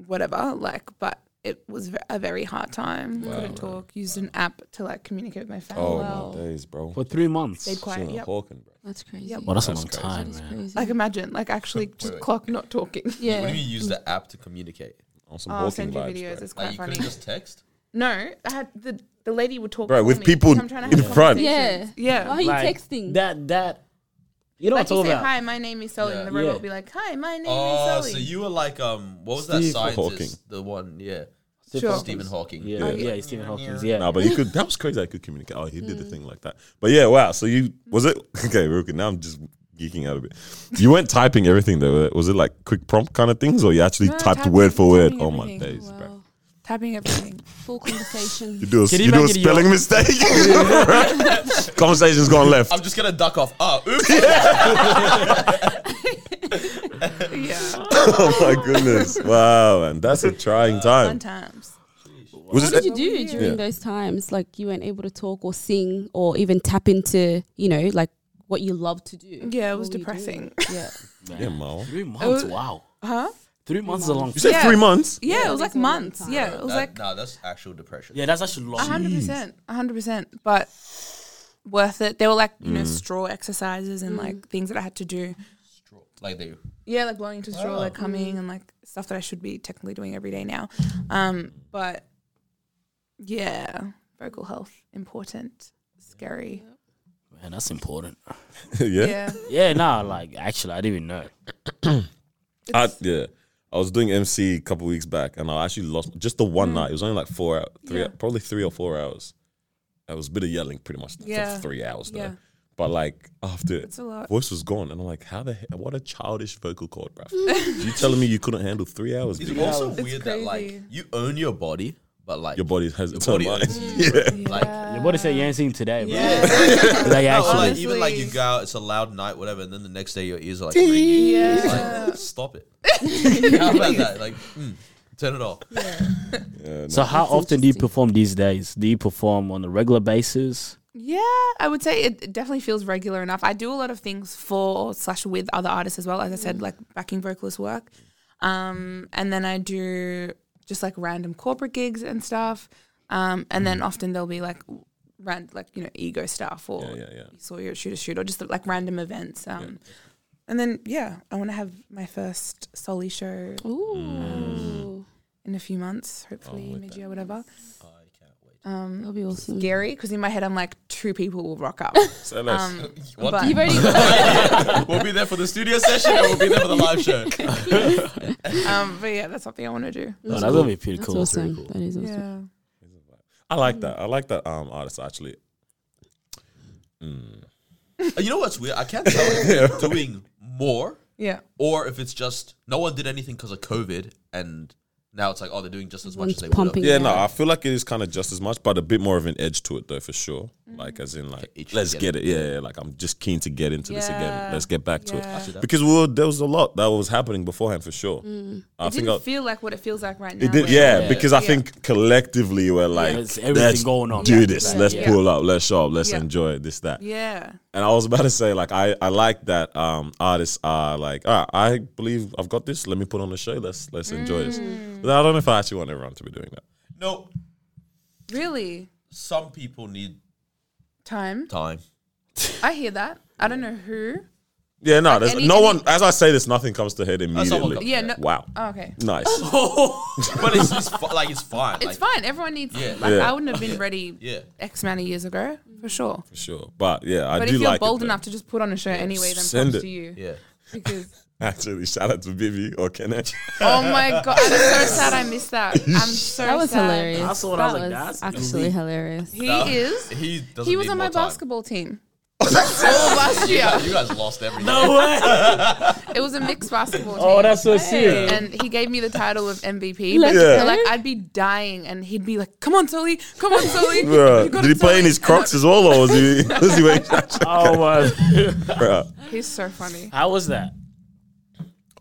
E: whatever, like, but it was ve- a very hard time. Couldn't talk. Used an app to like communicate with my family.
D: oh
C: Wow.
D: my days, bro.
B: For three months.
E: Stayed quiet.
D: Sheena
E: Yep.
D: Hawken, bro.
C: That's crazy.
E: Yep.
B: Well, that's, a long
D: That's
B: time,
C: That is
B: man.
C: crazy.
E: Like imagine, like actually just
F: wait.
E: clock not talking.
F: What do
C: yeah.
F: you mean use the app to communicate?
D: On some
E: Oh, I'll
D: Hawking
E: send you
D: vibes,
E: videos. It's
F: Like
E: quite
F: you
E: funny.
F: couldn't just text.
E: no, I had the the lady would talk.
D: Bro,
E: for
D: with
E: me,
D: people
E: so I'm trying to
D: in
E: have
D: front.
C: Yeah.
E: conversations. yeah.
C: Why are you
B: Like,
C: texting?
B: That that you know
E: like
B: what I'm talking
E: you say,
B: about.
E: "Hi, my name is Sully,"
F: Yeah.
E: and the robot
B: Yeah.
E: will be like, "Hi, my name
F: Oh,
E: is
F: so
E: Sully."
F: you were like, um, what was
B: Steve
F: that scientist?
D: Hawking.
F: The one, yeah,
B: Stephen
E: Sure.
B: Hawking.
F: Stephen Hawking.
B: Yeah, yeah, yeah, Stephen Hawkins. Yeah.
D: Nah, but you could. That was crazy. I could communicate. Oh, he did the thing like that. But yeah, wow. So you was it okay? Real good. Now I'm just geeking out a bit. You weren't typing everything though. Was it like quick prompt kind of things, or you actually
E: No,
D: typed
E: typing-
D: word for word?
E: typing
D: Oh my
E: everything.
D: days, bro.
C: Wow.
E: Tapping everything.
C: Full conversation.
D: You do a,
B: Can you
D: you do a
B: imagine your-
D: spelling mistake. Conversation's gone left.
F: I'm just gonna duck off. Ah, oops.
E: yeah,
D: oh my goodness! Wow, and that's a trying time.
E: sometimes.
D: Was
C: What did
D: it?
C: you do during
D: Yeah.
C: those times? Like you weren't able to talk or sing or even tap into, you know, like what you love to do.
E: Yeah, it was
C: What were you doing?
E: depressing.
C: Yeah.
D: Yeah, Mal.
B: Three months.
E: Uh,
B: Wow.
E: Huh?
B: Three months is a long
D: You
B: time.
D: said
E: Yeah.
D: three months.
E: Yeah, it was
C: it
E: like
C: is a long
E: months.
C: time.
E: Yeah, it was
F: That-
E: like
F: nah, that's actual depression.
B: Yeah, that's actually long.
E: A hundred percent, a hundred percent. But worth it. There were like you
D: Mm.
E: know straw exercises and like things that I had to do.
F: Straw. Like they.
E: Yeah, like blowing into a straw, like coming and like stuff that I should be technically doing every day now. Um, but yeah, vocal health important, scary.
B: Man, that's important.
D: yeah.
E: Yeah,
B: Yeah, nah, like actually, I didn't even know.
D: I, yeah. I was doing MC a couple weeks back, and I actually lost just the one night. It was only like four, hours, three,
E: Hmm. Yeah.
D: probably three or four hours. I was a bit of yelling, pretty much
E: Yeah.
D: for three hours though.
E: Yeah.
D: But like after,
E: It's a lot.
D: voice was gone, and I'm like, how the he- what a childish vocal cord, bruv. you telling me you couldn't handle three hours?
F: It's
D: dude?
F: also
E: It's
F: weird that like
E: crazy.
F: you own your body, but like
D: Your body has
F: your
D: its own
F: body
D: mind.
F: owns you.
E: Mm,
D: Yeah.
F: Like
B: Your body said you ain't seen today, bro.
E: Uh, Yeah.
B: Like,
F: No,
B: actually,
F: like, even like you
E: Honestly.
F: go out, it's a loud night, whatever, and then the next day your ears are like, ringing.
E: Yeah.
F: Like, stop it. How about that? Like, mm, turn it off.
D: Yeah,
B: so how often do you perform these days? Do you perform on a regular basis?
E: Yeah, I would say it it definitely feels regular enough. I do a lot of things for slash with other artists as well, as I said, like backing vocalist work. Um, and then I do just like random corporate gigs and stuff. Um, and
D: Mm.
E: then often there'll be like rand like you know ego stuff or
D: Yeah, yeah, yeah.
E: you saw your shoot a shoot or just like random events. Um, and then yeah, I want to have my first Soli show
C: Ooh.
B: Mm.
E: in a few months, hopefully mid year, whatever.
C: That'll be awesome.
E: Gary, because in my head I'm like two people will rock up. Um,
D: So nice.
F: What?
E: but-
C: You've already got
F: we'll be there for the studio session and we'll be there for the live show.
E: um, but yeah, that's something I want to do.
B: Oh, that's gonna be pretty
C: That's
B: cool.
C: awesome. That is awesome.
E: Yeah.
D: I
E: hmm.
D: like that. I like that um, artist actually. Hmm.
F: You know what's weird? I can't tell if they're doing more
E: Yeah.
F: or if it's just no one did anything because of COVID and now it's like, oh, they're doing just as much
C: Everyone's
F: as they would have.
C: pumping.
D: Yeah, no,
C: Yeah.
D: I feel like it is kind of just as much, but a bit more of an edge to it though, for sure.
E: Mm.
D: Like as in like
A: each
D: let's
A: together.
D: get it. Yeah, yeah, like I'm just keen to get into this
E: Yeah.
D: again. Let's get back to
E: Yeah. I see
D: it.
A: that.
D: Because we were, there was a lot that was happening beforehand for sure. I
E: Mm. it
D: think
E: didn't
D: I,
E: feel like what it feels like right now.
D: it did,
E: where-
D: yeah,
A: Yeah.
D: because I
E: Yeah.
D: think collectively we're like,
B: There's everything
D: let's
B: going on.
D: do
B: Yeah.
D: this,
B: Yeah.
D: let's
E: Yeah.
D: pull up, let's show up, let's
E: Yeah.
D: enjoy it, this, that.
E: Yeah.
D: And I was about to say, like, I, I like that um, artists are like, all right, I believe I've got this. Let me put on a show. Let's let's enjoy this.
E: Mm.
D: But I don't know if I actually want everyone to be doing that.
A: No,
E: Really?
A: some people need
E: Time.
A: time.
E: I hear that. I don't know who.
D: Yeah, no, there's
E: any-
D: no
E: any-
D: one. As I say this, nothing comes to head
A: someone
D: immediately.
E: Yeah, no.
D: Wow,
E: Oh, okay.
D: nice.
A: but it's, it's fi- like it's fine.
E: It's
A: like,
E: fine. Everyone needs.
A: Yeah.
E: Like
D: Yeah.
E: I wouldn't have been ready
A: Yeah.
E: X amount of years ago for sure.
D: For sure, but yeah, I
E: But
D: do
E: if you're
D: like it,
E: bold
D: though.
E: enough to just put on a show anyway, then
D: Send
E: props
D: it.
E: to you.
A: Yeah.
E: Because
D: Actually, shout out to Vivi or Kenneth.
E: oh my god, I'm so sad I missed that. I'm so
C: That was
E: sad.
C: hilarious.
B: I saw it, I
C: that
B: was like,
C: was
B: that's
C: actually
B: elite.
C: hilarious.
E: He
A: No.
E: is.
A: He doesn't
E: He was
A: need
E: on my
A: more time.
E: basketball team. All last
A: You
E: year,
A: guys, you guys lost everything.
E: it was a mixed basketball team.
B: Oh, that's so serious.
E: and he gave me the title of MVP.
C: Let's
E: But
D: Yeah.
E: so, like
C: go.
E: I'd be dying, and he'd be like, "Come on, Sully! Come on, Sully!"
D: Bruh,
E: You gotta
D: Did he play
E: Sully."
D: in his Crocs as well, or was he? Was he wearing?
B: Oh my!
D: Bruh.
E: He's so funny.
B: How was that?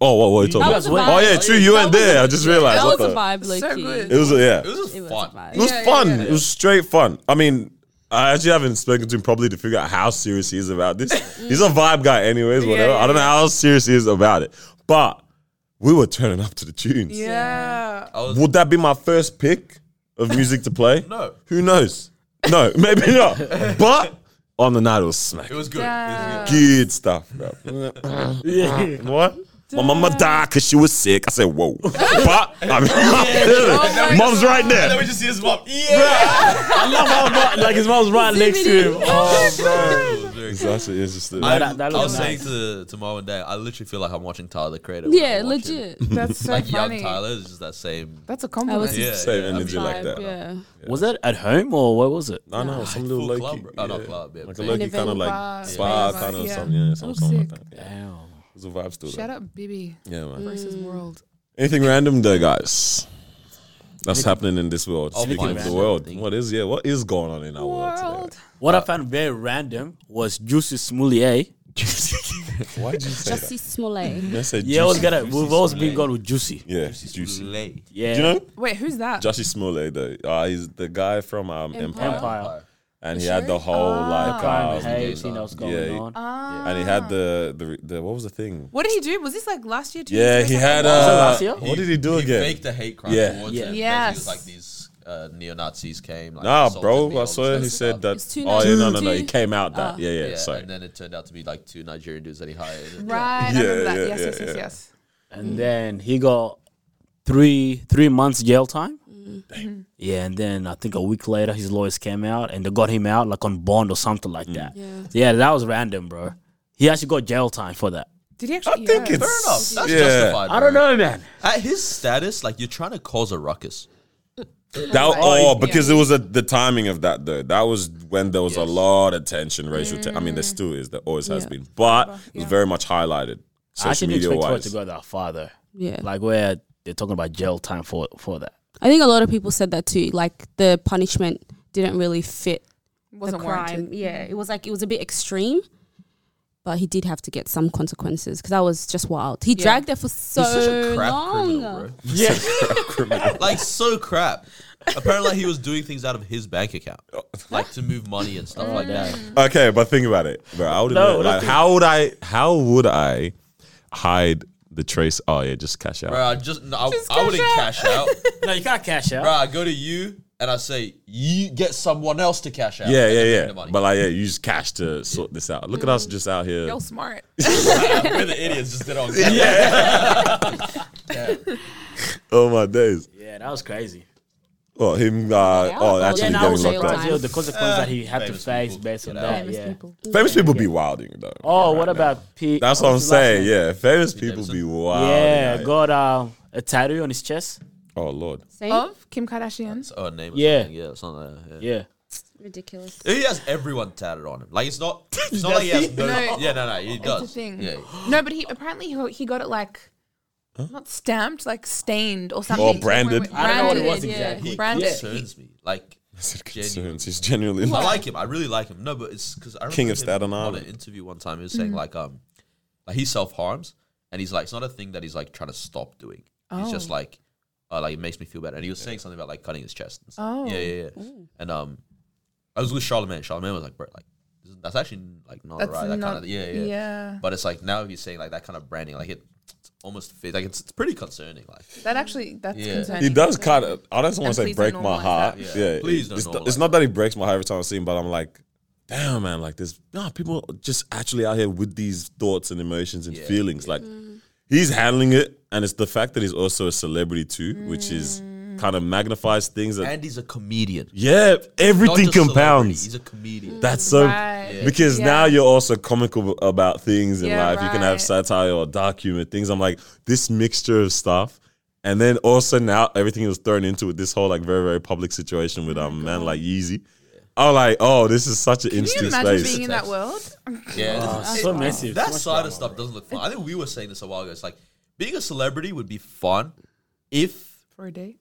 D: Oh, what, what are you talking
C: That
D: about?
C: was a
D: Oh
C: vibe.
D: yeah, true. You weren't there. I just realized.
C: That
D: What
C: was
D: the-
C: a vibe, low
E: So good.
D: It was a, yeah.
A: It was just
C: It was a
A: fun.
C: vibe.
D: It was
E: Yeah, yeah,
D: fun.
E: yeah.
D: It was straight fun. I mean, I actually haven't spoken to him probably to figure out how serious he is about this. He's a vibe guy, anyways. Whatever.
E: yeah,
D: I don't know how serious he is about it, but we were turning up to the tunes.
E: Yeah.
A: I was,
D: Would that be my first pick of music to play?
A: No.
D: Who knows? No, maybe not. But on the night, it was smack.
A: it was good. It was good.
D: Good stuff, bro. What? My mama died because she was sick. I said, whoa. but, I mean,
E: my
D: mom's right there.
A: And then we just see his mom. Yeah.
B: I love how mu- like his mom's right next to him. Oh, bro.
A: It was very
D: It's actually interesting.
A: I,
B: that- that
A: I was
B: looks
A: saying
B: nice.
A: to, to mom and dad, I literally feel like I'm watching Tyler the Creator. when I
C: Yeah,
A: watch him.
C: legit.
E: That's so
A: Like
E: funny.
A: young Tyler is just that same.
E: That's a
C: I
E: compliment.
C: was
A: Yeah,
D: Same
A: yeah,
D: energy
A: I mean,
D: like that.
C: yeah.
B: Was that at home or where was it?
D: I know some little
A: Full
D: low
A: club, oh, not club, yeah,
D: like a
A: big.
D: low
C: An
D: kind of
C: event
D: like
E: bar,
D: spa
E: yeah.
D: kind of
E: Yeah.
D: something, yeah, some-
E: Looks
D: something like
E: sick.
D: that. Yeah.
B: Damn.
D: There's a vibe still
E: Shout
D: there.
E: up, Bibi
D: Yeah, man.
E: versus World.
D: Anything random though, guys? That's happening in this world.
A: I'll
D: Speaking
A: find
D: of the
A: random
D: world,
A: thing.
D: what is yeah? What is going on in our world,
E: World.
B: What I found very random was Juicy eh? Smoulier.
D: today? Why did you say that?
C: Jussie Smollett.
D: I said
B: Yeah, I was
D: juicy.
B: gonna. We've always been going with Juicy.
D: Yeah, juicy.
A: Late.
B: Yeah.
D: Do you know
E: Wait, who's that?
D: Joshy Smollett though? Uh, he's the guy from um, Empire.
B: Empire.
D: and he had the whole like
B: Crime
D: um,
B: and hate, Oh, you know what's going
D: yeah,
B: on.
E: Ah.
D: and he had the, the the what was the thing?
E: What did he do? Was this like oh, last year? Two
D: Yeah,
E: years ago?
D: he had.
B: Was that
D: Uh,
B: last year?
D: What did he do
A: he
D: again?
A: Faked a hate crime
D: Yeah.
A: towards
B: Yeah.
A: him.
E: Yes.
A: Yes. He was like these uh, neo Nazis came. Like,
D: Nah,
A: assaulted me,
D: bro. I
A: all
D: saw
A: this
D: he
A: stuff.
D: said that.
C: It's two
D: Oh yeah, no, no, no.
C: Nigerians.
D: He came out that. Yeah, yeah.
A: Yeah,
D: sorry.
A: and then it turned out to be like two Nigerian dudes that he hired.
E: Right.
D: Yeah,
E: I remember that.
D: yeah,
E: yes,
D: yeah,
E: yes, yes,
D: yeah.
E: yes. Mm.
B: and then he got three three months jail time.
E: Mm.
B: Yeah, and then I think a week later his lawyers came out and they got him out like on bond or something like
E: Mm.
B: that. Yeah. that was random, bro. He actually got jail time for that.
E: Did he
D: I
E: actually?
D: think
E: yeah.
D: it's
A: Fair enough. That's
D: yeah.
A: justified.
B: I don't
A: bro.
B: know, man.
A: At his status, like you're trying to cause a ruckus.
D: That, oh, because it was a, the timing of that though. That was when there was a lot of tension, racial. Te- I mean,
B: Mm.
D: there still is. There always has
C: Yeah.
D: been, but it was very much
B: I
D: highlighted social
B: actually didn't
D: media
B: expect for it
D: wise.
B: to go that far though.
C: Yeah.
B: Like where they're talking about jail time for for that.
C: I think a lot of people said that too. Like the punishment didn't really fit the
E: Wasn't
C: crime.
E: warranted.
C: Yeah, it was like it was a bit extreme, but he did have to get some consequences because that was just wild. He dragged there for so
A: He's such a crap
C: long.
A: criminal, bro.
B: Yeah.
A: Like so crap. Apparently, he was doing things out of his bank account, like to move money and stuff like that.
D: Okay, but think about it, bro. I would
B: No,
D: no, like,
B: nothing.
D: how would I? How would I hide the trace? Oh yeah, just cash out.
A: Bro, I just, no, I,
E: Just
A: I wouldn't
E: cash
A: cash out.
B: no, you can't cash out.
A: Bro, I go to you and I say, you get someone else to cash out.
D: Yeah,
A: and
D: yeah,
A: then give
D: yeah.
A: me the money.
D: But like, yeah, use cash to sort this out. Look at
B: Mm.
D: us just out here.
E: Yo, smart.
A: We're the idiots just did it on camera. Yeah.
D: Oh my days.
B: Yeah, that was crazy.
D: Well, him. Uh, oh,
C: Yeah,
D: actually
B: Yeah,
C: Actually
B: and I
D: getting
B: was
D: locked
B: jail
C: jail
D: up.
B: time.
C: time.
B: Yeah, the consequence that he had to
A: famous
B: face
A: people.
B: based on
A: Yeah,
B: that.
E: Famous
B: yeah.
E: people.
D: Famous people be wilding though.
B: Oh,
D: right
B: what
D: now.
B: about Pete?
D: That's
B: oh,
D: what I'm
B: what's his last
D: saying.
B: name?
D: Yeah, Oh, famous people be wilding.
B: Yeah,
D: out.
B: got um, a tattoo on his chest.
D: Oh lord.
C: Same?
E: Of Kim Kardashian.
A: It's our name. Or
B: Yeah.
A: something, yeah, something like that. Yeah.
B: Yeah.
C: Ridiculous.
A: He has everyone tatted on him. Like it's not. It's not like he has no.
E: No.
A: Yeah, no, no. He does.
E: It's a thing.
A: Yeah.
E: No, but he apparently he, he got it like not stamped, like stained or something.
D: branded.
E: Branded,
B: I don't know what it was
E: yeah.
B: exactly.
A: He
E: Branded.
A: concerns me. Like
D: I said concerns. He's genuinely
A: I like him. I really like him. No, but it's because I remember
D: King of
A: him
D: Staten
A: on
D: Island.
A: an interview one time. He was saying like um, like he self harms and he's like it's not a thing that he's like trying to stop doing. He's just
E: Oh.
A: like, uh, like it makes me feel better. And he was saying something about like cutting his chest. And stuff.
E: Oh.
A: yeah, yeah, yeah. And um, I was with Charlemagne. Charlemagne was like, bro, like this is- that's actually like not right. That kind of yeah, yeah,
E: yeah.
A: But it's like now he's saying like that kind of branding, like it, it's almost fit, like it's, it's pretty concerning. Like
E: That actually, that's
A: Yeah.
E: concerning.
D: He does kind of. I don't want
E: And
D: to say
E: please
D: break
E: don't
D: my
E: normalize
D: heart.
A: that.
D: Yeah,
A: Yeah. Please don't
D: It's,
A: normalize
D: it's not that he breaks my heart every time I see him, but I'm like, damn man, like there's no people just actually out here with these thoughts and emotions and
A: Yeah,
D: feelings. Like he's handling it, and it's the fact that he's also a celebrity too, which is kind of magnifies things. That,
A: and he's a comedian.
D: yeah,
A: Not
D: everything
A: just celebrity,
D: compounds.
A: He's a comedian.
D: That's so
E: Right. Yeah.
D: because
E: Yeah.
D: now you're also comical about things in
E: Yeah,
D: life. You can have
E: right.
D: satire or dark humor things. I'm like this mixture of stuff, and then also now everything was thrown into it. This whole like very very public situation with um man like Yeezy. I'm like, oh, this is such an
E: Can you
D: interesting
E: imagine
D: space.
E: being in that world?
A: yeah, this
D: Ah,
A: is-
B: so messy.
A: That side of stuff doesn't look fun. I think we were saying this a while ago. It's like being a celebrity would be fun if
E: For a date?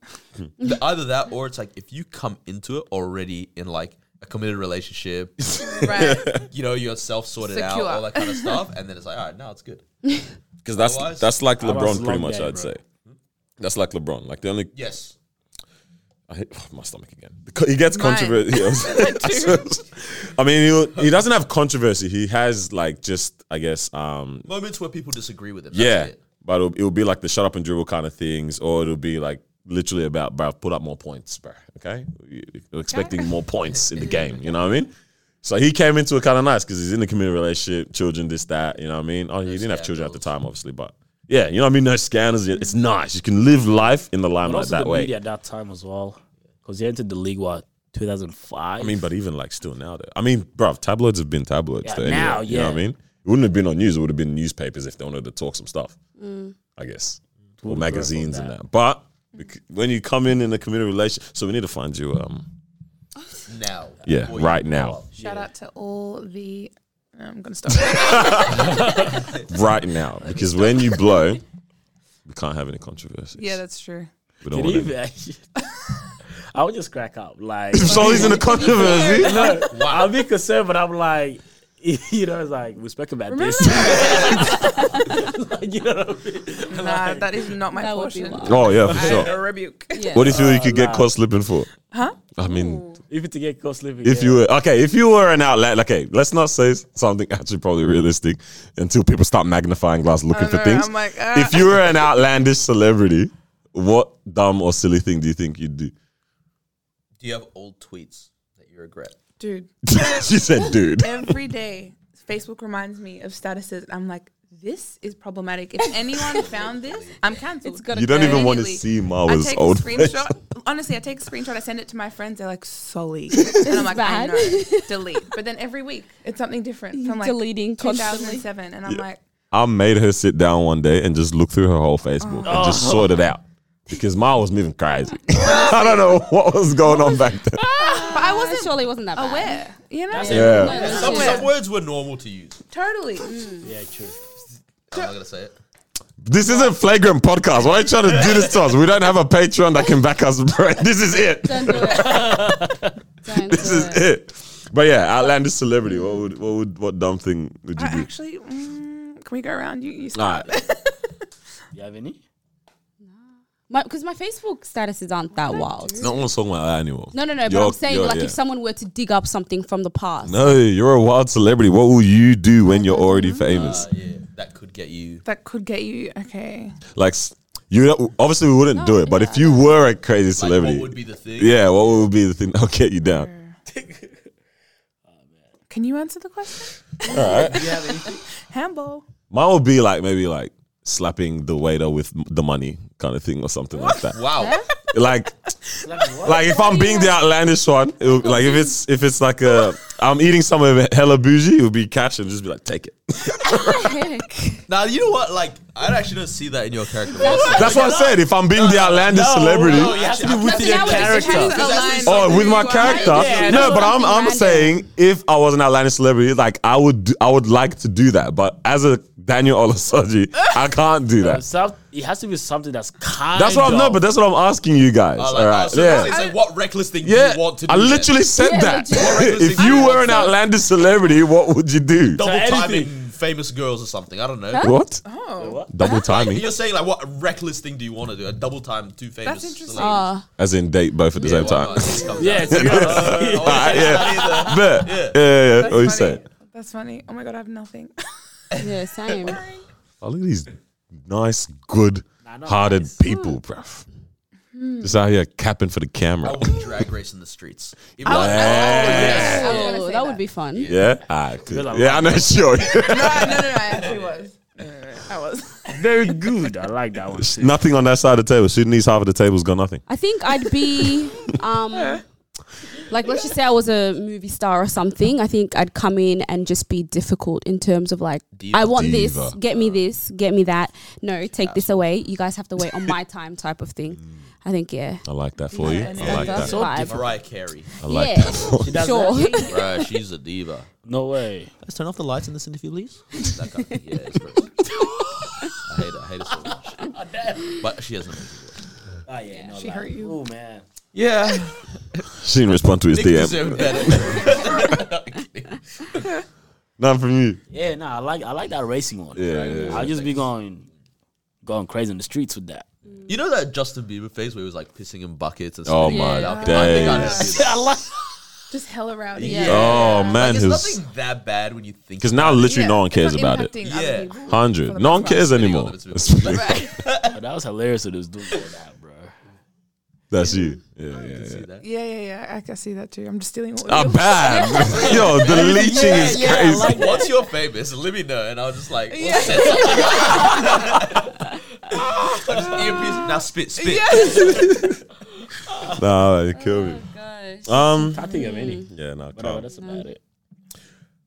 A: th- either that or it's like if you come into it already in like a committed relationship,
E: Right.
A: you know, you're self sorted out,
E: Secure.
A: all that kind of stuff, and then it's like, all right, now it's good.
D: Because that's
A: Otherwise-
D: that's like
B: Otherwise it's
D: LeBron,
B: a
D: pretty
B: long
D: much.
B: day,
D: I'd
B: bro.
D: say that's like LeBron. Like the only
A: Yes,
D: I hit my stomach again. He gets
E: Mine.
D: controversy. I mean, he, he doesn't have controversy. He has like just, I guess, um,
A: moments where people disagree with him. That's
D: Yeah,
A: it.
D: but it'll, it'll be like the shut up and dribble kind of things, or it'll be like literally about, bro, put up more points, bro. Okay, you're expecting more points in the game. You know what I mean? So he came into it kind of nice because he's in the community relationship, children, this, that. You know what I mean? Oh, he didn't have children at the time, obviously, but yeah, you know what I mean? No scanners. It's nice. You can live life in the
B: But
D: limelight
B: also
D: that
B: the
D: way.
B: media at that time as well, because he entered the league what 2005.
D: I mean, but even like still now, though. I mean, bruv, tabloids have been tabloids.
B: Yeah,
D: though, anyway,
B: now,
D: You know what I
B: yeah.
D: mean? It wouldn't have been on news. It would have been newspapers if they wanted to talk some stuff, I guess. Or magazines and that. But bec- when you come in in a community relation, so we need to find you, um,
A: Now,
D: yeah,
A: Before you
D: right
A: grow
D: now.
A: up.
E: Shout out to all the. No, I'm going to stop.
D: Right now. Because when you blow, we can't have any controversies.
E: yeah, that's true.
D: we don't
B: Did
D: want
B: he
D: any.
B: even- I would just crack up. Like
D: Solly's in a controversy.
B: no, I'll be concerned, but I'm like, you know, it's like we spoke about this. like, you know what I mean?
E: Nah, that is not my
C: That would be
E: portion.
C: wild.
D: Oh, yeah, for
E: I
D: sure.
E: rebuke.
C: Yeah.
D: What do you feel you could get
B: nah.
D: caught slipping for? Huh? I mean,
B: Even to get caught sleeping.
D: If
B: yeah.
D: you were okay, if you were an outlet, okay, let's not say something actually probably realistic until people start magnifying glass looking for
E: know,
D: things.
E: Oh, I'm like, ah.
D: if you were an outlandish celebrity, what dumb or silly thing do you think you'd do?
A: Do you have old tweets that you regret?
E: uh, Dude,
D: she said, "Dude,
E: every day Facebook reminds me of statuses. I'm like, this is problematic. If anyone found this, I'm cancelled.
C: It's gotta
D: you don't
C: go.
D: even want to
E: Immediately.
D: see
E: I
D: Marwa's
E: take
D: old
E: a
D: face."
E: screenshot. Honestly, I take a screenshot. I send it to my friends. They're like, "Solly," and I'm like,
C: bad.
E: "I know." Delete. But then every week, it's something different from like
C: Deleting constantly.
E: 2007, and I'm like,
D: I made her sit down one day and just look through her whole Facebook and just
E: Oh.
D: sort it out because Ma was moving crazy. I don't know what was going on back then.
E: but I
C: Uh,
E: wasn't
C: surely it wasn't that bad.
E: aware. You know,
D: Yeah.
A: Some,
E: Yeah.
A: some words were normal to use.
E: totally.
D: Mm.
B: yeah, true.
A: I'm not gonna say it.
D: This isn't flagrant podcast. Why are you trying to do this to us? We don't have a Patreon that can back us, bro. This is it.
C: Don't do it. Don't
D: This
C: do
D: is
C: it.
D: it. But yeah, outlandish celebrity. What would what would what dumb thing would
E: I
D: you do?
E: actually, mm, can we go around? You, you
D: Nah,
E: start.
B: You have any?
C: Because my, Facebook statuses aren't that wild.
D: no one's talking about that anymore.
C: No, no, no. But
D: You're-
C: I'm saying,
D: you're-
C: like,
D: yeah.
C: if someone were to dig up something from the past,
D: No, you're a wild celebrity. What will you do when you're
C: Mm-hmm.
D: already famous?
A: Uh, yeah, that could get you.
E: That could get you okay.
D: Like s- you know, obviously we wouldn't do it, but if you were a crazy
A: Like,
D: celebrity,
A: what would be the thing?
D: yeah, what would be the thing that'll get you down?
E: Can you answer the question? Handball.
D: Mine would be like maybe like slapping the waiter with m- the money kind of thing or something like that.
A: Wow.
D: like like if I'm being the outlandish one, it would, like if it's if it's like a I'm eating somewhere hella bougie, it would be cash and just be like, take it.
A: now you know what? Like, I actually don't see that in your character.
D: That's what I said. If I'm being the outlandish celebrity,
A: no, you have to be
B: within
C: your character.
D: oh, with my character,
B: Yeah,
D: no.
B: that's
D: But I'm I'm
C: random.
D: saying if I was an outlandish celebrity, like I would do, I would like to do that, but as a Daniel Olasoji, I can't do
B: No,
D: that.
B: some it has to be something that's kind.
D: That's what I'm not, but that's what I'm asking you guys.
A: Uh, like,
D: All
A: uh,
D: right,
A: so
D: yeah.
A: it's like, what reckless thing do
D: Yeah,
A: you want to do?
D: I
A: then?
D: literally said
C: Yeah,
D: that.
C: legit.
D: if you were an outlandish celebrity, what would you do?
A: double
B: So
A: timing
B: anything.
A: famous girls or something. I don't know.
D: What?
E: Oh,
D: Double timing,
A: You're saying like what reckless thing do you want to do? A double time two famous.
E: That's interesting.
A: celebrities.
C: Ah. Uh,
D: as in date both at the same time.
B: yeah, together.
D: Ah, yeah. Bet. yeah, yeah, yeah. What you
E: that's funny.
D: say?
E: That's funny. Oh my god, I have nothing.
C: yeah, same.
D: Oh, look at these nice, good-hearted people, bruv.
E: Hmm.
D: Just out here capping for the camera.
A: I would drag race in the streets. Even
E: would-
A: like-
E: Oh, yes. I was gonna
C: Oh,
E: say
C: that would be fun.
D: Yeah, ah,
B: Because I
D: cool. yeah, I know, sure.
E: no, I- no, no, no, I actually was. No, no, no, I was.
B: uh, Very good. I like that one. too.
D: Nothing on that side of the table. Sudanese half of the table's got nothing.
C: I think I'd be um like let's just say I was a movie star or something. I think I'd come in and just be difficult in terms of like I want this,
D: Diva.
C: get me this, get me that. No, take this away. You guys have to wait on my time type of thing. I think yeah.
D: I like that for
E: Yeah, and
D: you. Mm. I like
C: that's
D: that.
C: vibe.
A: Mariah Carey.
D: I like
C: Yeah.
D: that for you.
B: She does
C: Sure.
B: that?
A: Bro, she's a diva.
B: No way.
A: Let's turn off the lights in this interview, please. That kind of thing. Yeah, it's gross. I hate it. I hate it so much. But she has an amazing voice.
B: Ah, yeah, no,
E: She hurt you.
B: Oh man.
A: Yeah.
D: She didn't respond to his
A: Nick
D: DM.
A: deserved better.
D: None from you.
B: Yeah, nah, I like I like that racing one.
D: Yeah, yeah, yeah.
B: I'll just be going going crazy in the streets with that.
A: You know that Justin Bieber phase where he was like pissing in buckets and
D: Oh
A: spitting
D: my
A: it out? I think I just
D: days.
A: do that.
B: I like
E: Just hella rowdy.
A: Yeah.
D: Oh man,
A: Like, it's
D: because
A: nothing that bad when you think.
D: now literally
E: Yeah,
D: no one
E: it's
D: cares
E: not
D: about it.
E: impacting other
A: Yeah.
E: people for
D: Hundred.
E: the
D: No one
E: most part.
D: cares anymore.
A: Spitting on
B: that was hilarious that it was doing all that, bro.
D: That's you. Yeah, yeah, yeah.
A: about it.
E: Yeah, yeah, yeah. I can see that too. I'm just stealing all
D: Ah,
E: of you.
D: bad. Yo, the leeching is
B: yeah, I
D: crazy.
B: like that.
A: Once you're famous, let me know, and I'll just like "Oh,
E: Yeah.
A: set something up. I'll just earpiece. Now spit, spit.
D: Nah, it killed me.
B: Oh
D: Um,
B: Can't think of any.
D: yeah, no.
B: But no, that's about it.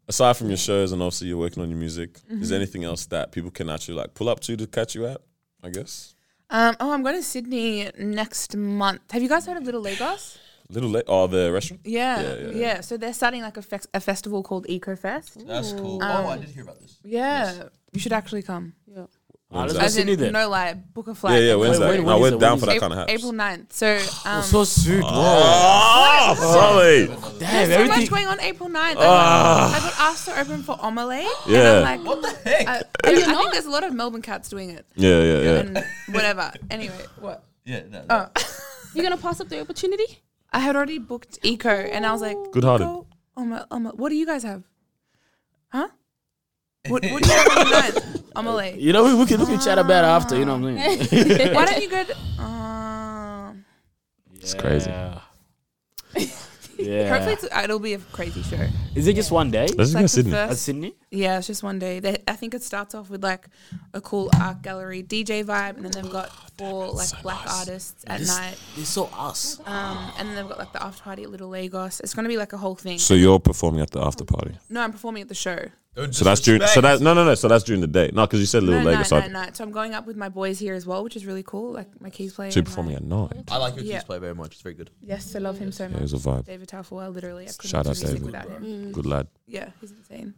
D: Aside from your shows and obviously you're working on your music,
B: Mm-hmm.
D: is there anything else that people can actually like pull up to to catch you at? I guess.
E: Um, oh, I'm going to Sydney next month. Have you guys heard of Little Lagos?
D: Little late. Oh, the restaurant.
E: Yeah,
D: Yeah,
E: yeah.
D: yeah.
E: So they're starting like a, fest- a festival called EcoFest.
A: That's cool.
E: Um,
A: oh, I did hear about this.
E: Yeah, you should actually come.
B: Ah, let's
D: When's that?
B: go
E: As in,
B: Sydney then.
E: no lie, book a
D: Yeah,
E: flight.
D: yeah. When's
B: Wait,
D: that?
B: wait,
D: No,
B: when is
D: we're
B: it?
D: down
B: When
D: for
B: is
D: that
B: it?
D: kind of hype.
E: April 9th. So, um,
B: so soon, bro.
D: Oh, sorry.
B: Damn,
E: so much
B: everything.
E: going on April 9th. I got- I got asked to open for Omelette.
D: Ah. Yeah.
E: And I'm like,
A: What the heck?
E: I, I, I think there's a lot of Melbourne cats doing it
D: Yeah, yeah, yeah.
E: and whatever. Anyway, what?
A: yeah. No,
E: Oh,
C: You're gonna pass up the opportunity?
E: I had already booked Eco and I was like,
D: Good-hearted.
E: "Eco, Omelette, omelette. What do you guys have? Huh? What, what do you have on the 9th? Omelette.
B: You know, we, we can we can chat about it after. You know what I'm saying?
E: Why don't you go? To, um,
B: It's
D: crazy.
B: Yeah. Yeah.
E: Hopefully, it's, it'll be a crazy show.
B: Is it just one day?
D: Let's just
E: Like
D: go
E: the
D: Sydney.
E: first-
B: At Sydney?
E: yeah, it's just one day. They, I think it starts off with like a cool art gallery DJ vibe, and then they've got
D: Oh,
E: four like black artists at night,
B: They saw us.
E: um, and then they've got like the after party at Little Lagos. It's gonna be like a whole thing.
D: So you're performing at the after party.
E: No, I'm performing at the show.
A: Don't
D: So that's during. So
A: disrespect.
D: that's no, no, no. So that's during the day. No, because you said
E: No,
D: Little
E: no,
D: Lagos.
E: no,
D: so
E: no. So I'm going up with my boys here as well, which is really cool. Like my keys player.
D: so you're
E: and my-
D: performing at nine.
A: I like your keys
E: Yeah.
A: play very much. It's very good.
E: Yes, I love him so
D: Yeah, it
E: much.
D: was a vibe.
E: David Tafoa, literally, I couldn't
D: Shout
E: do
D: out
E: music
D: David.
E: without him.
C: Mm.
D: Good lad.
E: Yeah, he's insane.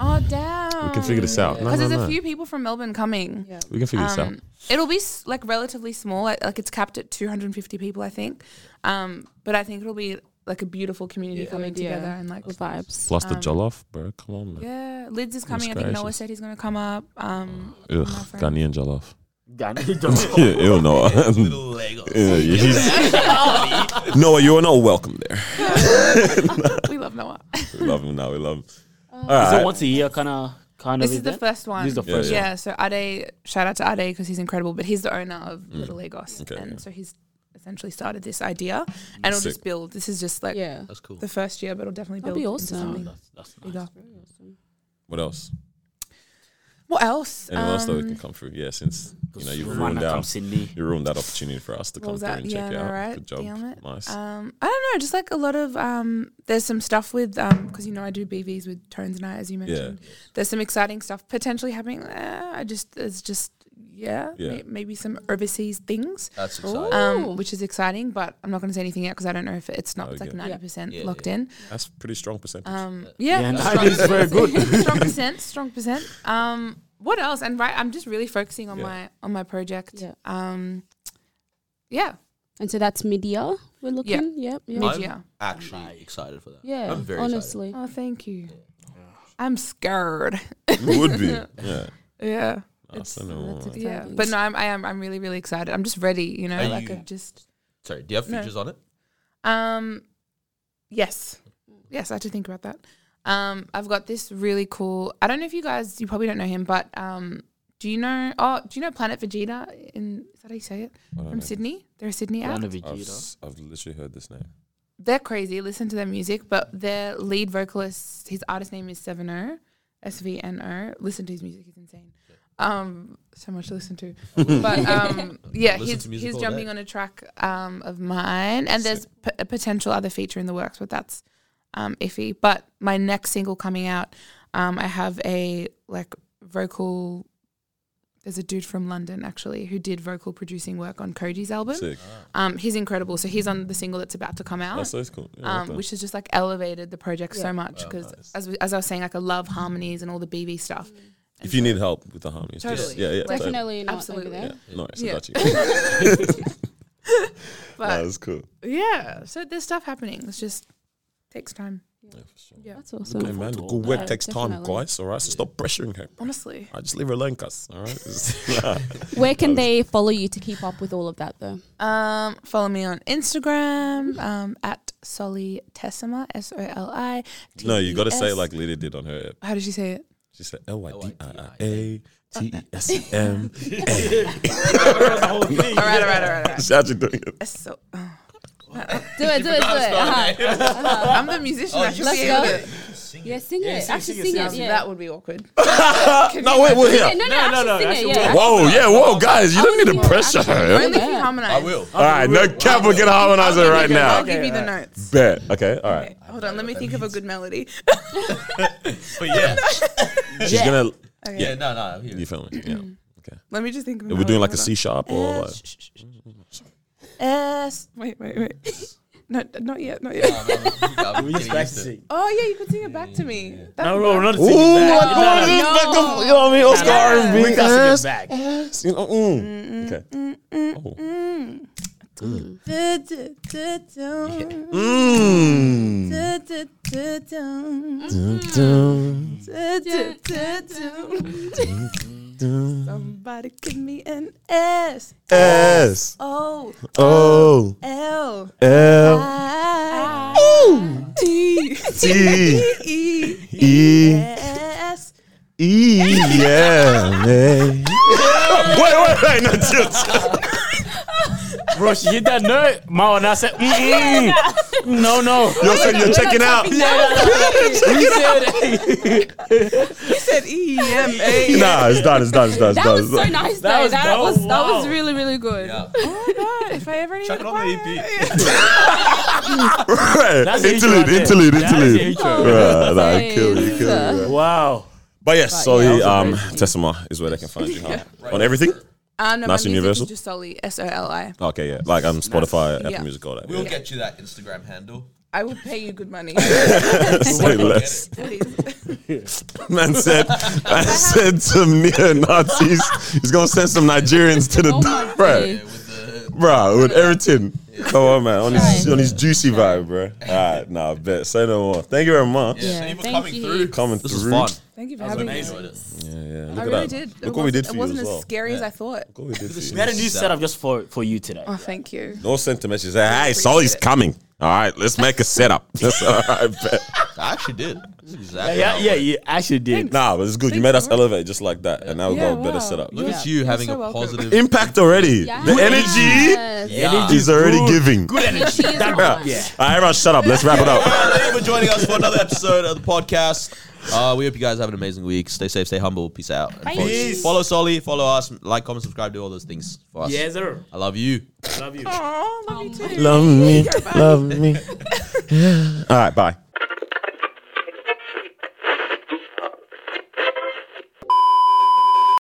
E: oh damn.
D: We can figure this out. No,
E: Because
D: no,
E: there's a
D: no.
E: few people from Melbourne coming.
D: We can figure this out.
E: Um, it'll be s- like relatively small. Like, like it's capped at 250 people, I think. Um, but I think it'll be like a beautiful community coming
C: Yeah.
E: together and like
C: The vibes.
D: Plus the
E: um,
D: jollof, bro. Come on, man.
E: yeah. Lids is coming. I think Noah
D: gracious.
E: said he's gonna come up. Um,
D: Ugh,
E: my friend.
D: Ghanaian jollof.
B: Ghana-
D: yeah, ew, Noah.
A: Little Lagos.
D: Yeah, yeah, he's- Noah, you are not welcome there.
E: we love Noah.
D: We love him now. We love him.
B: Is
D: Alright.
B: it once a year kind of kind
E: this
B: of
E: is the
B: event?
E: first one.
B: This is the
D: Yeah,
B: first
E: yeah. So Ade, shout out to Ade because he's incredible. But he's the owner of Little Lagos,
D: Mm. Okay,
E: and
D: yeah.
E: so he's essentially started this idea, and it'll
D: Sick.
E: just build. This is just like
C: Yeah.
A: That's cool.
E: the first year, but it'll definitely
C: That'd
E: build
C: be
E: into
C: awesome.
D: Oh,
E: something
B: That's, that's nice.
E: bigger.
D: What else?
E: What else?
D: Anyone else that we
E: Um,
D: can come through? Yeah, since you know you've
B: Wanna
D: ruined
B: come
D: out,
B: Sydney.
D: you ruined that opportunity for us to
E: What
D: come
E: was
D: through
E: that?
D: and
E: Yeah,
D: check it
E: no,
D: out.
E: right?
D: Good job.
E: Damn it.
D: Nice.
E: Um, I don't know, just like a lot of um, there's some stuff with um, because you know I do BVs with Tones and I, as you mentioned. There's some exciting stuff potentially happening. Uh, I just it's just yeah,
D: Yeah.
E: May- maybe some overseas things,
A: That's exciting.
C: Ooh.
E: um, which is exciting. But I'm not going to say anything yet because I don't know if it's not it's like
D: Okay.
E: ninety percent
A: Yeah,
E: locked in.
D: That's pretty strong percentage.
E: Um,
B: Yeah,
E: yeah,
B: no, it is very good.
E: strong percent, strong percent. Um, what else? And right, I'm just really focusing on
D: Yeah.
E: my on my project.
C: Yeah.
E: Um, yeah.
C: And so that's mid year we're looking. Yep. Yep.
E: Mid-
C: Yeah.
E: yeah.
A: I'm actually excited for that.
C: Yeah.
A: I'm very
C: honestly.
E: Oh, thank you. I'm scared.
D: You would be. Yeah.
E: Yeah.
D: That's the normal
C: that's
D: one.
E: Yeah.
C: Exciting.
E: But no, I'm, I am. I'm really, really excited. I'm just ready. You know,
A: Are
E: like
A: you-
E: i just.
A: Sorry, do you have
E: No.
A: features on it?
E: Um, yes, yes, I had to think about that. Um, I've got this really cool. I don't know if you guys, you probably don't know him, but um, do you know? Oh, do you know Planet Vegeta? In is that how you say it?
D: I don't
E: From
D: know.
E: Sydney, they're a Sydney act.
B: Planet
D: I've,
B: Vegeta.
D: s- I've literally heard this name.
E: they're crazy. Listen to their music, but their lead vocalist, his artist name is Seven O, S V N O. Listen to his music; he's insane. Um, so much to listen to. But um, yeah,
A: Listen
E: he's
A: to music
E: he's
A: all
E: jumping
A: day.
E: on a track um of mine, and there's p- a potential other feature in the works, but that's um iffy. But my next single coming out, um, I have a like vocal. There's a dude from London actually who did vocal producing work on Koji's album.
D: Sick.
E: Um, he's incredible. So he's on the single that's about to come out
D: That's so cool. Yeah, I like
E: um,
D: that.
E: which has just like elevated the project
C: Yeah.
E: so much because as, we- as I was saying, like I love harmonies and all the BB stuff.
C: Mm.
D: if you need help with the harmonies, just,
E: Totally.
D: yeah, yeah, totally.
C: Definitely not
E: Absolutely.
C: over there.
D: Yeah, nice. I
E: Yeah.
D: got you.
E: But
D: That was cool.
E: yeah, so there's stuff happening. It's just takes time.
D: Yeah, for sure.
E: Yeah,
C: That's awesome.
D: Hey, man,
B: to all
D: good work
C: that.
D: takes time,
C: Definitely.
D: guys. All right, so stop pressuring her.
E: honestly.
D: I just leave her alone, cuz. All right.
C: Where can they follow you to keep up with all of that though?
E: Um, follow me on Instagram um, at Solly Tessima S O L I. E
D: no, you got to say it like Lydia did on her app.
E: How did she say it?
D: She said L Y D I I A T E S E M.
E: All right, all right, all right. All right.
D: How's you doing it?
E: So,
C: Do it, do it, do it. Uh-huh.
E: I'm the musician. I
A: Oh,
E: should
C: Let's
E: be
C: Oh,
E: able
C: go.
E: to-
C: Yeah, sing it. Actually, sing, it. Yeah.
E: That would be awkward.
D: No, wait, we're
C: Yeah,
D: here.
C: no, no,
B: no,
C: actually
B: no,
C: sing it.
B: actually-
C: Yeah.
D: Whoa, yeah, whoa, guys, you don't need
C: yeah,
D: to pressure
C: actually.
D: her.
E: Only if you
C: Yeah.
E: harmonize.
A: I will.
D: All right, no cap, we're gonna harmonize it right
E: I'll
D: now.
E: give you the notes.
D: Bet. Okay, all right.
E: Okay, hold on, let me think of a good melody.
A: But yeah,
D: She's gonna.
A: yeah, no, no, I'm here.
D: You feel me? Yeah. Okay.
E: Let me just think of a
D: We're doing like a C
E: melody.
D: sharp or like.
E: Uh, S. Wait, wait, wait. no, not yet, not yet.
A: I'm getting
B: He's
A: used to it.
B: practicing.
E: Oh yeah, you could sing it back to me. That
B: No,
E: would
B: no,
E: work.
B: we're not
D: Ooh,
B: singing
D: my
B: back. No,
D: God,
B: no,
D: it's
B: no.
D: back up, you know what I mean? Oscar
E: Yeah.
D: R&B,
B: We gotta
D: yes.
B: sing it back.
D: You know, mm. Okay. Oh.
E: mm. Du- du- du- dum.
D: Mm.
E: Du- du- du- dum. Du- du- du- dum. Somebody give me an S
D: S
E: O
D: O
E: L
D: L
E: I E. T
D: T
E: E
D: E
E: S.
D: E. Yeah, man. Wait, wait, wait, no, chill, chill.
B: Bro, she hit that note. Ma and I said, mm, mm. no, no.
D: You're, saying you're checking out.
B: He said,
E: You said E M A.
D: Nah, it's done, it's done, it's done, it's
C: That
D: done.
C: was
D: it's
C: so
D: done.
C: nice
B: That
C: though.
B: was
C: that
B: dope.
C: was that was
B: Wow.
C: really really good.
A: Yeah.
E: God, if I ever need
A: Chuck
E: a
A: it on
D: E
A: the E
E: choir.
A: EP.
D: Right.
B: That's the intro
D: interlude,
B: right there.
D: interlude,
B: That's the
D: interlude,
B: intro.
D: Right, nah,
C: Nice.
D: kill you, kill you.
B: "Mm." wow.
D: But yes, so
C: yeah,
D: the
C: that
D: um,
C: was
D: Tessima is where they can find you. huh? On everything?
E: Um, no,
D: Nice
E: my music
D: universal.
E: is just solely S O L I.
D: Okay, yeah. Like on Spotify, Apple
E: Yeah.
D: Music, all that.
A: We'll
D: Yeah.
A: get you that Instagram handle.
E: I will pay you good money.
D: Say less.
E: Please.
D: Man said, man said some neo Nazis. He's gonna send some Nigerians to the
C: Oh my
D: bro,
C: days.
A: With the
D: bro, with everything. Come on, man, on his
C: Sorry.
D: on his juicy vibe, bro. All right, nah, bet. Say no more. Thank you very much.
A: yeah,
C: Yeah,
A: thank you for
C: thank
A: coming
C: you.
A: through.
D: Coming
A: This was
D: through.
A: fun.
E: Thank you for having
A: I
E: me.
A: enjoyed it.
D: Yeah, yeah. Look
E: I
D: at
E: really
D: that.
E: did. It
D: Look what we
E: wasn't-
D: did for
E: It
D: you
E: wasn't
D: as
E: as
D: well.
E: scary as I thought.
D: Look what we did for you.
B: We had a new setup just for, for you today.
E: Oh, thank you.
D: No sent a message. Say, hey,
E: appreciate
D: Solly's
E: it.
D: coming. All right, let's make a setup. That's all right, bet.
A: I actually did. This is exactly
B: Yeah,
A: how it
B: yeah,
A: went.
B: you actually did.
D: Nah, but it's good. You
E: Thanks
D: made
E: so
D: us
E: much.
D: elevate just like that, and now we've
E: Yeah,
D: got a better
E: wow.
D: setup.
A: Look at
C: Yeah.
A: you having
E: so
A: a
E: welcome.
A: positive
D: Impact already. The energy
C: Yes.
A: Yeah.
D: is already giving. Good
C: She is
B: That-
C: on.
B: yeah.
D: All right, everyone, shut up. Let's wrap it up.
A: Thank you for joining us for another episode of the podcast. Uh, we hope you guys have an amazing week. Stay safe, stay humble. Peace out. And
C: Bye.
A: Follow,
C: Peace.
A: follow Solly, follow us, like, comment, subscribe, do all those things for us.
B: Yes, sir.
A: I love you.
B: Love you.
E: Oh, Aw, love you too.
D: Love me, love me. All right, bye.